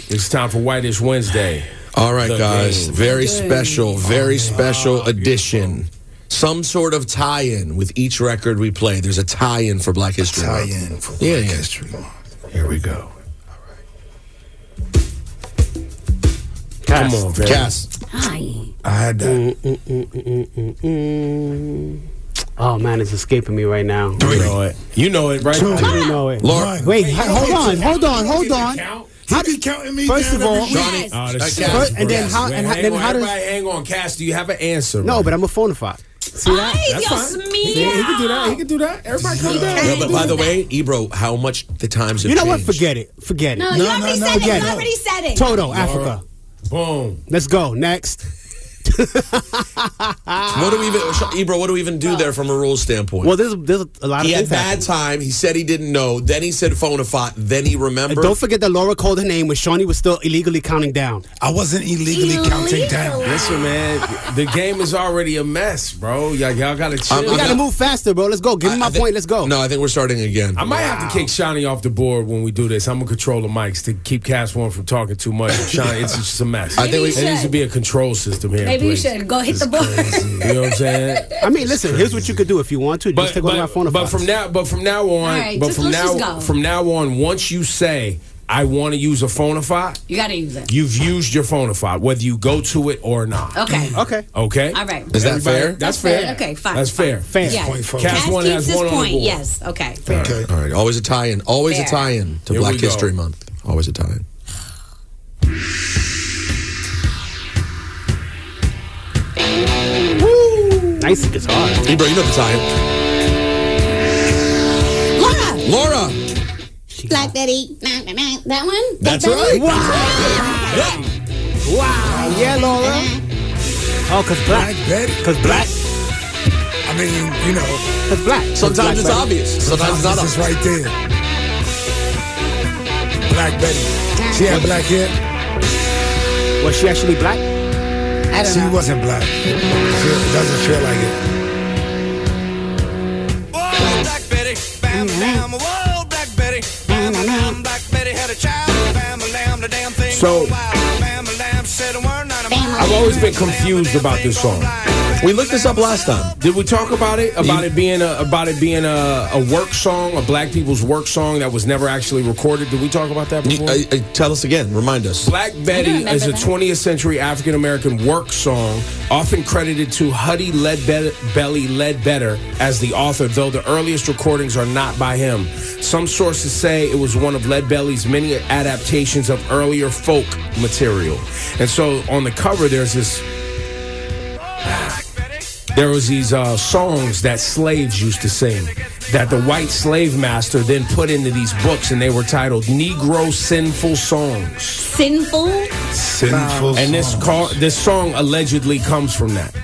[SPEAKER 1] It's time for Whitish Wednesday.
[SPEAKER 5] All right,
[SPEAKER 1] The
[SPEAKER 5] guys.
[SPEAKER 1] game.
[SPEAKER 5] Very special, very special edition. Some sort of tie-in with each record we play. There's a tie-in for Black History. Tie-in for Black History. Here we go.
[SPEAKER 1] Come on, Vance.
[SPEAKER 5] Cass.
[SPEAKER 15] I had that. Oh man, it's escaping me right now.
[SPEAKER 1] You know it. You know it, right?
[SPEAKER 15] I do know it.
[SPEAKER 5] Laura.
[SPEAKER 15] Wait, hold on, hold on, hold on.
[SPEAKER 2] How be counting me?
[SPEAKER 15] First
[SPEAKER 2] down
[SPEAKER 15] of all-
[SPEAKER 2] every week?
[SPEAKER 15] Johnny, Yes.
[SPEAKER 1] Oh, that's
[SPEAKER 15] Yes.
[SPEAKER 1] Cass,
[SPEAKER 15] And then
[SPEAKER 1] bro.
[SPEAKER 15] how-
[SPEAKER 1] Wait,
[SPEAKER 15] and how-
[SPEAKER 1] hang
[SPEAKER 15] then
[SPEAKER 1] on.
[SPEAKER 15] how does-
[SPEAKER 1] Everybody hang on, Cass. Do you have an answer?
[SPEAKER 15] No, but I'm a phonify. See that?
[SPEAKER 3] Ay,
[SPEAKER 1] That's
[SPEAKER 3] Dios
[SPEAKER 1] fine.
[SPEAKER 3] mío.
[SPEAKER 1] See, he can do that. He can do that. Everybody come down.
[SPEAKER 5] No, but by the way, Ebro, how much the times have
[SPEAKER 15] You know what?
[SPEAKER 5] changed.
[SPEAKER 15] Forget it. Forget it.
[SPEAKER 3] No, you already said it.
[SPEAKER 15] Forget
[SPEAKER 3] You already said it.
[SPEAKER 15] Toto,
[SPEAKER 1] Laura.
[SPEAKER 15] Africa.
[SPEAKER 1] Boom.
[SPEAKER 15] Let's go. Next.
[SPEAKER 5] What do we even, Ebro? What do we even do there from a rules standpoint?
[SPEAKER 15] Well, there's there's a lot
[SPEAKER 5] he
[SPEAKER 15] of
[SPEAKER 5] had
[SPEAKER 15] things
[SPEAKER 5] bad
[SPEAKER 15] happening.
[SPEAKER 5] time. He said he didn't know. Then he said phone a phot. Then he
[SPEAKER 15] And
[SPEAKER 5] remembered.
[SPEAKER 15] don't forget that Laura called her name when Shawnee was still illegally counting down.
[SPEAKER 2] I wasn't illegally counting down.
[SPEAKER 1] Listen, man, the game is already a mess, bro. Y'all, y'all gotta chill.
[SPEAKER 5] I'm-
[SPEAKER 15] We gotta move faster, bro. Let's go. Give me my point. Let's go.
[SPEAKER 5] No, I think we're starting again.
[SPEAKER 1] I might have to kick Shawnee off the board when we do this. I'm gonna control the mics to keep Cass one from talking too
[SPEAKER 5] <laughs>
[SPEAKER 1] much. Shawnee, it's just a mess.
[SPEAKER 5] I think Maybe we- you
[SPEAKER 1] there needs to
[SPEAKER 3] should.
[SPEAKER 1] be a control system here.
[SPEAKER 3] Maybe you
[SPEAKER 1] please.
[SPEAKER 3] should go hit the board.
[SPEAKER 1] You know what
[SPEAKER 3] <laughs>
[SPEAKER 1] I'm saying?
[SPEAKER 15] I mean, listen. Here's what you could do if you want to.
[SPEAKER 1] But,
[SPEAKER 15] just take away my phone.
[SPEAKER 1] but, but from now, but from now on,
[SPEAKER 3] All right,
[SPEAKER 1] but
[SPEAKER 3] just-
[SPEAKER 1] from
[SPEAKER 3] let's just
[SPEAKER 1] now,
[SPEAKER 3] go.
[SPEAKER 1] from now on, once you say I want to use a phonify,
[SPEAKER 3] You gotta use it.
[SPEAKER 1] you've used your phonify, whether you go to it or not.
[SPEAKER 3] Okay.
[SPEAKER 15] Okay.
[SPEAKER 1] Mm. Okay.
[SPEAKER 3] All right.
[SPEAKER 5] Is that
[SPEAKER 1] Everybody-
[SPEAKER 5] fair?
[SPEAKER 1] That's fair.
[SPEAKER 3] Okay, fine.
[SPEAKER 1] That's fair.
[SPEAKER 15] Fair.
[SPEAKER 3] Yes.
[SPEAKER 2] Point for-
[SPEAKER 1] Cass
[SPEAKER 3] Cass
[SPEAKER 1] one
[SPEAKER 3] keeps
[SPEAKER 1] has
[SPEAKER 3] his
[SPEAKER 1] one on the
[SPEAKER 3] point.
[SPEAKER 1] board.
[SPEAKER 3] Yes. Okay.
[SPEAKER 2] Okay.
[SPEAKER 5] All right, always a tie-in. Always
[SPEAKER 3] Fair.
[SPEAKER 5] a tie-in to
[SPEAKER 1] Here we
[SPEAKER 5] Black
[SPEAKER 1] go.
[SPEAKER 5] History Month. Always a tie-in.
[SPEAKER 15] nice guitar.
[SPEAKER 5] Ebro, you know the tie-in.
[SPEAKER 3] Laura.
[SPEAKER 5] Laura.
[SPEAKER 20] Black
[SPEAKER 3] E.
[SPEAKER 20] Betty. Nah, nah, nah. That one?
[SPEAKER 5] That's right.
[SPEAKER 15] Wow. Yeah, Laura. Oh, cause
[SPEAKER 2] Black
[SPEAKER 15] black.
[SPEAKER 2] Betty.
[SPEAKER 15] Cause black.
[SPEAKER 2] I mean, you know,
[SPEAKER 15] Cause black. 'Cause black,
[SPEAKER 5] Sometimes it's
[SPEAKER 15] right?
[SPEAKER 5] obvious. Sometimes it's not
[SPEAKER 2] this is
[SPEAKER 5] obvious.
[SPEAKER 2] right there. Black Betty. She had black hair.
[SPEAKER 15] Was she actually black?
[SPEAKER 3] I don't
[SPEAKER 2] She
[SPEAKER 3] know.
[SPEAKER 2] wasn't black. Feel- It doesn't feel like it.
[SPEAKER 8] Oh, Black Betty, bam, bam, whoa, Black Betty, bam, bam, Black Betty had a child, bam, bam, the damn thing.
[SPEAKER 1] So-
[SPEAKER 8] go wild. bam, bam, said a word, not a mouth.
[SPEAKER 1] I've always been confused about this song.
[SPEAKER 5] We looked this up last time.
[SPEAKER 1] Did we talk about it? About it being a about it being a, a work song, a black people's work song that was never actually recorded. Did we talk about that
[SPEAKER 5] You-
[SPEAKER 1] before?
[SPEAKER 5] uh, uh, tell us again. Remind us.
[SPEAKER 1] Black Betty
[SPEAKER 3] remember
[SPEAKER 1] is a
[SPEAKER 3] that.
[SPEAKER 1] 20th century African American work song, often credited to Huddy Leadbelly Leadbetter as the author, though the earliest recordings are not by him. Some sources say it was one of Leadbelly's many adaptations of earlier folk material. And so on the cover, there's this there was these uh, songs that slaves used to sing that the white slave master then put into these books and they were titled negro sinful songs
[SPEAKER 3] Sinful.
[SPEAKER 2] Sinful.
[SPEAKER 1] and this
[SPEAKER 2] songs.
[SPEAKER 1] car, this song allegedly comes from that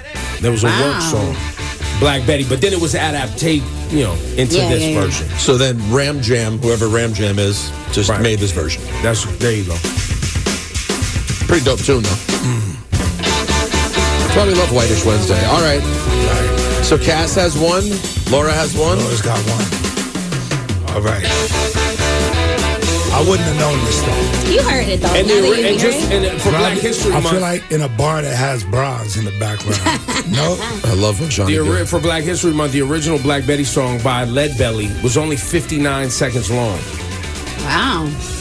[SPEAKER 1] there was a work
[SPEAKER 3] Wow.
[SPEAKER 1] song black betty but then it was adapted you know into
[SPEAKER 3] Yeah,
[SPEAKER 1] this
[SPEAKER 3] yeah, yeah.
[SPEAKER 1] version
[SPEAKER 5] So then Ram Jam, whoever Ram Jam is, just
[SPEAKER 1] Right.
[SPEAKER 5] made this version.
[SPEAKER 1] that's there you go Mm.
[SPEAKER 5] Pretty dope tune, though. Probably love Whitish Wednesday. All right. So Cass has one. Laura has one.
[SPEAKER 2] Laura's got one. All right. I wouldn't have known this though.
[SPEAKER 3] You heard it though.
[SPEAKER 1] and,
[SPEAKER 3] now
[SPEAKER 1] the,
[SPEAKER 3] that you
[SPEAKER 1] and
[SPEAKER 3] hear
[SPEAKER 1] just
[SPEAKER 3] it.
[SPEAKER 1] and for black history
[SPEAKER 2] I
[SPEAKER 1] month
[SPEAKER 2] feel like in a bar that has bronze in the background. no.
[SPEAKER 5] I love what Johnny
[SPEAKER 1] The ori-
[SPEAKER 5] did.
[SPEAKER 1] for Black History Month, the original Black Betty song by Leadbelly was only 59 seconds long.
[SPEAKER 3] Wow.
[SPEAKER 2] Mm-hmm.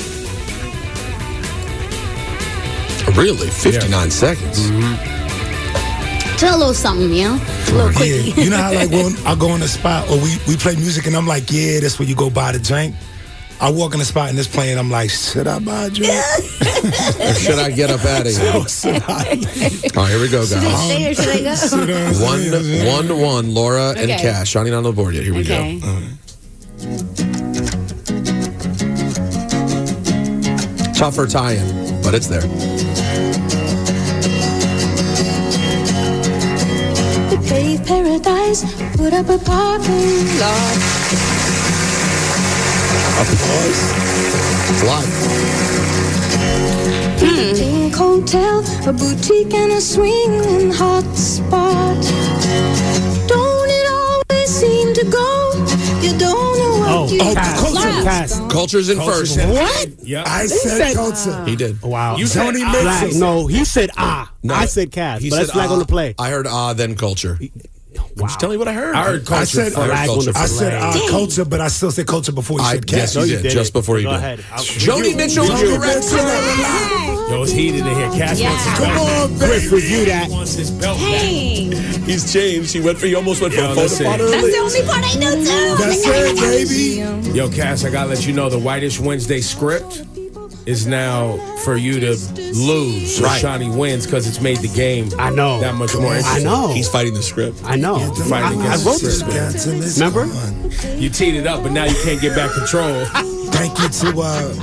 [SPEAKER 5] Really? 59 seconds.
[SPEAKER 3] Just a little something, you know? A little quickie.
[SPEAKER 2] Yeah. You know how like when
[SPEAKER 3] <laughs>
[SPEAKER 2] I go in a spot or we, we play music and I'm like, yeah, that's where you go buy the drink. I walk in the spot and it's playing. I'm like, should I buy a drink?
[SPEAKER 5] Or should I get up out of here?
[SPEAKER 2] <laughs> So should I?
[SPEAKER 5] All right, <laughs> here we go, guys.
[SPEAKER 3] Should I stay or should
[SPEAKER 5] <laughs>
[SPEAKER 3] I <laughs> go?
[SPEAKER 5] One to one, to one Laura and
[SPEAKER 3] Okay.
[SPEAKER 5] Cash. Shawnee not on the board yet. Here we
[SPEAKER 3] Okay.
[SPEAKER 5] go. All right. Tougher tie-in, but it's there. Uh-huh.
[SPEAKER 8] We paved paradise, put up a parking lot.
[SPEAKER 5] Applause. It's live.
[SPEAKER 3] Hmm.
[SPEAKER 8] A pink hotel, a boutique, and a swinging hot spot. Don't it always seem to go? You don't know what you
[SPEAKER 2] oh,
[SPEAKER 8] got
[SPEAKER 2] culture.
[SPEAKER 8] lost.
[SPEAKER 15] Cass.
[SPEAKER 5] Culture's in
[SPEAKER 2] Culture's
[SPEAKER 5] first.
[SPEAKER 2] in.
[SPEAKER 3] What?
[SPEAKER 1] Yeah.
[SPEAKER 2] I said,
[SPEAKER 15] said-
[SPEAKER 2] culture.
[SPEAKER 5] He did.
[SPEAKER 15] Wow.
[SPEAKER 1] You said
[SPEAKER 2] Tony
[SPEAKER 1] I-
[SPEAKER 2] Mixon.
[SPEAKER 15] Flag. No, he said ah.
[SPEAKER 5] No.
[SPEAKER 15] I said Cass,
[SPEAKER 5] He
[SPEAKER 15] but that's
[SPEAKER 5] said,
[SPEAKER 15] flag
[SPEAKER 5] ah.
[SPEAKER 15] on the play.
[SPEAKER 5] I heard ah, then culture.
[SPEAKER 15] Wow.
[SPEAKER 5] Just tell me what I heard.
[SPEAKER 1] I heard
[SPEAKER 2] I
[SPEAKER 1] culture.
[SPEAKER 2] said,
[SPEAKER 5] I
[SPEAKER 15] Flag
[SPEAKER 5] heard
[SPEAKER 15] on
[SPEAKER 5] culture
[SPEAKER 15] the
[SPEAKER 2] I
[SPEAKER 5] first.
[SPEAKER 2] said uh,
[SPEAKER 3] Dang.
[SPEAKER 2] culture, but I still said culture before you
[SPEAKER 5] I
[SPEAKER 2] said cat.
[SPEAKER 5] guess you
[SPEAKER 15] you
[SPEAKER 5] did,
[SPEAKER 15] did
[SPEAKER 5] just
[SPEAKER 15] it.
[SPEAKER 5] before you
[SPEAKER 15] Go
[SPEAKER 5] did.
[SPEAKER 15] ahead. I'll-
[SPEAKER 5] Jody Mitchell
[SPEAKER 2] Jody
[SPEAKER 5] Jr.
[SPEAKER 2] Mitchell.
[SPEAKER 1] Yo, it's heated in here. Cash
[SPEAKER 3] Yeah.
[SPEAKER 1] wants his
[SPEAKER 2] Come
[SPEAKER 1] belt
[SPEAKER 2] on,
[SPEAKER 1] back.
[SPEAKER 2] baby.
[SPEAKER 1] review that. wants his belt back.
[SPEAKER 3] Dang.
[SPEAKER 5] He's changed. He went for. He almost went for
[SPEAKER 1] Yo,
[SPEAKER 5] a photo
[SPEAKER 1] listen.
[SPEAKER 5] pot
[SPEAKER 1] That's
[SPEAKER 3] That's
[SPEAKER 5] early.
[SPEAKER 3] the only part I know, too.
[SPEAKER 2] That's it, baby.
[SPEAKER 1] Yo, Cass, I gotta let you know the Whitish Wednesday script is now for you to lose. So
[SPEAKER 5] Right.
[SPEAKER 1] Shawnee wins because it's made the game
[SPEAKER 15] I know.
[SPEAKER 1] that much more
[SPEAKER 15] I
[SPEAKER 1] interesting.
[SPEAKER 15] know.
[SPEAKER 5] He's fighting the script.
[SPEAKER 15] I know. I,
[SPEAKER 1] fighting
[SPEAKER 15] I
[SPEAKER 1] against
[SPEAKER 15] wrote
[SPEAKER 1] the
[SPEAKER 15] this.
[SPEAKER 1] system.
[SPEAKER 15] Remember?
[SPEAKER 1] You teed it up, but now you can't get back control.
[SPEAKER 2] Thank you to uh,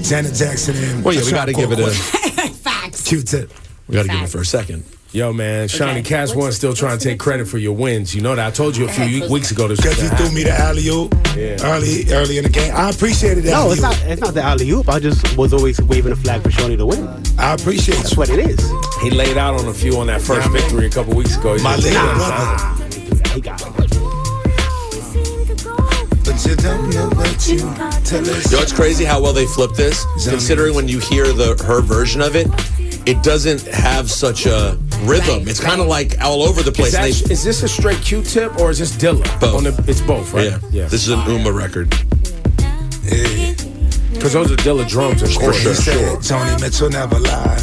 [SPEAKER 2] Janet Jackson and
[SPEAKER 5] Well, yeah, we got to give it a.
[SPEAKER 3] Facts.
[SPEAKER 2] Q-tip.
[SPEAKER 5] We got to give it for a second.
[SPEAKER 1] Yo, man, Shawnee Cass one's still trying to take credit for your wins. You know that I told you a few weeks ago this was
[SPEAKER 2] Because you
[SPEAKER 1] gonna
[SPEAKER 2] threw
[SPEAKER 1] happen.
[SPEAKER 2] me the alley oop early, early in the game. I appreciated that.
[SPEAKER 15] No, it's not. It's not the alley oop. I just was always waving a flag for Shawnee to win.
[SPEAKER 2] I appreciate
[SPEAKER 15] That's
[SPEAKER 2] you.
[SPEAKER 15] what it is.
[SPEAKER 1] He laid out on a few on that first victory a couple weeks ago. He's
[SPEAKER 2] My
[SPEAKER 1] like,
[SPEAKER 2] little
[SPEAKER 1] "Nah,
[SPEAKER 2] brother.
[SPEAKER 15] He got it.
[SPEAKER 2] But you don't know what you tell us.
[SPEAKER 5] Yo, it's crazy how well they flip this. Considering when you hear the her version of it, it doesn't have such a rhythm.
[SPEAKER 3] Right,
[SPEAKER 5] it's kind of like all over the place.
[SPEAKER 1] Is, that,
[SPEAKER 5] and they-
[SPEAKER 1] is this a straight Q-tip or is this Dilla?
[SPEAKER 5] Both.
[SPEAKER 1] On the, it's both, right?
[SPEAKER 5] yeah, This is an Uma record.
[SPEAKER 1] Because those are Dilla drums, of
[SPEAKER 2] Or
[SPEAKER 1] course.
[SPEAKER 2] he said, Tony Mitchell never lied.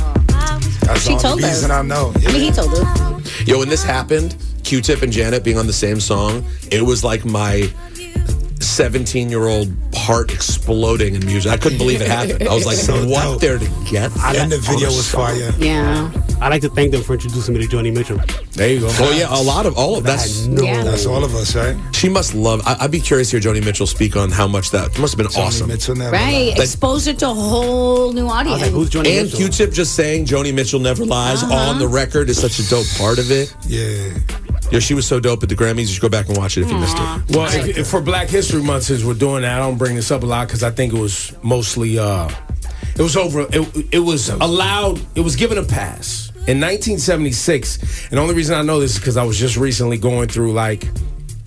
[SPEAKER 2] That's
[SPEAKER 3] She
[SPEAKER 2] the only
[SPEAKER 3] told us.
[SPEAKER 2] reason I know.
[SPEAKER 3] I mean, he told us.
[SPEAKER 5] Yo, when this happened, Q-Tip and Janet being on the same song, it was like my 17-year-old heart exploding in music. I couldn't believe it happened. I was like,
[SPEAKER 2] So
[SPEAKER 5] what
[SPEAKER 2] dope.
[SPEAKER 5] there to get?
[SPEAKER 2] And the video was fire.
[SPEAKER 3] Yeah.
[SPEAKER 15] I like to thank them for introducing me to Johnny Mitchell.
[SPEAKER 1] There you go.
[SPEAKER 5] Oh yeah, a lot of all of that's.
[SPEAKER 3] Yeah.
[SPEAKER 2] That's all of us, right?
[SPEAKER 5] She must love. I, I'd be curious to hear Joni Mitchell speak on how much that must have been awesome.
[SPEAKER 2] Tony Mitchell never
[SPEAKER 3] Right.
[SPEAKER 2] lied.
[SPEAKER 3] Exposure to a whole new
[SPEAKER 15] I
[SPEAKER 3] audience.
[SPEAKER 15] was like, who's Johnny
[SPEAKER 5] And
[SPEAKER 15] Mitchell?
[SPEAKER 5] Q-Tip just saying Joni Mitchell never lies
[SPEAKER 3] Uh-huh.
[SPEAKER 5] on the record is such a dope part of it.
[SPEAKER 2] Yeah.
[SPEAKER 5] Yo, she was so dope at the Grammys. You should go back and watch it if you missed it.
[SPEAKER 1] Well, if, if for Black History Month, since we're doing that, I don't bring this up a lot because I think it was mostly, uh, it was over, it, it was allowed, it was given a pass in 1976. And the only reason I know this is because I was just recently going through like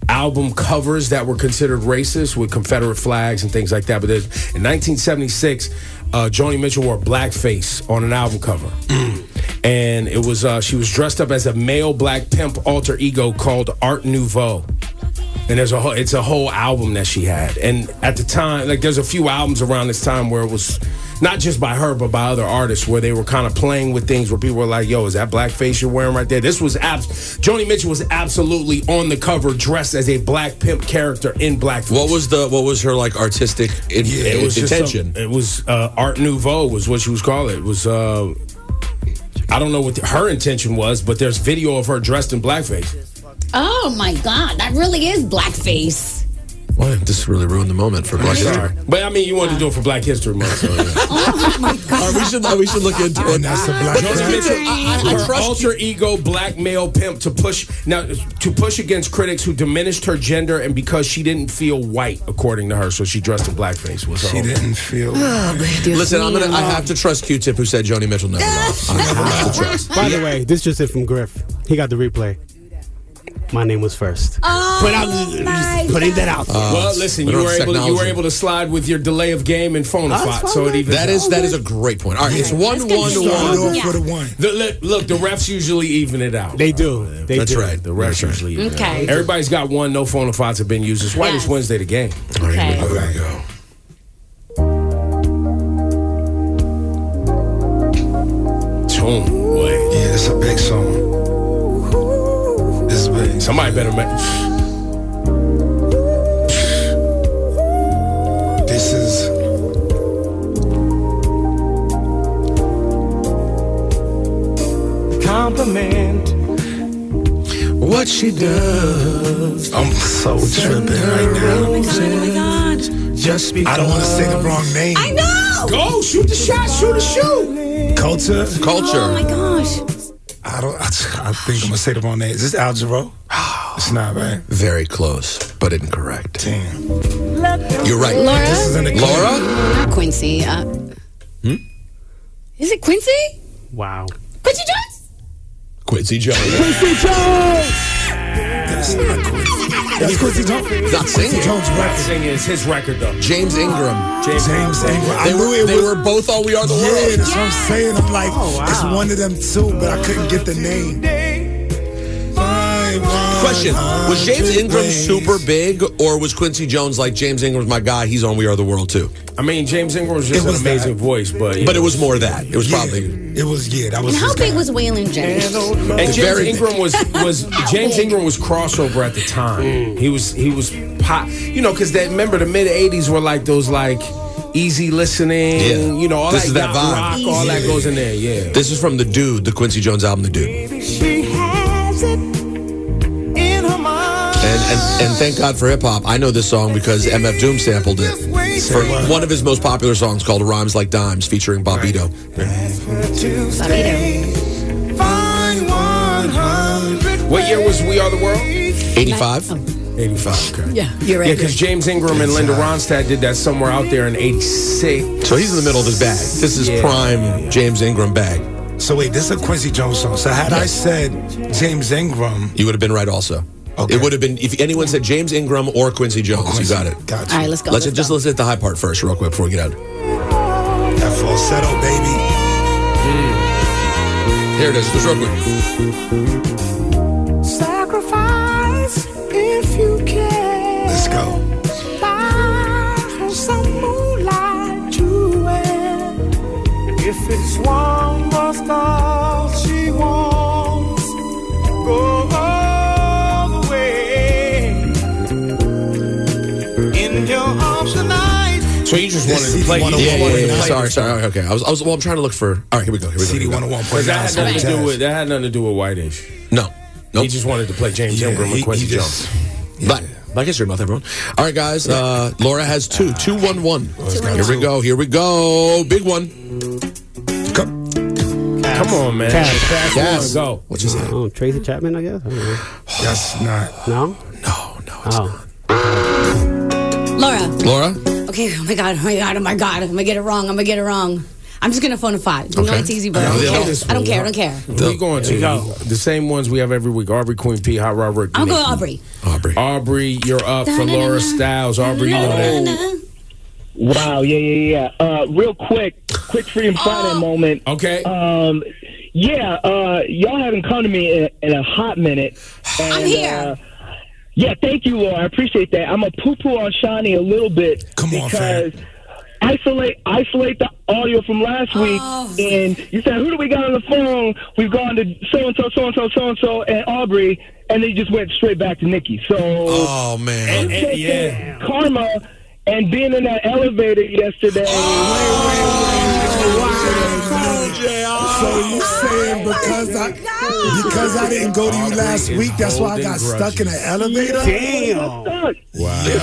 [SPEAKER 1] album covers that were considered racist with Confederate flags and things like that. But there's- in 1976, uh, Joni Mitchell wore blackface on an album cover.
[SPEAKER 5] Mm.
[SPEAKER 1] And it was uh, she was dressed up as a male black pimp alter ego called Art Nouveau and there's a whole, it's a whole album that she had and at the time like there's a few albums around this time where it was not just by her but by other artists where they were kind of playing with things where people were like yo is that blackface you're wearing right there this was abs- joni mitchell was absolutely on the cover dressed as a black pimp character in blackface
[SPEAKER 5] What was the what was her like artistic in,
[SPEAKER 1] it was just <laughs>
[SPEAKER 5] intention?
[SPEAKER 1] some- it was uh, Art Nouveau was what she was calling it. It was uh, I don't know what the- her intention was, but there's video of her dressed in blackface.
[SPEAKER 3] Oh my God, that really is blackface.
[SPEAKER 5] Well, this really ruined the moment for Black History.
[SPEAKER 1] Sorry, <laughs> but I mean you wanted to do it for Black History Month. So, yeah.
[SPEAKER 5] <laughs> All right, Uh, we should we should look into it.
[SPEAKER 2] And that's the black
[SPEAKER 1] Joni
[SPEAKER 2] guy.
[SPEAKER 1] Mitchell, I, I,
[SPEAKER 5] I
[SPEAKER 1] her
[SPEAKER 5] trust
[SPEAKER 1] alter ego black male pimp to push now to push against critics who diminished her gender and because she didn't feel white according to her, so she dressed in blackface. Was her
[SPEAKER 2] She
[SPEAKER 1] whole-
[SPEAKER 2] didn't feel.
[SPEAKER 8] <sighs> Oh,
[SPEAKER 5] Listen, I'm gonna I have to trust Q-Tip who said Joni Mitchell never lies. I
[SPEAKER 8] <laughs>
[SPEAKER 5] have to trust.
[SPEAKER 15] By the way, this just it from Griff. He got the replay. My name was first.
[SPEAKER 3] Oh,
[SPEAKER 15] But I'm just putting that out. there.
[SPEAKER 1] Well, listen,
[SPEAKER 5] we
[SPEAKER 1] you
[SPEAKER 5] don't
[SPEAKER 1] were
[SPEAKER 5] have
[SPEAKER 1] able to, you were
[SPEAKER 5] technology.
[SPEAKER 1] able to slide with your delay of game and phone
[SPEAKER 15] That's
[SPEAKER 1] spot,
[SPEAKER 15] fine,
[SPEAKER 1] so it
[SPEAKER 15] man.
[SPEAKER 1] even
[SPEAKER 5] That is that is a great point. All right, it's one one to
[SPEAKER 2] Start
[SPEAKER 5] one.
[SPEAKER 2] off
[SPEAKER 3] Yeah.
[SPEAKER 2] with a one.
[SPEAKER 1] the, look- look. The refs usually even it out.
[SPEAKER 15] they do. They
[SPEAKER 5] That's
[SPEAKER 15] do.
[SPEAKER 5] right.
[SPEAKER 1] the refs
[SPEAKER 5] That's right.
[SPEAKER 1] usually. Even
[SPEAKER 3] Okay.
[SPEAKER 1] It out. Everybody's got one. No phone fights have been used. It's White
[SPEAKER 3] Yes.
[SPEAKER 1] Wednesday. The game.
[SPEAKER 3] okay.
[SPEAKER 5] All right, go.
[SPEAKER 1] Tune.
[SPEAKER 2] Yeah, it's a big song.
[SPEAKER 1] this big. Somebody better make.
[SPEAKER 2] This is.
[SPEAKER 21] Compliment.
[SPEAKER 2] What she does. I'm so tripping right now. Just I don't want to say the wrong name.
[SPEAKER 3] I know.
[SPEAKER 2] Go shoot the shot. Shoot the shoot. Culture.
[SPEAKER 3] Oh my gosh.
[SPEAKER 2] I don't. I, I think I'm gonna say the wrong name. Is this Al
[SPEAKER 5] <sighs>
[SPEAKER 2] Jarreau? It's not right.
[SPEAKER 5] Very close, but incorrect.
[SPEAKER 2] Damn.
[SPEAKER 5] You're right.
[SPEAKER 3] Laura?
[SPEAKER 5] This is an Laura?
[SPEAKER 3] Not Quincy. Uh, Is it Quincy?
[SPEAKER 15] Wow.
[SPEAKER 3] Quincy Jones?
[SPEAKER 5] Quincy Jones. Quincy
[SPEAKER 3] Jones!
[SPEAKER 2] That's not Quincy. That's Quincy Jones.
[SPEAKER 5] Not
[SPEAKER 2] Quincy
[SPEAKER 5] singing.
[SPEAKER 2] Jones
[SPEAKER 1] That
[SPEAKER 2] record.
[SPEAKER 1] thing is his record though.
[SPEAKER 5] James Ingram.
[SPEAKER 1] James,
[SPEAKER 2] James Ingram. I
[SPEAKER 5] They,
[SPEAKER 2] knew
[SPEAKER 5] were,
[SPEAKER 2] it
[SPEAKER 5] they
[SPEAKER 2] was.
[SPEAKER 5] were both all we are the
[SPEAKER 2] Yeah,
[SPEAKER 5] world.
[SPEAKER 2] that's what I'm saying. I'm like,
[SPEAKER 3] Oh,
[SPEAKER 2] it's one of them too, but I couldn't get the name.
[SPEAKER 5] Question: Was James Ingram super big, or was Quincy Jones like James Ingram's my guy? He's on We Are the World too.
[SPEAKER 1] I mean, James Ingram was just
[SPEAKER 2] It was
[SPEAKER 1] an amazing
[SPEAKER 2] that.
[SPEAKER 1] voice, but
[SPEAKER 5] But it was more that. It was
[SPEAKER 2] Yeah.
[SPEAKER 5] probably
[SPEAKER 2] It was yeah. That
[SPEAKER 3] And
[SPEAKER 2] was
[SPEAKER 3] how
[SPEAKER 2] his
[SPEAKER 3] big
[SPEAKER 2] guy.
[SPEAKER 3] was Waylon Jennings?
[SPEAKER 1] And James
[SPEAKER 5] Very big.
[SPEAKER 1] Ingram was was James Ingram was crossover at the time.
[SPEAKER 5] Mm.
[SPEAKER 1] He was he was pop, you know, because that remember the mid '80s were like those like easy listening,
[SPEAKER 5] Yeah.
[SPEAKER 1] you know, all
[SPEAKER 5] This
[SPEAKER 1] that,
[SPEAKER 5] is that
[SPEAKER 1] yacht
[SPEAKER 5] vibe.
[SPEAKER 1] rock, all that goes in there. Yeah,
[SPEAKER 5] this is from the dude, the Quincy Jones album, the dude. And
[SPEAKER 21] She has it in her mind.
[SPEAKER 5] and, and thank God for hip hop. I know this song because MF Doom sampled it for one of his most popular songs called "Rhymes Like Dimes" featuring Bobito.
[SPEAKER 21] Find 100
[SPEAKER 1] what year was We Are the World?
[SPEAKER 5] Eighty-five.
[SPEAKER 1] '85. Okay.
[SPEAKER 3] Yeah, you're
[SPEAKER 1] Yeah,
[SPEAKER 3] right.
[SPEAKER 1] because James Ingram and Linda Ronstadt did that somewhere out there in '86.
[SPEAKER 5] So he's in the middle of his bag. This is
[SPEAKER 1] Yeah.
[SPEAKER 5] prime James Ingram bag.
[SPEAKER 2] So wait, this is a Quincy Jones song. So had I said James Ingram,
[SPEAKER 5] You would have been right also.
[SPEAKER 2] Okay.
[SPEAKER 5] It would have been if anyone said James Ingram or Quincy Jones. You got it.
[SPEAKER 2] Gotcha.
[SPEAKER 3] All right, let's go.
[SPEAKER 5] Let's
[SPEAKER 3] let's
[SPEAKER 5] just
[SPEAKER 3] go.
[SPEAKER 5] let's hit the high part first, real quick, before we get out.
[SPEAKER 2] That falsetto, baby.
[SPEAKER 5] Hmm. Here it is, just real quick.
[SPEAKER 21] Sacrifice if you can.
[SPEAKER 2] Let's go.
[SPEAKER 21] Buy her some moonlight to wear. If it's one must all she wants, go all the way. In your arms tonight.
[SPEAKER 1] So you just
[SPEAKER 2] This
[SPEAKER 1] wanted
[SPEAKER 2] CD
[SPEAKER 1] to play. you just
[SPEAKER 5] Yeah, yeah,
[SPEAKER 1] wanted to
[SPEAKER 5] yeah,
[SPEAKER 1] play
[SPEAKER 5] Sorry,
[SPEAKER 1] this
[SPEAKER 5] sorry. Okay, I was, I was. Well, I'm trying to look for. All right, here we go. Here we go.
[SPEAKER 2] CD
[SPEAKER 5] here we go.
[SPEAKER 2] 101.
[SPEAKER 1] Because that had nothing to do with
[SPEAKER 2] Jazz.
[SPEAKER 1] that had nothing to do with Whitish.
[SPEAKER 5] No, no.
[SPEAKER 1] He just wanted to play James Ingram and Quincy Jones.
[SPEAKER 5] But Black History Month, everyone. All right, guys. Uh, Laura has two.
[SPEAKER 2] Ah.
[SPEAKER 5] Two, one, one. Here we go. Here we go. Big one.
[SPEAKER 2] Come,
[SPEAKER 1] Come on, man.
[SPEAKER 5] Yes.
[SPEAKER 1] Go.
[SPEAKER 5] What's his name?
[SPEAKER 15] Oh, Tracy Chapman, I guess. I don't know.
[SPEAKER 2] that's not.
[SPEAKER 15] No.
[SPEAKER 5] No, no. It's
[SPEAKER 15] Oh.
[SPEAKER 3] Laura.
[SPEAKER 5] Laura.
[SPEAKER 3] Okay, oh my God, oh my God, oh my God. I'm going to get it wrong. I'm going to get it wrong. I'm just going to phone a five. You know
[SPEAKER 5] Okay.
[SPEAKER 3] it's easy, but I
[SPEAKER 5] Yeah,
[SPEAKER 3] don't
[SPEAKER 5] yeah.
[SPEAKER 3] care.
[SPEAKER 1] This
[SPEAKER 3] I don't
[SPEAKER 1] one,
[SPEAKER 3] care. I
[SPEAKER 1] yeah.
[SPEAKER 3] don't care.
[SPEAKER 1] We're going to the same ones we have every week. Aubrey, Queen P, Hot Rod, Rick.
[SPEAKER 3] I'm going
[SPEAKER 1] Nicky.
[SPEAKER 3] Aubrey.
[SPEAKER 5] Aubrey.
[SPEAKER 1] Aubrey, you're up for Laura Styles. Aubrey, you know that.
[SPEAKER 8] Wow, yeah, yeah, yeah. Uh, real quick, quick Freedom
[SPEAKER 3] Oh.
[SPEAKER 8] Friday moment.
[SPEAKER 1] Okay.
[SPEAKER 8] Um, yeah, uh, y'all haven't come to me in, in a hot minute. And,
[SPEAKER 3] <sighs> I'm here.
[SPEAKER 8] Uh, yeah, thank you, Laura. I appreciate that. I'm a poo poo on Shawnee a little bit
[SPEAKER 2] Come on,
[SPEAKER 8] because isolate isolate the audio from last week,
[SPEAKER 3] Oh.
[SPEAKER 8] and you said, "Who do we got on the phone?" We've gone to so and so, so and so, so and so, and Aubrey, and they just went straight back to Nikki. So
[SPEAKER 5] Oh man.
[SPEAKER 1] Eh, yeah.
[SPEAKER 8] karma and being in that elevator yesterday.
[SPEAKER 3] Oh
[SPEAKER 2] So you saying because I because I didn't go to you last week, that's why I got stuck in an elevator.
[SPEAKER 15] Damn.
[SPEAKER 5] All right,
[SPEAKER 3] This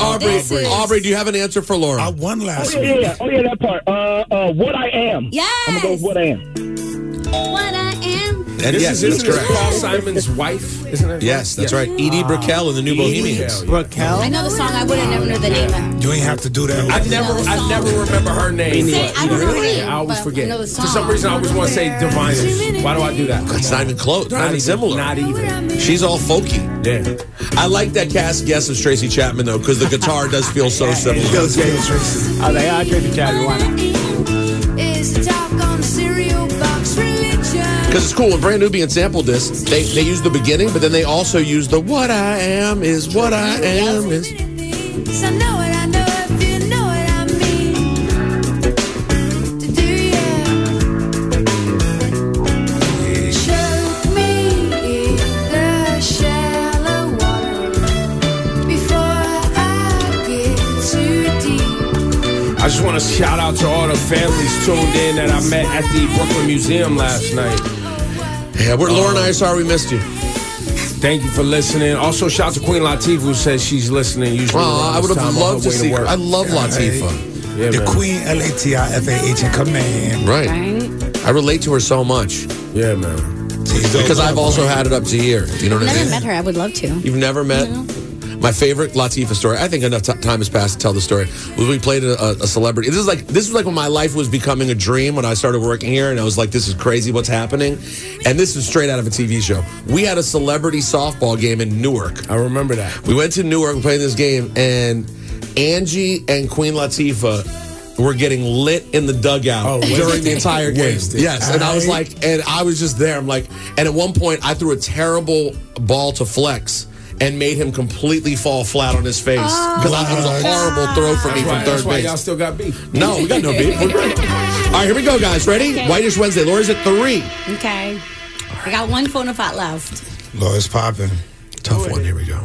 [SPEAKER 5] Aubrey.
[SPEAKER 3] is-
[SPEAKER 5] Aubrey, do you have an answer for Laura?
[SPEAKER 2] I won last
[SPEAKER 8] Yeah,
[SPEAKER 2] week.
[SPEAKER 8] yeah, oh yeah, that part. Uh, uh, what I am. I'm gonna go
[SPEAKER 3] Yes.
[SPEAKER 8] with what I am.
[SPEAKER 3] What I am.
[SPEAKER 5] And
[SPEAKER 1] This
[SPEAKER 5] yes,
[SPEAKER 1] is
[SPEAKER 5] that's
[SPEAKER 1] isn't this
[SPEAKER 5] correct.
[SPEAKER 1] Paul Simon's wife, E isn't it?
[SPEAKER 5] Yes, that's
[SPEAKER 1] Yeah.
[SPEAKER 5] right. Edie Brickell and the New
[SPEAKER 1] Yeah.
[SPEAKER 5] Bohemians.
[SPEAKER 15] Raquel.
[SPEAKER 3] I know the song. I would have never known the name of it.
[SPEAKER 2] You ain't have to do that.
[SPEAKER 1] I've never,
[SPEAKER 3] No, the
[SPEAKER 1] I've
[SPEAKER 3] song.
[SPEAKER 1] never remember her name.
[SPEAKER 3] Say, I don't know the name,
[SPEAKER 1] I always
[SPEAKER 3] but I
[SPEAKER 1] forget.
[SPEAKER 3] know
[SPEAKER 1] For
[SPEAKER 3] the song.
[SPEAKER 1] some reason, I always want to say Diviners. Why do I do that?
[SPEAKER 5] It's not even close. Not, even similar.
[SPEAKER 1] Not even.
[SPEAKER 5] She's all folky.
[SPEAKER 1] Yeah.
[SPEAKER 5] I like that cast guess of Tracy Chapman though, because the guitar does feel so similar.
[SPEAKER 2] Those games, Tracy.
[SPEAKER 15] I
[SPEAKER 1] Oh,
[SPEAKER 15] was like, ah, Tracy Chapman. Why not?
[SPEAKER 22] Is the talk on the cereal box religion?
[SPEAKER 5] Because it's cool when Brand New being sampled this, they they use the beginning, but then they also use the "What I am is what I am is."
[SPEAKER 22] So know it, I know if you know what I mean. To do yeah. Show me the
[SPEAKER 1] I just want to shout out to all the families tuned in that I met at the Brooklyn Museum last night.
[SPEAKER 5] Yeah, we're Laura and I. Sorry we missed you.
[SPEAKER 1] Thank you for listening. Also, shout out to Queen Latifah who says she's listening. Usually,
[SPEAKER 5] Aw,
[SPEAKER 1] around
[SPEAKER 5] I
[SPEAKER 1] this
[SPEAKER 5] would have
[SPEAKER 1] time on
[SPEAKER 5] loved to
[SPEAKER 1] way
[SPEAKER 5] see her.
[SPEAKER 1] work.
[SPEAKER 5] I love Latifah.
[SPEAKER 1] Yeah,
[SPEAKER 2] the
[SPEAKER 1] man.
[SPEAKER 2] Queen L A T I F A H in command.
[SPEAKER 5] Right. I relate to her so much.
[SPEAKER 1] Yeah, man.
[SPEAKER 5] Because I've also had it up to here. You know
[SPEAKER 3] I've
[SPEAKER 5] what I
[SPEAKER 3] never
[SPEAKER 5] mean?
[SPEAKER 3] met her. I would love to.
[SPEAKER 5] You've never met? My favorite Latifah story. I think enough t- time has passed to tell the story. Was we played a, a a celebrity. This is like this was like when my life was becoming a dream when I started working here, and I was like, "This is crazy. What's happening?" And this is straight out of a TV show. We had a celebrity softball game in Newark.
[SPEAKER 1] I remember that.
[SPEAKER 5] We went to Newark and played this game, and Angie and Queen Latifah were getting lit in the dugout
[SPEAKER 1] Oh, wasted.
[SPEAKER 5] during the entire game.
[SPEAKER 1] <laughs> Wasted.
[SPEAKER 5] Yes, and I was
[SPEAKER 1] Aight.
[SPEAKER 5] like like- and I was just there. I'm like, and at one point, I threw a terrible ball to Flex and made him completely fall flat on his face because it was a horrible throw for
[SPEAKER 1] That's why,
[SPEAKER 5] me from third
[SPEAKER 1] that's why
[SPEAKER 5] base.
[SPEAKER 1] y'all still got beef.
[SPEAKER 5] No,
[SPEAKER 1] <laughs>
[SPEAKER 5] we got no beef. We're great. All right, here we go, guys. Ready?
[SPEAKER 3] Okay.
[SPEAKER 5] White Dish Wednesday. Laura's at three.
[SPEAKER 3] Okay. I got one phone pot left.
[SPEAKER 2] Laura's popping.
[SPEAKER 5] Tough one. Here we go.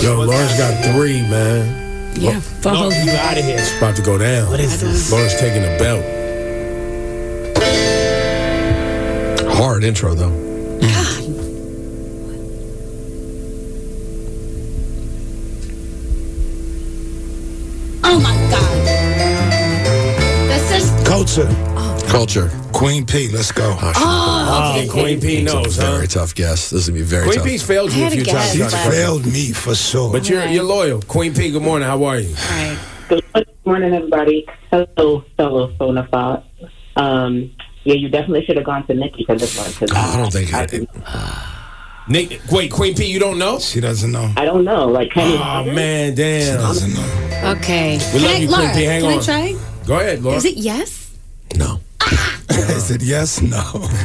[SPEAKER 1] Yo, Laura's got three, man.
[SPEAKER 3] Yeah,
[SPEAKER 1] no, you out of here. It's about to go down. What is this? Laura's taking the belt.
[SPEAKER 5] Hard intro though.
[SPEAKER 3] Oh my God. That's just.
[SPEAKER 2] Culture.
[SPEAKER 5] Oh. Culture. Ah,
[SPEAKER 2] Queen P, let's go.
[SPEAKER 3] Oh,
[SPEAKER 1] Oh, Queen P knows, huh?
[SPEAKER 5] Very tough guess. This is gonna be very
[SPEAKER 1] Queen
[SPEAKER 5] tough.
[SPEAKER 1] P's failed
[SPEAKER 3] I
[SPEAKER 1] you a
[SPEAKER 3] had a
[SPEAKER 1] few
[SPEAKER 3] guess,
[SPEAKER 1] times.
[SPEAKER 2] She
[SPEAKER 3] but-
[SPEAKER 2] failed me for sure.
[SPEAKER 1] But you're
[SPEAKER 3] Alright.
[SPEAKER 1] you're loyal. Queen P, good morning. How are you?
[SPEAKER 3] All right.
[SPEAKER 23] Good morning, everybody. Hello, fellow phone Um Yeah, you definitely should have gone to Nikki for this one. Cause
[SPEAKER 5] I don't think
[SPEAKER 23] I,
[SPEAKER 5] it- it-
[SPEAKER 1] Nick, wait, Queen P, you don't know?
[SPEAKER 2] She doesn't know.
[SPEAKER 23] I don't know. Like, Kenny,
[SPEAKER 1] Oh man, damn.
[SPEAKER 2] Doesn't know.
[SPEAKER 3] Okay.
[SPEAKER 1] We
[SPEAKER 3] Can
[SPEAKER 1] love
[SPEAKER 3] I-
[SPEAKER 1] you,
[SPEAKER 3] Laura,
[SPEAKER 1] Queen P. Hang
[SPEAKER 3] can
[SPEAKER 1] on.
[SPEAKER 3] I try?
[SPEAKER 1] Go ahead, Laura.
[SPEAKER 3] Is it yes?
[SPEAKER 5] No.
[SPEAKER 2] Is it yes? No.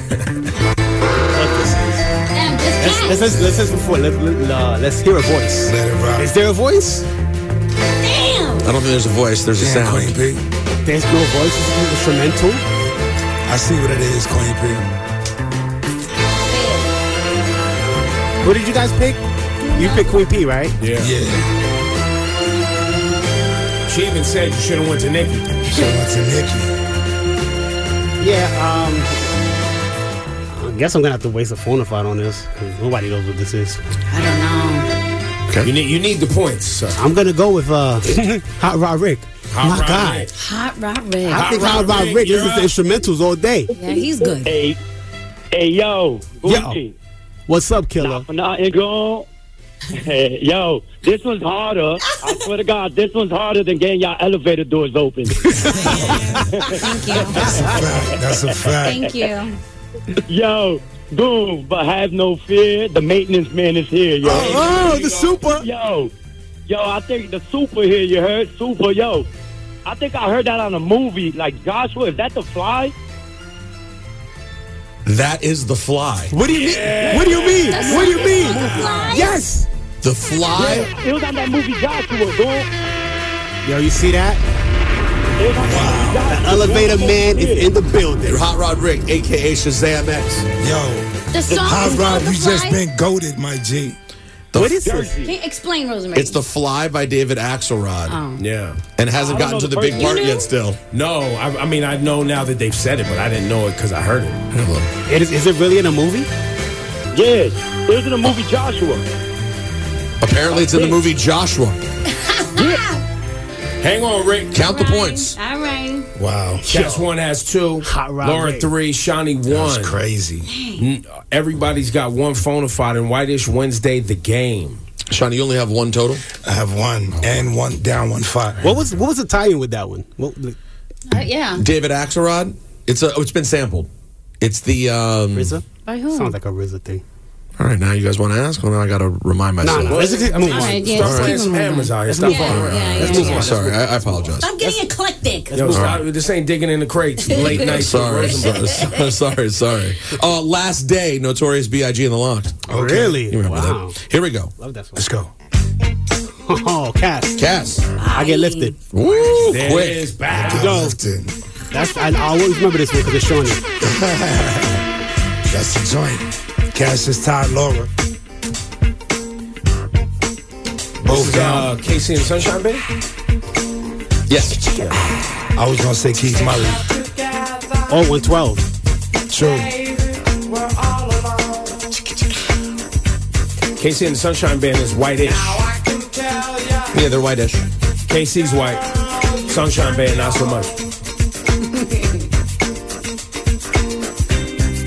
[SPEAKER 3] Damn, just
[SPEAKER 15] Let's, let's, let's listen for let, let, uh, let's hear a voice.
[SPEAKER 2] Let it
[SPEAKER 15] Is
[SPEAKER 2] rock.
[SPEAKER 15] there a voice?
[SPEAKER 3] Damn.
[SPEAKER 5] I don't think there's a voice. There's a
[SPEAKER 2] Damn, Queen
[SPEAKER 5] sound.
[SPEAKER 2] P.
[SPEAKER 15] There's no voice. It's an instrumental.
[SPEAKER 2] I see what it is, Queen P.
[SPEAKER 15] What did you guys pick? You picked Queen P, right?
[SPEAKER 1] Yeah.
[SPEAKER 2] Yeah.
[SPEAKER 1] She even said you should have went to Nikki.
[SPEAKER 2] She went to Nikki.
[SPEAKER 15] Yeah. Um. I guess I'm gonna have to waste a phone if I on this. 'cause Nobody knows what this is.
[SPEAKER 3] I don't know.
[SPEAKER 1] You need you need the points. So.
[SPEAKER 15] I'm gonna go with uh, <laughs> Hot Rod Rick.
[SPEAKER 1] Hot
[SPEAKER 15] My
[SPEAKER 1] Rod
[SPEAKER 15] God.
[SPEAKER 1] Rick.
[SPEAKER 3] Hot Rod Red.
[SPEAKER 15] I think
[SPEAKER 1] Rod
[SPEAKER 15] Hot Rod
[SPEAKER 1] Rick,
[SPEAKER 15] Rick. This
[SPEAKER 1] you're
[SPEAKER 15] is the instrumentals all day.
[SPEAKER 3] Yeah, he's good.
[SPEAKER 8] Hey, hey, yo, Gucci.
[SPEAKER 15] What's up, killer?
[SPEAKER 8] Not for nothing, girl. Hey, yo, this one's harder. I swear to God, this one's harder than getting y'all elevator doors
[SPEAKER 3] <laughs>
[SPEAKER 8] open.
[SPEAKER 3] Thank you.
[SPEAKER 2] That's a fact. That's a fact.
[SPEAKER 3] Thank you.
[SPEAKER 8] yo, boom, but have no fear. The maintenance man is here, yo.
[SPEAKER 15] Oh, the super.
[SPEAKER 8] Yo, yo, I think the super here, you heard? Super, yo. I think I heard that on a movie. Like, Joshua, is that the fly?
[SPEAKER 5] That is the fly.
[SPEAKER 15] What do you mean? What do you mean?
[SPEAKER 8] That's
[SPEAKER 15] What do you
[SPEAKER 8] not
[SPEAKER 15] mean?
[SPEAKER 8] The Fly.
[SPEAKER 15] Yes.
[SPEAKER 5] The fly.
[SPEAKER 24] It was on that movie Joshua, dude.
[SPEAKER 15] Yo, you see that? Wow. The elevator man is in the building.
[SPEAKER 5] Hot Rod Rick, aka Shazam X.
[SPEAKER 2] Yo,
[SPEAKER 3] The song
[SPEAKER 2] Hot
[SPEAKER 3] is
[SPEAKER 2] Rod,
[SPEAKER 3] called The
[SPEAKER 2] you just
[SPEAKER 3] Fly?
[SPEAKER 2] been goaded, my G.
[SPEAKER 5] The
[SPEAKER 2] What is
[SPEAKER 5] f-
[SPEAKER 2] this?
[SPEAKER 3] Can you explain, Rosemary?
[SPEAKER 5] <laughs> It's the fly by David Axelrod.
[SPEAKER 3] Oh.
[SPEAKER 1] Yeah.
[SPEAKER 5] And hasn't gotten to the big part yet. Still.
[SPEAKER 1] No, I, I mean I know now that they've said it, but I didn't know it because I heard it.
[SPEAKER 15] It is, is it really in a movie?
[SPEAKER 24] Yes. It was in the movie Joshua.
[SPEAKER 5] Apparently, it's in the movie Joshua.
[SPEAKER 1] Hang on, Rick.
[SPEAKER 5] Count the points.
[SPEAKER 3] All right.
[SPEAKER 2] Wow.
[SPEAKER 1] Chess one has two. Hot
[SPEAKER 15] Rod
[SPEAKER 1] Laura
[SPEAKER 15] Rick.
[SPEAKER 1] three. Shawnee one.
[SPEAKER 2] That's crazy.
[SPEAKER 1] N- Everybody's got one phonified and Whitish Wednesday the game.
[SPEAKER 5] Sean, you only have one total.
[SPEAKER 2] I have one and one down, one five.
[SPEAKER 15] What was what was the tie-in with that one? What, like,
[SPEAKER 3] Uh, yeah.
[SPEAKER 5] David Axelrod. It's a. It's been sampled. It's the. Um,
[SPEAKER 15] RZA?
[SPEAKER 3] By who?
[SPEAKER 15] Sounds like a RZA thing.
[SPEAKER 5] All right, now you guys want to ask? Well, now I got to remind myself.
[SPEAKER 15] no, let's just
[SPEAKER 3] All
[SPEAKER 15] move on.
[SPEAKER 3] right, yeah, just
[SPEAKER 5] Alright.
[SPEAKER 3] keep them
[SPEAKER 1] Hammers out here.
[SPEAKER 15] Let's
[SPEAKER 1] Stop
[SPEAKER 15] move on.
[SPEAKER 1] fucking around.
[SPEAKER 3] Yeah, yeah,
[SPEAKER 1] Let's move
[SPEAKER 3] yeah.
[SPEAKER 1] on.
[SPEAKER 5] Sorry, I, I apologize.
[SPEAKER 3] I'm getting eclectic.
[SPEAKER 1] Yo, stop, this ain't digging in
[SPEAKER 3] <laughs>
[SPEAKER 1] the crates. Late night.
[SPEAKER 5] Sorry,
[SPEAKER 1] Rosenberg.
[SPEAKER 5] sorry, <laughs> sorry, sorry, sorry. Uh, last day, Notorious B.I.G. in the Locked.
[SPEAKER 15] Really?
[SPEAKER 5] You remember
[SPEAKER 15] wow.
[SPEAKER 5] that? Here we go.
[SPEAKER 15] Love that song.
[SPEAKER 2] Let's go.
[SPEAKER 15] Oh, Cass.
[SPEAKER 5] Cass.
[SPEAKER 15] I get lifted.
[SPEAKER 5] Woo,
[SPEAKER 1] There
[SPEAKER 5] quick.
[SPEAKER 1] it is. Back.
[SPEAKER 15] Go.
[SPEAKER 2] Lifting.
[SPEAKER 15] That's I, I always remember this one because it's showing <laughs> it.
[SPEAKER 2] That's the joint. Cassius Todd Laura.
[SPEAKER 1] This
[SPEAKER 2] Both
[SPEAKER 1] is uh,
[SPEAKER 2] down.
[SPEAKER 1] Casey and Sunshine Band.
[SPEAKER 5] Yes.
[SPEAKER 2] I was gonna say Keith Murray.
[SPEAKER 15] Oh, 112.
[SPEAKER 2] True.
[SPEAKER 1] Casey and the Sunshine Band is whitish.
[SPEAKER 5] Yeah, they're whitish.
[SPEAKER 1] Casey's white. Sunshine Band, not so much.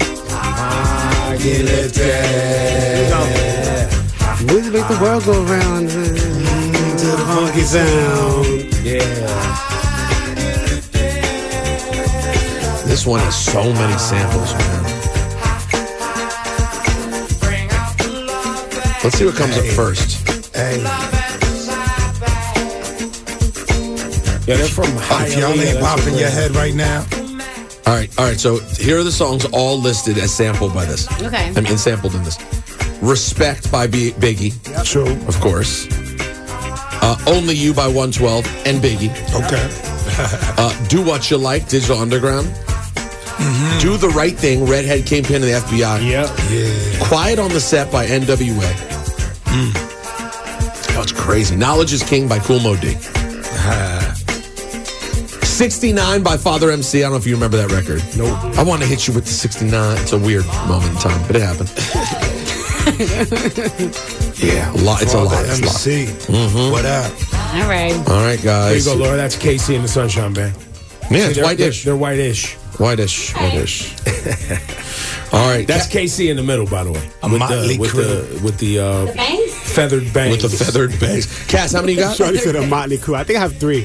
[SPEAKER 2] I get lifted.
[SPEAKER 15] We make the world go round uh, to the funky sound.
[SPEAKER 1] Yeah.
[SPEAKER 5] This one has so many samples, man. Let's see what comes up first.
[SPEAKER 2] Hey,
[SPEAKER 1] Yeah, they're from
[SPEAKER 2] if y'all
[SPEAKER 1] Hialeah,
[SPEAKER 2] ain't
[SPEAKER 1] that's
[SPEAKER 2] bopping
[SPEAKER 1] where-
[SPEAKER 2] your head right now, <laughs>
[SPEAKER 5] All right, all right. So here are the songs all listed as sampled by this.
[SPEAKER 3] Okay.
[SPEAKER 5] I <laughs> mean, sampled in this. Respect by B- Biggie,
[SPEAKER 2] true.
[SPEAKER 5] of course. Uh, Only You by 112 and Biggie.
[SPEAKER 2] Okay.
[SPEAKER 5] <laughs> Uh, Do What You Like, Digital Underground. Do the Right Thing, Redhead Kingpin and the FBI.
[SPEAKER 1] Yeah.
[SPEAKER 2] Yeah.
[SPEAKER 5] Quiet on the Set by NWA. Oh, it's crazy. Knowledge is King by Cool Mo D. 69 by Father MC. I don't know if you remember that record. Nope. I want to hit you with the 69. It's a weird moment in time, but
[SPEAKER 1] <laughs>
[SPEAKER 5] it happened. yeah, a lot. It's a
[SPEAKER 2] Father
[SPEAKER 5] lot. Mm-hmm. It's a lot.
[SPEAKER 2] MC. What up?
[SPEAKER 3] All right.
[SPEAKER 5] All right,
[SPEAKER 1] There you
[SPEAKER 5] guys.
[SPEAKER 1] go, Laura. That's Casey and the Sunshine Band.
[SPEAKER 5] Yeah, it's
[SPEAKER 1] They're-
[SPEAKER 5] whitish.
[SPEAKER 1] They're, they're whitish.
[SPEAKER 5] Whitish. Whitish. <laughs> All right.
[SPEAKER 1] That's Casey in the middle, by the way.
[SPEAKER 2] A
[SPEAKER 1] with the
[SPEAKER 2] motley
[SPEAKER 1] with the with the uh,
[SPEAKER 3] Bangs?
[SPEAKER 1] feathered bang.
[SPEAKER 5] with the feathered bass. Cass, how
[SPEAKER 1] <laughs>
[SPEAKER 5] many you got?
[SPEAKER 15] Charlie said a motley crew. I think I have three.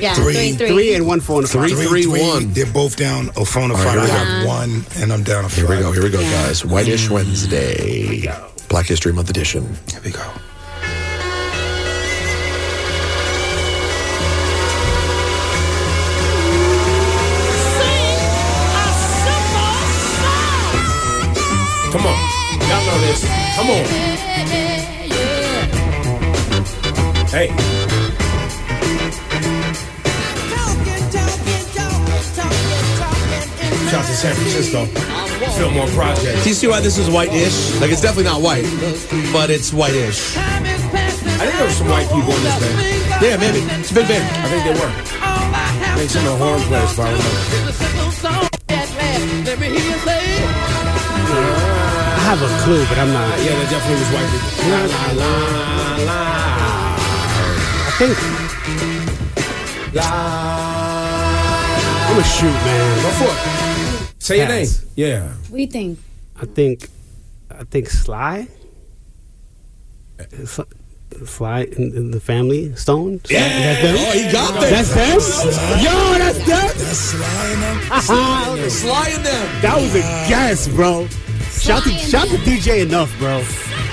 [SPEAKER 3] Yeah.
[SPEAKER 2] Three.
[SPEAKER 3] Three, three.
[SPEAKER 15] three and one phone.
[SPEAKER 5] Three, three, one.
[SPEAKER 2] They're both down a phone of
[SPEAKER 5] All right,
[SPEAKER 2] five.
[SPEAKER 5] here
[SPEAKER 2] I
[SPEAKER 5] we
[SPEAKER 2] have one, and I'm down a
[SPEAKER 5] Here
[SPEAKER 2] five.
[SPEAKER 5] we go. Here we go, guys. Whitish Wednesday. Black History Month edition.
[SPEAKER 2] Here we go.
[SPEAKER 1] Come on. Y'all know this. Come on. Hey. Shout out to San Francisco. Fillmore Project.
[SPEAKER 5] Do you see why this is whitish? Like it's definitely not white, but it's whitish.
[SPEAKER 1] I think there were some white people in this band.
[SPEAKER 5] Yeah, maybe it's a big band.
[SPEAKER 1] I think they were. I think some of the horn players, if I remember.
[SPEAKER 15] I have a clue, but I'm not.
[SPEAKER 1] Yeah, that definitely was white people. La, la, la, la.
[SPEAKER 15] I think I'm a shoot,
[SPEAKER 1] Go
[SPEAKER 15] man.
[SPEAKER 1] for it. Say your name.
[SPEAKER 15] Pass.
[SPEAKER 1] Yeah.
[SPEAKER 3] What do you think?
[SPEAKER 15] I think, I think Sly.
[SPEAKER 1] Eh.
[SPEAKER 15] Sly- Sly in, in the family Stone. Sly- that's them.
[SPEAKER 5] Oh, he got there.
[SPEAKER 15] That's them. Yo, that's them.
[SPEAKER 2] That's sliding up. <laughs>
[SPEAKER 15] Uh-huh.
[SPEAKER 5] Sliding them.
[SPEAKER 15] That was a guess, bro. Shout to,
[SPEAKER 3] Flying
[SPEAKER 15] shout to DJ enough, bro.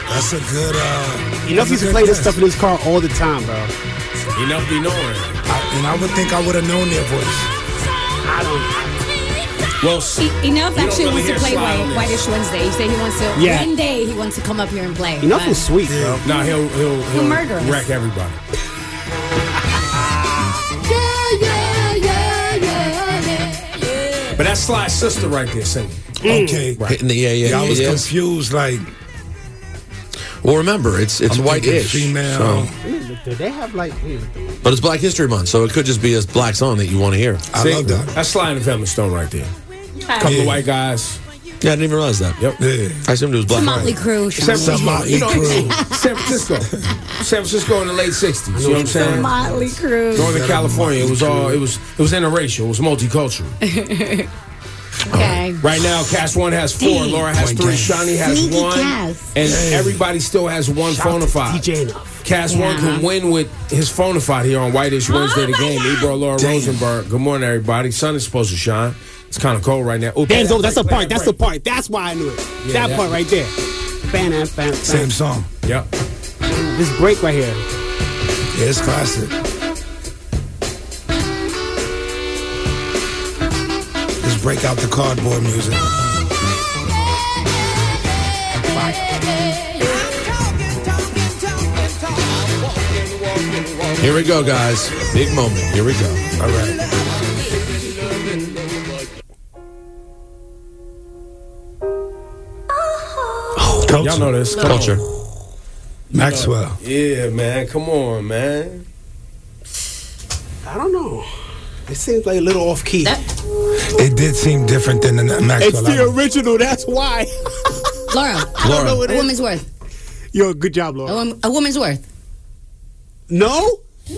[SPEAKER 2] That's a good. Uh,
[SPEAKER 15] Enough
[SPEAKER 2] that's a
[SPEAKER 15] used to
[SPEAKER 2] good
[SPEAKER 15] play this
[SPEAKER 2] guess.
[SPEAKER 15] stuff in his car all the time, bro.
[SPEAKER 1] Enough be knowing.
[SPEAKER 2] I- and I would think I would have known their voice.
[SPEAKER 15] I don't.
[SPEAKER 1] Well,
[SPEAKER 3] Enough
[SPEAKER 1] You don't
[SPEAKER 3] actually
[SPEAKER 1] really
[SPEAKER 3] wants to
[SPEAKER 1] hear
[SPEAKER 3] play
[SPEAKER 1] slide on
[SPEAKER 3] White, Whitish
[SPEAKER 1] this.
[SPEAKER 3] Wednesday. He said he wants to.
[SPEAKER 1] Yeah.
[SPEAKER 3] One day he wants to come up here and play.
[SPEAKER 1] Enough
[SPEAKER 3] But-
[SPEAKER 1] is sweet, bro. No, he'll he'll,
[SPEAKER 3] He'll murder us.
[SPEAKER 1] wreck everybody. But that's Sly's sister right there singing.
[SPEAKER 2] Okay.
[SPEAKER 5] Mm. Hitting the yeah, yeah,
[SPEAKER 2] Yeah, I
[SPEAKER 5] yeah,
[SPEAKER 2] was
[SPEAKER 5] yes.
[SPEAKER 2] confused. Like,
[SPEAKER 5] Well, remember, it's it's
[SPEAKER 2] I'm thinking
[SPEAKER 5] white-ish.
[SPEAKER 2] female.
[SPEAKER 5] so-
[SPEAKER 15] Do they have like?
[SPEAKER 5] but it's Black History Month, so it could just be a black song that you want to hear.
[SPEAKER 2] I
[SPEAKER 1] See?
[SPEAKER 2] love that.
[SPEAKER 1] That's Sly and the Family Stone right there. Couple
[SPEAKER 2] Yeah.
[SPEAKER 1] of white guys.
[SPEAKER 5] Yeah, I didn't even realize that.
[SPEAKER 1] Yep.
[SPEAKER 2] yeah.
[SPEAKER 5] I assumed it was black.
[SPEAKER 3] It's a Motley Crue. Sean.
[SPEAKER 1] San Francisco.
[SPEAKER 2] Motley
[SPEAKER 1] You know,
[SPEAKER 2] Crue.
[SPEAKER 8] <laughs>
[SPEAKER 1] San Francisco. San Francisco in the late '60s. You know what I'm
[SPEAKER 3] It's a
[SPEAKER 1] saying?
[SPEAKER 3] Motley Crue.
[SPEAKER 1] Northern California. It was all. It was. It was interracial. It was multicultural.
[SPEAKER 3] Okay.
[SPEAKER 1] Right now, Cass One has four.
[SPEAKER 3] Damn.
[SPEAKER 1] Laura has
[SPEAKER 2] Point
[SPEAKER 1] three.
[SPEAKER 2] game.
[SPEAKER 1] Shawnee has
[SPEAKER 3] Sneaky
[SPEAKER 1] one.
[SPEAKER 3] Cass.
[SPEAKER 1] And everybody still has one phonified.
[SPEAKER 15] DJ enough.
[SPEAKER 1] Cass
[SPEAKER 3] Yeah. Oh
[SPEAKER 1] One can win with his phonified here on Whitish Wednesday. The game. Ebro, Laura
[SPEAKER 2] Damn.
[SPEAKER 1] Rosenberg. Good morning, everybody. Sun is supposed to shine. It's kind of cold right now. Ooh,
[SPEAKER 15] That's, that's the
[SPEAKER 1] break,
[SPEAKER 15] part. That's the
[SPEAKER 1] break.
[SPEAKER 15] part. That's why I knew it. that
[SPEAKER 1] Yeah, that-
[SPEAKER 15] part right there. Bam, bam, bam.
[SPEAKER 2] Same song.
[SPEAKER 1] Yep.
[SPEAKER 15] This break right here.
[SPEAKER 2] Yeah, it's classic. Just break out the cardboard music.
[SPEAKER 5] Here we go, guys. Big moment. Here we go.
[SPEAKER 2] All right.
[SPEAKER 1] Y'all know this. Come on.
[SPEAKER 5] Culture.
[SPEAKER 2] Maxwell.
[SPEAKER 1] Yeah, man. Come on, man.
[SPEAKER 15] I don't know. It seems like a little off key.
[SPEAKER 2] It did seem different than the
[SPEAKER 15] it's
[SPEAKER 2] Maxwell.
[SPEAKER 15] the
[SPEAKER 2] album.
[SPEAKER 15] original. That's why.
[SPEAKER 3] <laughs> Laura.
[SPEAKER 15] don't know what
[SPEAKER 3] A
[SPEAKER 15] it
[SPEAKER 3] woman's worth.
[SPEAKER 15] Yo, good job, Laura.
[SPEAKER 3] A, wom- a woman's worth.
[SPEAKER 15] No.
[SPEAKER 2] the,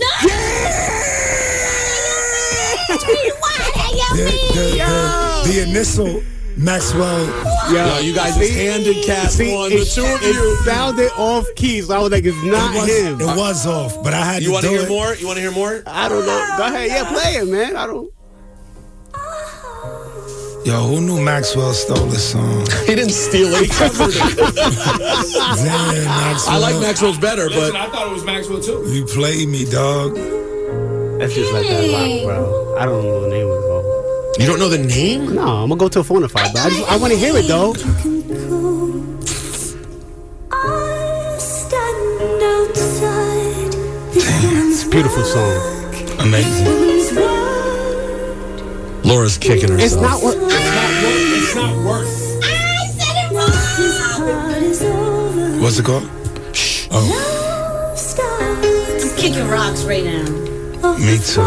[SPEAKER 2] the, the, the initial Maxwell.
[SPEAKER 5] Yo, you guys just handed Cass One. The
[SPEAKER 15] it,
[SPEAKER 5] two of
[SPEAKER 15] it
[SPEAKER 5] you.
[SPEAKER 15] sounded off key, so I was like, it's not
[SPEAKER 2] It was,
[SPEAKER 15] him.
[SPEAKER 2] it was off, but I had
[SPEAKER 5] You
[SPEAKER 2] to
[SPEAKER 5] want
[SPEAKER 2] do
[SPEAKER 5] to hear
[SPEAKER 2] it.
[SPEAKER 5] more? You want to hear more?
[SPEAKER 15] I don't know. Go ahead, yeah, play it, man. I don't.
[SPEAKER 2] Yo, who knew Maxwell stole this song?
[SPEAKER 5] He didn't steal
[SPEAKER 15] <laughs>
[SPEAKER 5] it. He covered it.
[SPEAKER 2] Damn, Maxwell.
[SPEAKER 5] I like Maxwell's better,
[SPEAKER 1] Listen,
[SPEAKER 5] but
[SPEAKER 1] I thought it was Maxwell too.
[SPEAKER 2] You played me, dog.
[SPEAKER 15] That's just like that rock, bro. I don't know the name of it.
[SPEAKER 5] you don't know the name.
[SPEAKER 15] No, I'm gonna go to a phonify, but I, just, I want to hear it though.
[SPEAKER 25] It's a
[SPEAKER 15] Beautiful song.
[SPEAKER 2] Amazing.
[SPEAKER 5] Laura's kicking herself.
[SPEAKER 15] It's not what.
[SPEAKER 1] It's not worth.
[SPEAKER 2] What's it called? Shh. Oh,
[SPEAKER 3] Kicking rocks right now.
[SPEAKER 2] me too.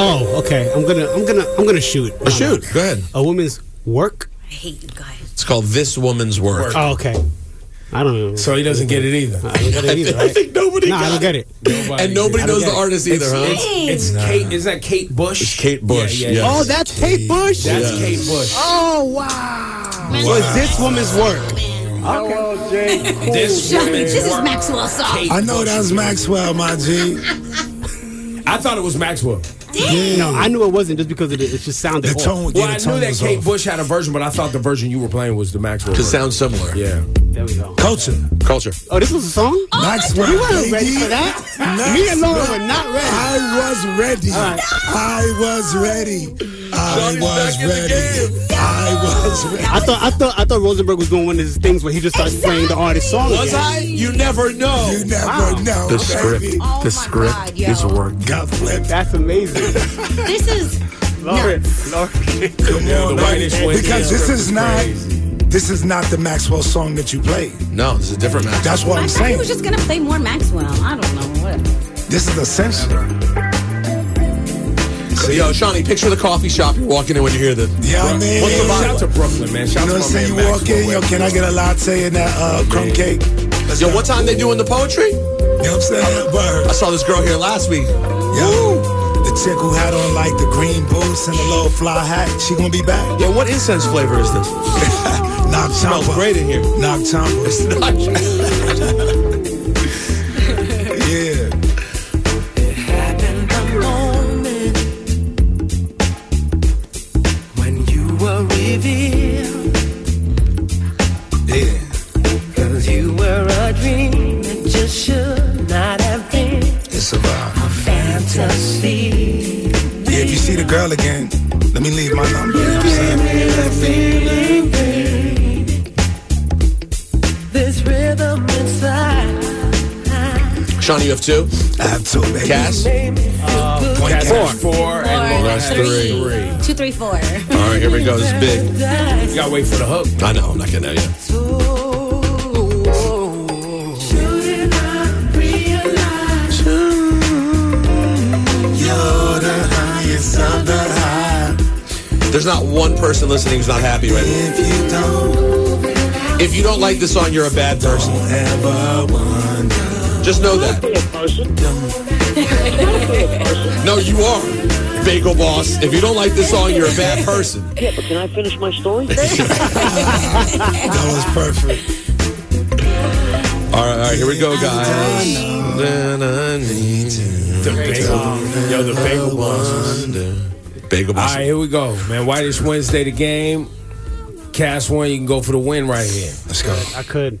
[SPEAKER 15] Oh, okay. I'm gonna, I'm gonna, I'm gonna shoot.
[SPEAKER 5] Oh, shoot. Go ahead.
[SPEAKER 15] A woman's work.
[SPEAKER 3] I hate you guys.
[SPEAKER 5] It's called This Woman's Work.
[SPEAKER 15] Oh, okay. I don't know.
[SPEAKER 1] So he doesn't get it either.
[SPEAKER 15] I don't get it either.
[SPEAKER 5] I
[SPEAKER 15] Right?
[SPEAKER 5] think <laughs> nobody
[SPEAKER 15] No, I don't
[SPEAKER 5] got
[SPEAKER 15] get it.
[SPEAKER 5] And nobody
[SPEAKER 15] I don't
[SPEAKER 5] knows
[SPEAKER 15] get
[SPEAKER 5] the
[SPEAKER 15] it.
[SPEAKER 5] artist either,
[SPEAKER 1] It's,
[SPEAKER 5] huh?
[SPEAKER 1] it's, it's Kate. Is that Kate Bush?
[SPEAKER 5] It's Kate Bush,
[SPEAKER 1] Yeah,
[SPEAKER 5] yeah.
[SPEAKER 15] Oh, that's Kate Bush.
[SPEAKER 1] That's Kate Bush.
[SPEAKER 15] Oh wow. Was this woman's work?
[SPEAKER 26] Hello, J. Cool
[SPEAKER 1] This
[SPEAKER 26] J.
[SPEAKER 3] I mean, <laughs> this is
[SPEAKER 1] Work.
[SPEAKER 3] Maxwell's song.
[SPEAKER 1] Kate
[SPEAKER 2] I know
[SPEAKER 1] Bush.
[SPEAKER 2] that was Maxwell, my G.
[SPEAKER 1] I thought it was Maxwell.
[SPEAKER 15] No, I knew it wasn't just because of it. It just sounded.
[SPEAKER 2] The
[SPEAKER 15] off.
[SPEAKER 2] tone,
[SPEAKER 1] Well,
[SPEAKER 2] yeah, the
[SPEAKER 1] I
[SPEAKER 2] tone
[SPEAKER 1] knew that
[SPEAKER 2] was
[SPEAKER 1] Kate
[SPEAKER 2] off.
[SPEAKER 1] Bush had a version, but I thought the version you were playing was the Maxwell.
[SPEAKER 5] Because it
[SPEAKER 1] version.
[SPEAKER 5] sounds similar.
[SPEAKER 1] Yeah.
[SPEAKER 15] There we go.
[SPEAKER 2] Culture.
[SPEAKER 5] Culture.
[SPEAKER 15] Oh, this was a song.
[SPEAKER 2] Maxwell.
[SPEAKER 15] You weren't ready
[SPEAKER 2] baby.
[SPEAKER 15] for that.
[SPEAKER 2] Maxwell.
[SPEAKER 15] Me and Laura were not ready.
[SPEAKER 2] I was ready.
[SPEAKER 15] right.
[SPEAKER 2] I was ready. I
[SPEAKER 5] Shawty's
[SPEAKER 2] was
[SPEAKER 5] back in the
[SPEAKER 2] ready. I was ready.
[SPEAKER 15] I thought I thought I thought Rosenberg was doing one of his things where he just starts playing the artist song.
[SPEAKER 5] Was
[SPEAKER 15] again.
[SPEAKER 5] I? You never know.
[SPEAKER 2] You never
[SPEAKER 15] Wow.
[SPEAKER 2] know,
[SPEAKER 5] the
[SPEAKER 2] baby.
[SPEAKER 5] script.
[SPEAKER 3] Oh my
[SPEAKER 5] the script
[SPEAKER 3] God, yo.
[SPEAKER 5] is work.
[SPEAKER 2] Got flipped.
[SPEAKER 15] That's amazing.
[SPEAKER 3] This is.
[SPEAKER 15] Laura, Laura.
[SPEAKER 1] Yeah, the whitest Wednesday
[SPEAKER 2] Because this
[SPEAKER 1] script
[SPEAKER 2] is not this is not the Maxwell song that you played.
[SPEAKER 5] No, this is a different match.
[SPEAKER 2] That's what
[SPEAKER 3] I
[SPEAKER 2] Oh, I'm
[SPEAKER 3] thought he
[SPEAKER 2] saying.
[SPEAKER 3] was just gonna play more Maxwell. I don't know what.
[SPEAKER 2] This is essential.
[SPEAKER 5] So, yo, Shawnee, picture the coffee shop you're walking in when you hear the.
[SPEAKER 2] Yeah, I mean,
[SPEAKER 5] What's the
[SPEAKER 2] you
[SPEAKER 5] vibe?
[SPEAKER 1] Shout out to Brooklyn, man. Shout
[SPEAKER 2] know
[SPEAKER 1] out
[SPEAKER 2] what I'm
[SPEAKER 1] to my
[SPEAKER 2] saying? You
[SPEAKER 1] man
[SPEAKER 2] walk
[SPEAKER 1] Maxwell.
[SPEAKER 2] in, yo, can I get a latte and that uh, crumb cake? Let's
[SPEAKER 5] Yo,
[SPEAKER 2] go.
[SPEAKER 5] what time they doing the poetry?
[SPEAKER 2] You know what I'm saying?
[SPEAKER 5] I
[SPEAKER 2] Word.
[SPEAKER 5] saw this girl here last week.
[SPEAKER 2] Yo, the chick who had on like the green boots and the little fly hat, she gonna be back.
[SPEAKER 5] Yo, what incense flavor is this?
[SPEAKER 2] <laughs> Knock
[SPEAKER 5] Smells great in here.
[SPEAKER 2] Knock
[SPEAKER 5] <laughs> Not-
[SPEAKER 2] Yeah.
[SPEAKER 8] When you were revealed,
[SPEAKER 2] Yeah.
[SPEAKER 8] cause you were a dream that just should not have been
[SPEAKER 2] It's a vibe.
[SPEAKER 8] fantasy.
[SPEAKER 2] Yeah, if you see need a girl again, let me leave my number. You know what I'm saying?
[SPEAKER 11] This rhythm inside.
[SPEAKER 5] Shawnee, you have two?
[SPEAKER 2] I have two, baby.
[SPEAKER 5] Cass?
[SPEAKER 11] Point
[SPEAKER 5] Cass
[SPEAKER 11] four.
[SPEAKER 5] has Four. And
[SPEAKER 3] Four,
[SPEAKER 5] Lawrence
[SPEAKER 3] three.
[SPEAKER 5] three.
[SPEAKER 3] Two, three, four.
[SPEAKER 5] All right, here we go. This is big.
[SPEAKER 27] You gotta wait for the hook.
[SPEAKER 5] I know, I'm not getting there yet. There's not one person listening who's not happy right now.
[SPEAKER 2] If you don't,
[SPEAKER 5] if you don't like this song, you're a bad person. Just know that. No, you are. Bagel boss. If you don't like this song, you're a bad person.
[SPEAKER 11] Yeah, but can I finish my
[SPEAKER 5] <laughs>
[SPEAKER 11] story?
[SPEAKER 2] that was perfect.
[SPEAKER 5] All right, all right, here we go, guys. Then I need
[SPEAKER 27] The bagel, yo, the bagel bosses.
[SPEAKER 5] to- Bagel
[SPEAKER 27] All
[SPEAKER 5] boss.
[SPEAKER 27] right, here we go, man. Why this Wednesday the game? Cast one, you can go for the win right here.
[SPEAKER 2] Let's go.
[SPEAKER 15] I could.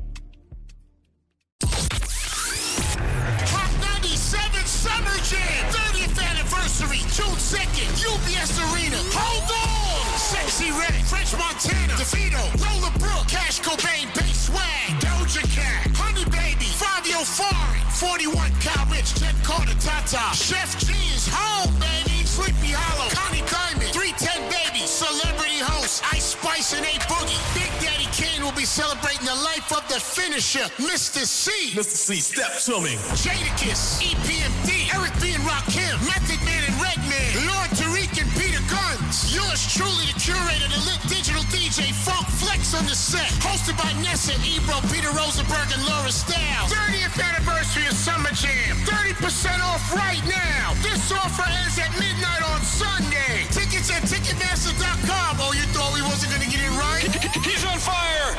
[SPEAKER 11] Hot 97 Summer Jam 30th anniversary, June 2nd, UBS Arena. Hold on! Sexy Red, French Montana, DeVito, Roller Brook, Cash Cobain, Bass Swag, Doja Cat, Honey Baby, Fabio Foreign, 41 Cal Rich, Jen Carter, Tata, Chef G is home, baby. Sleepy Hollow, Connie Diamond, 310 Baby, Celebrity Host, Ice Spice and A Boogie. Big Daddy Kane will be celebrating the life of the finisher, Mr. C. Mr. C, step to me. Jadakiss, E EPMD, Eric B. and Rakim, Method Man and Redman, Lord Tariq and Peter Guns. Yours truly, the curator, the lit digital DJ, Funk Flex on the set. Hosted by Nessa, Ebro, Peter Rosenberg, and Laura Stiles. 30th anniversary of Summer Jam. 30% off right now. This offer ends at midnight on Sunday. Tickets at Ticketmaster.com. Oh, you thought we wasn't going to get it right? He's on fire!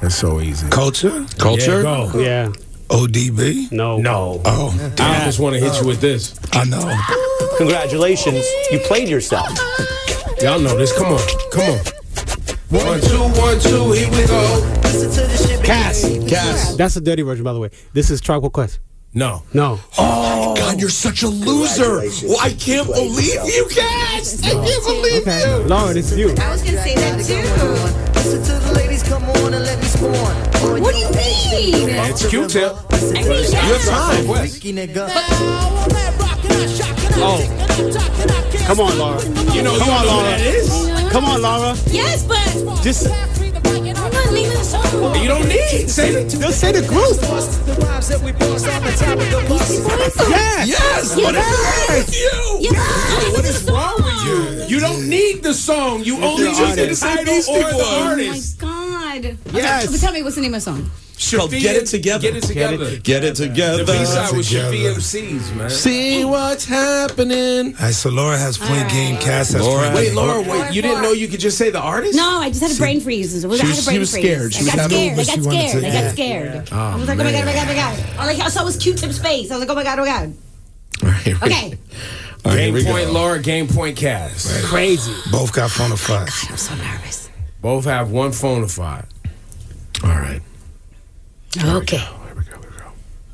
[SPEAKER 27] That's so easy.
[SPEAKER 2] Culture?
[SPEAKER 27] Culture? Yeah, go. Yeah.
[SPEAKER 2] ODB?
[SPEAKER 27] No. No.
[SPEAKER 2] Oh.
[SPEAKER 27] I just want to hit you with this.
[SPEAKER 2] I know.
[SPEAKER 28] <laughs> Congratulations, you played yourself.
[SPEAKER 27] Y'all know this. Come on. Come on.
[SPEAKER 1] One, two, one, two, here we go. Listen to this shit,
[SPEAKER 15] Cass.
[SPEAKER 5] Cass.
[SPEAKER 15] That's a dirty version, by the way. This is Tribal Quest.
[SPEAKER 27] No.
[SPEAKER 15] No.
[SPEAKER 5] Oh, my God, you're such a loser. Well, I can't believe you guys. I can't believe you.
[SPEAKER 15] Lauren, it's you.
[SPEAKER 11] I was gonna say that too. Listen to the ladies, come on and let me scorn. What do you mean?
[SPEAKER 27] It's Q-Tip.
[SPEAKER 11] Your
[SPEAKER 27] time.
[SPEAKER 15] Oh. Come on, Laura.
[SPEAKER 11] You know,
[SPEAKER 15] Come on,
[SPEAKER 11] who
[SPEAKER 15] Laura.
[SPEAKER 11] that is?
[SPEAKER 15] Come on, Laura.
[SPEAKER 11] Yes, but
[SPEAKER 15] Just
[SPEAKER 11] I'm not leaving the song.
[SPEAKER 27] You don't need. Say the,
[SPEAKER 15] just say the group. Yes.
[SPEAKER 27] Yes.
[SPEAKER 11] Yes, what is
[SPEAKER 5] you?
[SPEAKER 11] What is wrong with you?
[SPEAKER 27] You don't need the song. You only
[SPEAKER 5] the
[SPEAKER 27] need the
[SPEAKER 5] artist.
[SPEAKER 27] title
[SPEAKER 5] Beastie
[SPEAKER 27] or the
[SPEAKER 5] Boys.
[SPEAKER 27] artist.
[SPEAKER 3] Oh God.
[SPEAKER 27] Yes.
[SPEAKER 3] Okay, but tell me what's the name of the song?
[SPEAKER 5] Called Get It Together.
[SPEAKER 27] Get it together.
[SPEAKER 5] Get it together.
[SPEAKER 27] The B-side was your
[SPEAKER 2] Together.
[SPEAKER 27] VMCs, man.
[SPEAKER 5] See what's happening.
[SPEAKER 2] All right, so Laura has point game. Cass has
[SPEAKER 5] Laura
[SPEAKER 2] point
[SPEAKER 5] has-
[SPEAKER 2] game.
[SPEAKER 27] Wait, Laura, wait. You didn't know you could just say the artist?
[SPEAKER 3] No, I just had a brain freeze. It was- I
[SPEAKER 5] she
[SPEAKER 3] had a
[SPEAKER 5] was-
[SPEAKER 3] brain
[SPEAKER 5] she was
[SPEAKER 3] freeze.
[SPEAKER 5] scared. She
[SPEAKER 3] I
[SPEAKER 5] was
[SPEAKER 3] got
[SPEAKER 5] having-
[SPEAKER 3] scared. I
[SPEAKER 5] but
[SPEAKER 3] got
[SPEAKER 5] she wanted
[SPEAKER 3] scared.
[SPEAKER 5] to-
[SPEAKER 3] I
[SPEAKER 5] yeah.
[SPEAKER 3] got scared. I was like, oh my god, oh my god, oh my god, oh my god. I was like, I saw this Q-tip's face. I was like, oh my god, oh my god. Okay.
[SPEAKER 5] All right, here
[SPEAKER 27] game
[SPEAKER 5] we go.
[SPEAKER 27] point Laura, game point Cass. Crazy.
[SPEAKER 2] Both got phone of five.
[SPEAKER 3] I'm so nervous.
[SPEAKER 27] Both have one phone to five.
[SPEAKER 5] All right.
[SPEAKER 3] Okay.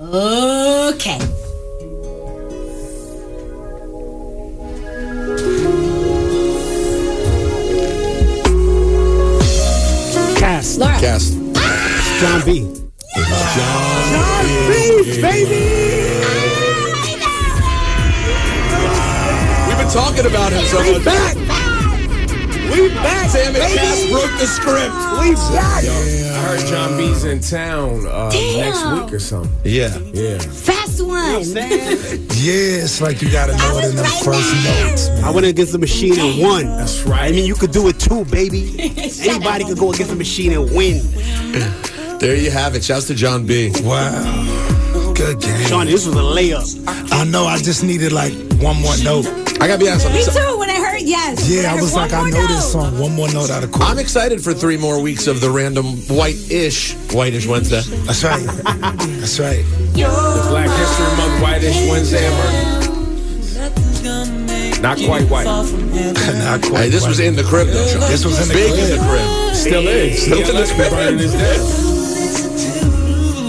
[SPEAKER 3] Okay.
[SPEAKER 15] Cass.
[SPEAKER 3] Laura.
[SPEAKER 5] Cast.
[SPEAKER 15] John B.
[SPEAKER 5] John
[SPEAKER 15] Please, baby.
[SPEAKER 5] We've been talking about him so much.
[SPEAKER 15] Back. We back.
[SPEAKER 5] Damn it,
[SPEAKER 15] baby.
[SPEAKER 5] Cass broke the script.
[SPEAKER 15] We back.
[SPEAKER 27] I heard John B's in town uh,
[SPEAKER 3] Damn.
[SPEAKER 27] next week or something.
[SPEAKER 5] Yeah.
[SPEAKER 27] Yeah.
[SPEAKER 3] Fast one.
[SPEAKER 2] Yeah, it's like you gotta know it in the first notes.
[SPEAKER 15] I went against the machine and won.
[SPEAKER 27] That's right.
[SPEAKER 15] I mean, you could do it too, baby. Anybody could go against the machine and win.
[SPEAKER 5] There you have it. Shouts to John B.
[SPEAKER 2] Wow. Good good game.
[SPEAKER 15] Sean, this was a layup.
[SPEAKER 2] I know. I just needed like one more note.
[SPEAKER 5] I gotta be honest.
[SPEAKER 3] Me too. When I heard yes. When
[SPEAKER 2] Yeah, I
[SPEAKER 3] heard
[SPEAKER 2] was
[SPEAKER 3] one
[SPEAKER 2] like, I
[SPEAKER 3] more
[SPEAKER 2] know
[SPEAKER 3] note.
[SPEAKER 2] this song. One more note
[SPEAKER 5] <laughs>
[SPEAKER 2] out of
[SPEAKER 5] I'm excited for three more weeks of the random white-ish, white-ish Wednesday.
[SPEAKER 2] That's right. That's right.
[SPEAKER 27] The Black History Month Whitish Wednesday ever. Not quite white.
[SPEAKER 2] <laughs> Not quite.
[SPEAKER 5] Hey, this was in the crib though. Sean.
[SPEAKER 2] This was in the
[SPEAKER 5] Big
[SPEAKER 2] crib.
[SPEAKER 5] in the crib. Still is. Still in the crib.
[SPEAKER 27] Burning is dead.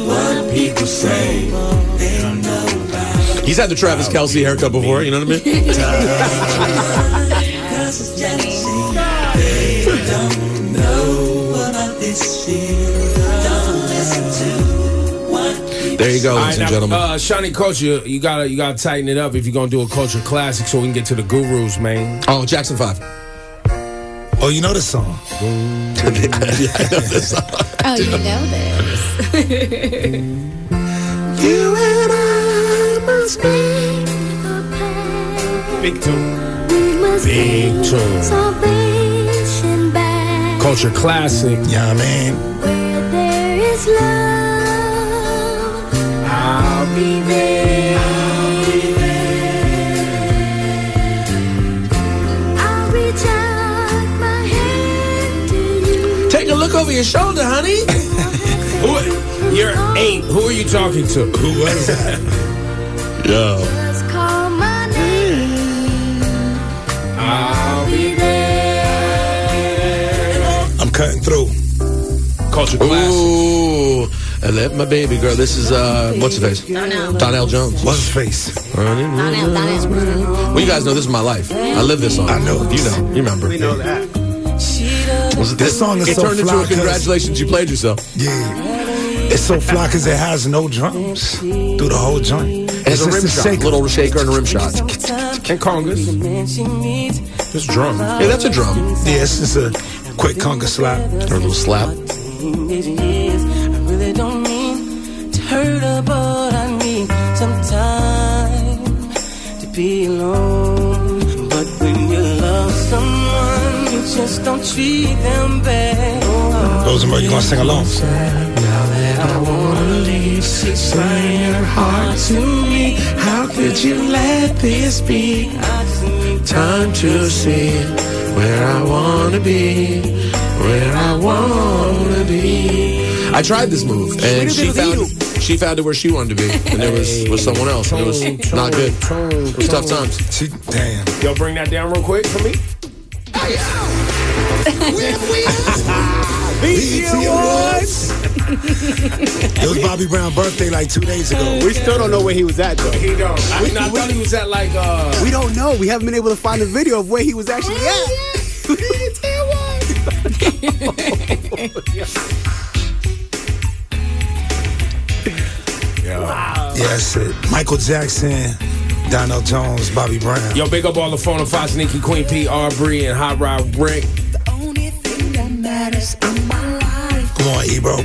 [SPEAKER 27] What people say.
[SPEAKER 5] He's had the Travis Kelsey haircut before. You know what I mean? There you go,
[SPEAKER 27] All
[SPEAKER 5] ladies
[SPEAKER 27] right,
[SPEAKER 5] and
[SPEAKER 27] now,
[SPEAKER 5] gentlemen.
[SPEAKER 27] Uh, Shawnee Culture, you gotta you gotta tighten it up if you're gonna do a culture classic, so we can get to the gurus, man.
[SPEAKER 5] Oh, Jackson Five.
[SPEAKER 2] Oh, you know this song.
[SPEAKER 3] Oh, you know this.
[SPEAKER 8] <laughs> You and I must be
[SPEAKER 27] Big two.
[SPEAKER 8] we must
[SPEAKER 27] Big
[SPEAKER 8] be
[SPEAKER 27] tune.
[SPEAKER 8] salvation back
[SPEAKER 27] Culture classic.
[SPEAKER 2] Yeah, man.
[SPEAKER 8] where there is love. I'll be there. I'll reach out my hand to you.
[SPEAKER 5] Take a <laughs> look over your shoulder, honey.
[SPEAKER 27] <laughs> Who, you're eight. Who are you talking to?
[SPEAKER 2] Who was that?
[SPEAKER 5] <laughs> Yo.
[SPEAKER 8] Just call my name.
[SPEAKER 27] I'll be
[SPEAKER 2] <laughs> I'm cutting through.
[SPEAKER 27] Culture classic.
[SPEAKER 5] Ooh, I left my baby girl. This is uh, what's her face?
[SPEAKER 3] Donnell.
[SPEAKER 5] Donnell Jones.
[SPEAKER 2] What's his face?
[SPEAKER 3] Donnell, Donnell.
[SPEAKER 5] Well, you guys know this is my life. I live this song.
[SPEAKER 2] I know.
[SPEAKER 5] You know. You remember.
[SPEAKER 15] We know that.
[SPEAKER 5] Was it-
[SPEAKER 2] This song is
[SPEAKER 5] It
[SPEAKER 2] so
[SPEAKER 5] turned into
[SPEAKER 2] fly
[SPEAKER 5] a
[SPEAKER 2] 'cause-
[SPEAKER 5] congratulations. You played yourself.
[SPEAKER 2] Yeah. It's so fly because it has no drums through the whole joint.
[SPEAKER 5] It's a rim shot. Little shaker and a rim shot.
[SPEAKER 27] And congas. It's drums.
[SPEAKER 5] Hey, that's a drum.
[SPEAKER 2] Yeah, it's just a quick conga slap.
[SPEAKER 5] Or a little slap. Oh,
[SPEAKER 2] Rosenberg, you gonna sing along?
[SPEAKER 5] How could you let this be? Time to see <laughs> where I wanna be, where I wanna be. I tried this move, and she found she found it where she wanted to be, and it was with someone else, and it was not good. It was tough times.
[SPEAKER 2] She, damn.
[SPEAKER 27] Yo, bring that down real quick for me.
[SPEAKER 2] BET Awards. it was Bobby Brown's birthday like two days ago.
[SPEAKER 15] <laughs> We still don't know where he was at, though.
[SPEAKER 27] He don't. I, mean, I thought he was at like uh.
[SPEAKER 15] We don't know. We haven't been able to find a video of where he was actually at.
[SPEAKER 2] Yes, it. Michael Jackson, Donnell Jones, Bobby Brown.
[SPEAKER 27] Yo, big up all the phone and Fox, Nikki, Queen P, Aubrey, and Hot Rod Rick.
[SPEAKER 8] Only thing that matters in my life
[SPEAKER 2] Come on, Ebro.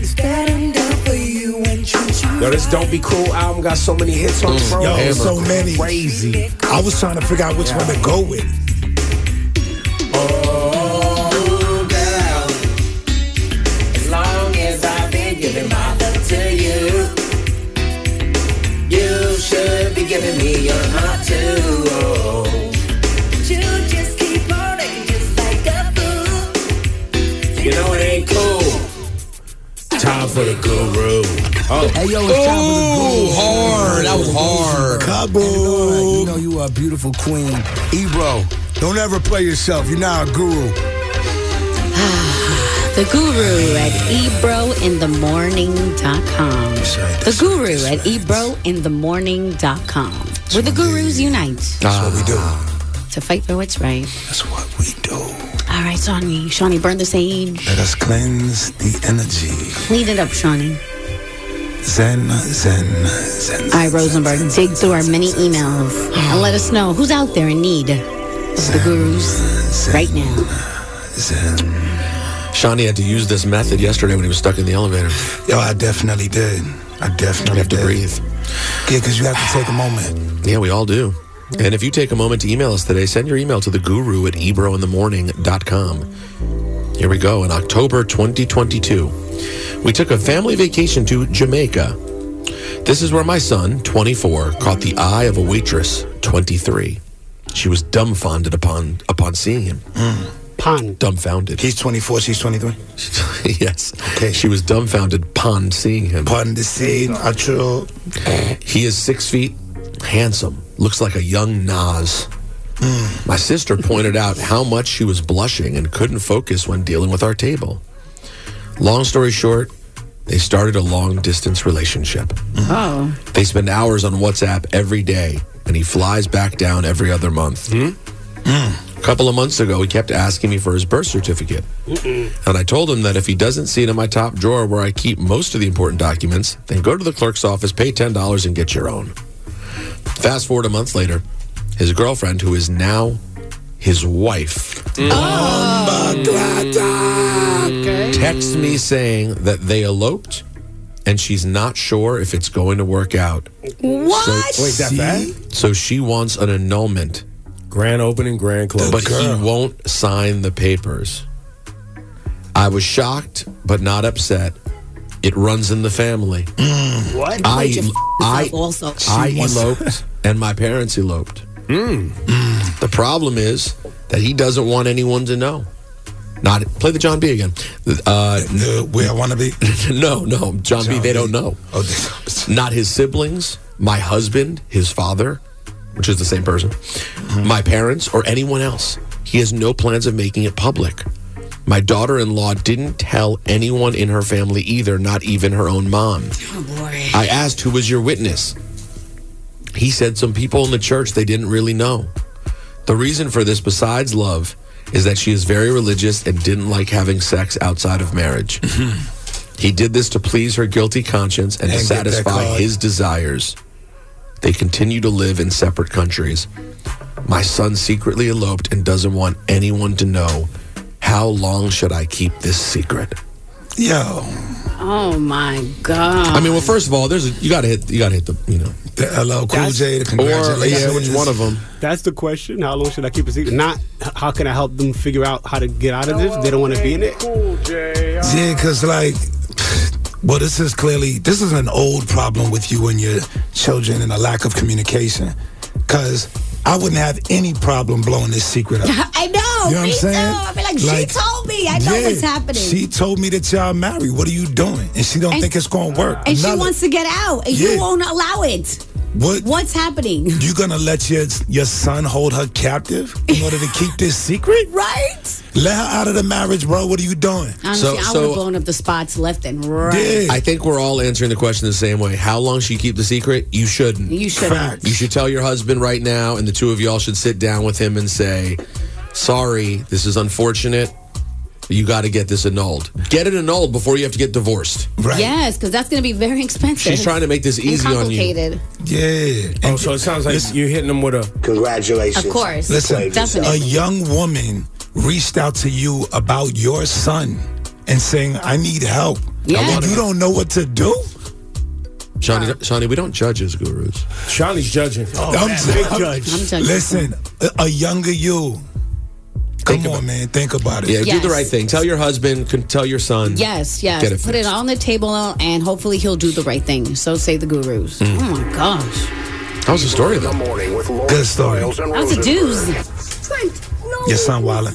[SPEAKER 8] is that I'm down for you and treat you
[SPEAKER 27] Yo, this Don't Be Cool album got so many hits
[SPEAKER 7] Mm,
[SPEAKER 27] on it, bro.
[SPEAKER 2] Yo,
[SPEAKER 5] Hammer.
[SPEAKER 2] so many.
[SPEAKER 27] Crazy.
[SPEAKER 2] I was trying to figure out which one to go with.
[SPEAKER 8] You just keep on acting just like a fool.
[SPEAKER 27] You know it ain't cool. Time for the guru. Oh,
[SPEAKER 7] Hey yo, it's time for the
[SPEAKER 5] Ooh,
[SPEAKER 7] gold.
[SPEAKER 5] hard. That was hard.
[SPEAKER 7] You
[SPEAKER 2] Kaboom.
[SPEAKER 7] know you are a beautiful queen, Ebro. Don't ever play yourself. You're not a guru.
[SPEAKER 3] The Guru at ebrointhemorning.com. The Guru at ebrointhemorning.com. Where the gurus unite
[SPEAKER 2] That's what we do.
[SPEAKER 3] to fight for what's right.
[SPEAKER 2] That's what we do.
[SPEAKER 3] All right, Shawnee. Shawnee, burn the sage.
[SPEAKER 2] Let us cleanse the energy.
[SPEAKER 3] Clean it up, Shawnee.
[SPEAKER 2] Zen, zen, zen.
[SPEAKER 3] All right, Rosenberg, dig through our many emails and let us know who's out there in need of the gurus right now.
[SPEAKER 2] Zen.
[SPEAKER 5] Shawnee had to use this method yesterday when he was stuck in the elevator.
[SPEAKER 2] Yo, I definitely did. I definitely
[SPEAKER 5] You have to
[SPEAKER 2] did.
[SPEAKER 5] breathe.
[SPEAKER 2] Yeah, because you have to take a moment.
[SPEAKER 5] Yeah, we all do. And if you take a moment to email us today, send your email to the guru at ebrointhemorning.com. Here we go. In October 2022, we took a family vacation to Jamaica. This is where my son, 24, caught the eye of a waitress, 23. She was dumbfounded upon upon seeing him. Pond. Dumbfounded. He's 24, she's 23? <laughs> yes. Okay. She was dumbfounded upon seeing him. Upon the scene, true. He is six feet, handsome, looks like a young Nas.
[SPEAKER 2] Mm.
[SPEAKER 5] My sister pointed out how much she was blushing and couldn't focus when dealing with our table. Long story short, they started a long distance relationship.
[SPEAKER 2] Mm.
[SPEAKER 3] Oh.
[SPEAKER 5] They spend hours on WhatsApp every day, and he flies back down every other month.
[SPEAKER 3] Mm.
[SPEAKER 2] Mm.
[SPEAKER 5] A couple of months ago, he kept asking me for his birth certificate.
[SPEAKER 3] Mm.
[SPEAKER 5] And I told him that if he doesn't see it in my top drawer where I keep most of the important documents, then go to the clerk's office, pay $10, and get your own. Fast forward a month later, his girlfriend, who is now his wife,
[SPEAKER 2] Oh.
[SPEAKER 5] texts me saying that they eloped and she's not sure if it's going to work out.
[SPEAKER 3] What?
[SPEAKER 5] So, So she wants an annulment. Grand opening, grand close. But he won't sign the papers. I was shocked, but not upset. It runs in the family.
[SPEAKER 8] Mm.
[SPEAKER 3] What?
[SPEAKER 5] I, I,
[SPEAKER 3] also.
[SPEAKER 5] I <laughs>
[SPEAKER 3] <laughs>
[SPEAKER 5] eloped, and my parents eloped. Hmm. Mm. The problem is that he doesn't want anyone to know. Not play the John B again. Uh, where I want to be? <laughs> no, no, John, B. Oh, They don't know. not his siblings, my husband, his father, which is the same person, my parents, or anyone else. He has no plans of making it public. My daughter-in-law didn't tell anyone in her family either, not even her own mom.
[SPEAKER 3] Oh, boy.
[SPEAKER 5] I asked who was your witness. He said some people in the church they didn't really know. The reason for this, besides love, is that she is very religious and didn't like having sex outside of marriage.
[SPEAKER 3] Hmm.
[SPEAKER 5] he did this to please her guilty conscience and, to
[SPEAKER 1] And get that
[SPEAKER 5] satisfy
[SPEAKER 1] card.
[SPEAKER 5] his desires. They continue to live in separate countries. My son secretly eloped and doesn't want anyone to know. How long should I keep this secret?
[SPEAKER 7] Yo.
[SPEAKER 3] Oh, my God.
[SPEAKER 5] I mean, well, first of all, there's a, <laughs> you got to hit you got to hit the you know the
[SPEAKER 7] LL
[SPEAKER 15] That's-
[SPEAKER 5] Or, yeah, which one of them?
[SPEAKER 15] That's the question. How long should I keep it secret? Not h- how can I help them figure out how to get out of this? They don't want to be in it.
[SPEAKER 7] Yeah, because like, <sighs> well, this is clearly this is an old problem with you and your children and a lack of communication. Because I wouldn't have any problem blowing this secret
[SPEAKER 3] <laughs>
[SPEAKER 7] up.
[SPEAKER 3] <laughs> I know.
[SPEAKER 7] You know what
[SPEAKER 3] Oh, me
[SPEAKER 7] I'm saying?
[SPEAKER 3] too. I feel like,
[SPEAKER 7] Like,
[SPEAKER 3] she told me. I know
[SPEAKER 7] Yeah,
[SPEAKER 3] what's happening.
[SPEAKER 7] She told me that y'all married. What are you doing? And she don't think it's gonna work.
[SPEAKER 3] and she
[SPEAKER 7] Another-
[SPEAKER 3] wants to get out, and
[SPEAKER 7] Yeah.
[SPEAKER 3] you won't allow it.
[SPEAKER 7] What?
[SPEAKER 3] What's happening?
[SPEAKER 7] You gonna let your your son hold her captive in order to keep this secret?
[SPEAKER 3] <laughs> Right?
[SPEAKER 7] Let her out of the marriage, bro. What are you doing?
[SPEAKER 3] Honestly,
[SPEAKER 5] So-
[SPEAKER 3] I would
[SPEAKER 5] so-
[SPEAKER 3] have blown up the spots left and right.
[SPEAKER 5] I think we're all answering the question the same way. How long should you keep the secret? You shouldn't.
[SPEAKER 3] You shouldn't. Facts.
[SPEAKER 5] You should tell your husband right now, and the two of y'all should sit down with him and say, "Sorry, this is unfortunate. You got to get this annulled. Get it annulled before you have to get divorced."
[SPEAKER 3] Yes, because that's going to be very expensive.
[SPEAKER 5] She's trying to make this
[SPEAKER 3] And
[SPEAKER 5] easy on you.
[SPEAKER 3] complicated.
[SPEAKER 7] Yeah.
[SPEAKER 27] Oh, so it sounds like you're hitting them with a
[SPEAKER 7] Congratulations.
[SPEAKER 3] Of course.
[SPEAKER 7] Listen,
[SPEAKER 3] Definitely.
[SPEAKER 7] a young woman reached out to you about your son and saying, I need help.
[SPEAKER 5] Yeah.
[SPEAKER 7] And you don't know what to do?
[SPEAKER 5] Shawnee, Shawnee, we don't judge as gurus.
[SPEAKER 27] Shawnee's judging.
[SPEAKER 7] I'm, Oh, I'm- Listen, a, a younger you. Come on, man. Think about it.
[SPEAKER 5] Yeah, do the
[SPEAKER 3] Yes.
[SPEAKER 5] right thing. Tell your husband. Can tell your son.
[SPEAKER 3] Yes, yes.
[SPEAKER 5] Get it
[SPEAKER 3] Put it on the table, and hopefully he'll do the right thing. So say the gurus.
[SPEAKER 5] Mm.
[SPEAKER 3] Oh my gosh.
[SPEAKER 5] How's the story though?
[SPEAKER 7] Good story.
[SPEAKER 3] That was a doozy.
[SPEAKER 7] Your son Wallen.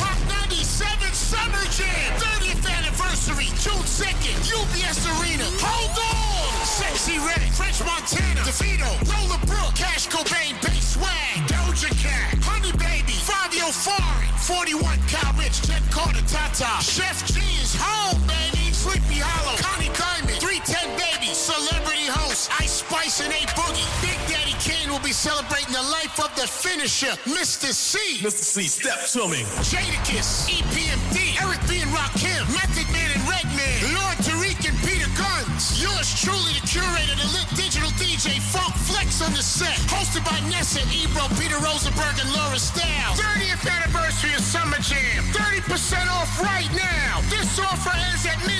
[SPEAKER 11] Hot 97 Summer Jam 30th anniversary, June 2nd, UBS Arena. Hold on! Sexy Red, French Montana, DeVito, Lola Brooke, Cash Cobain, Big Swag, Doja Cat, Honey Baby, Fabio Foreign, 41 Cal Rich, Jet Carter, Tata, Chef G is home, baby. Sleepy Hollow, Connie Diamond, 310 Baby, Celebrity Host, Ice Spice and A Boogie. Big Daddy Kane will be celebrating the life of the finisher, Mr. C. Mr. C, step to me. Jadakiss, EPMD, Eric B. and Rakim, Method Man and Redman, Lord Tariq and Peter Gunn, Guns. Yours truly, the curator, the lit digital DJ Funk Flex on the set. Hosted by Nessa, Ebro, Peter Rosenberg, and Laura Stiles. 30th anniversary of Summer Jam. 30% off right now. This offer ends at midnight. Oh,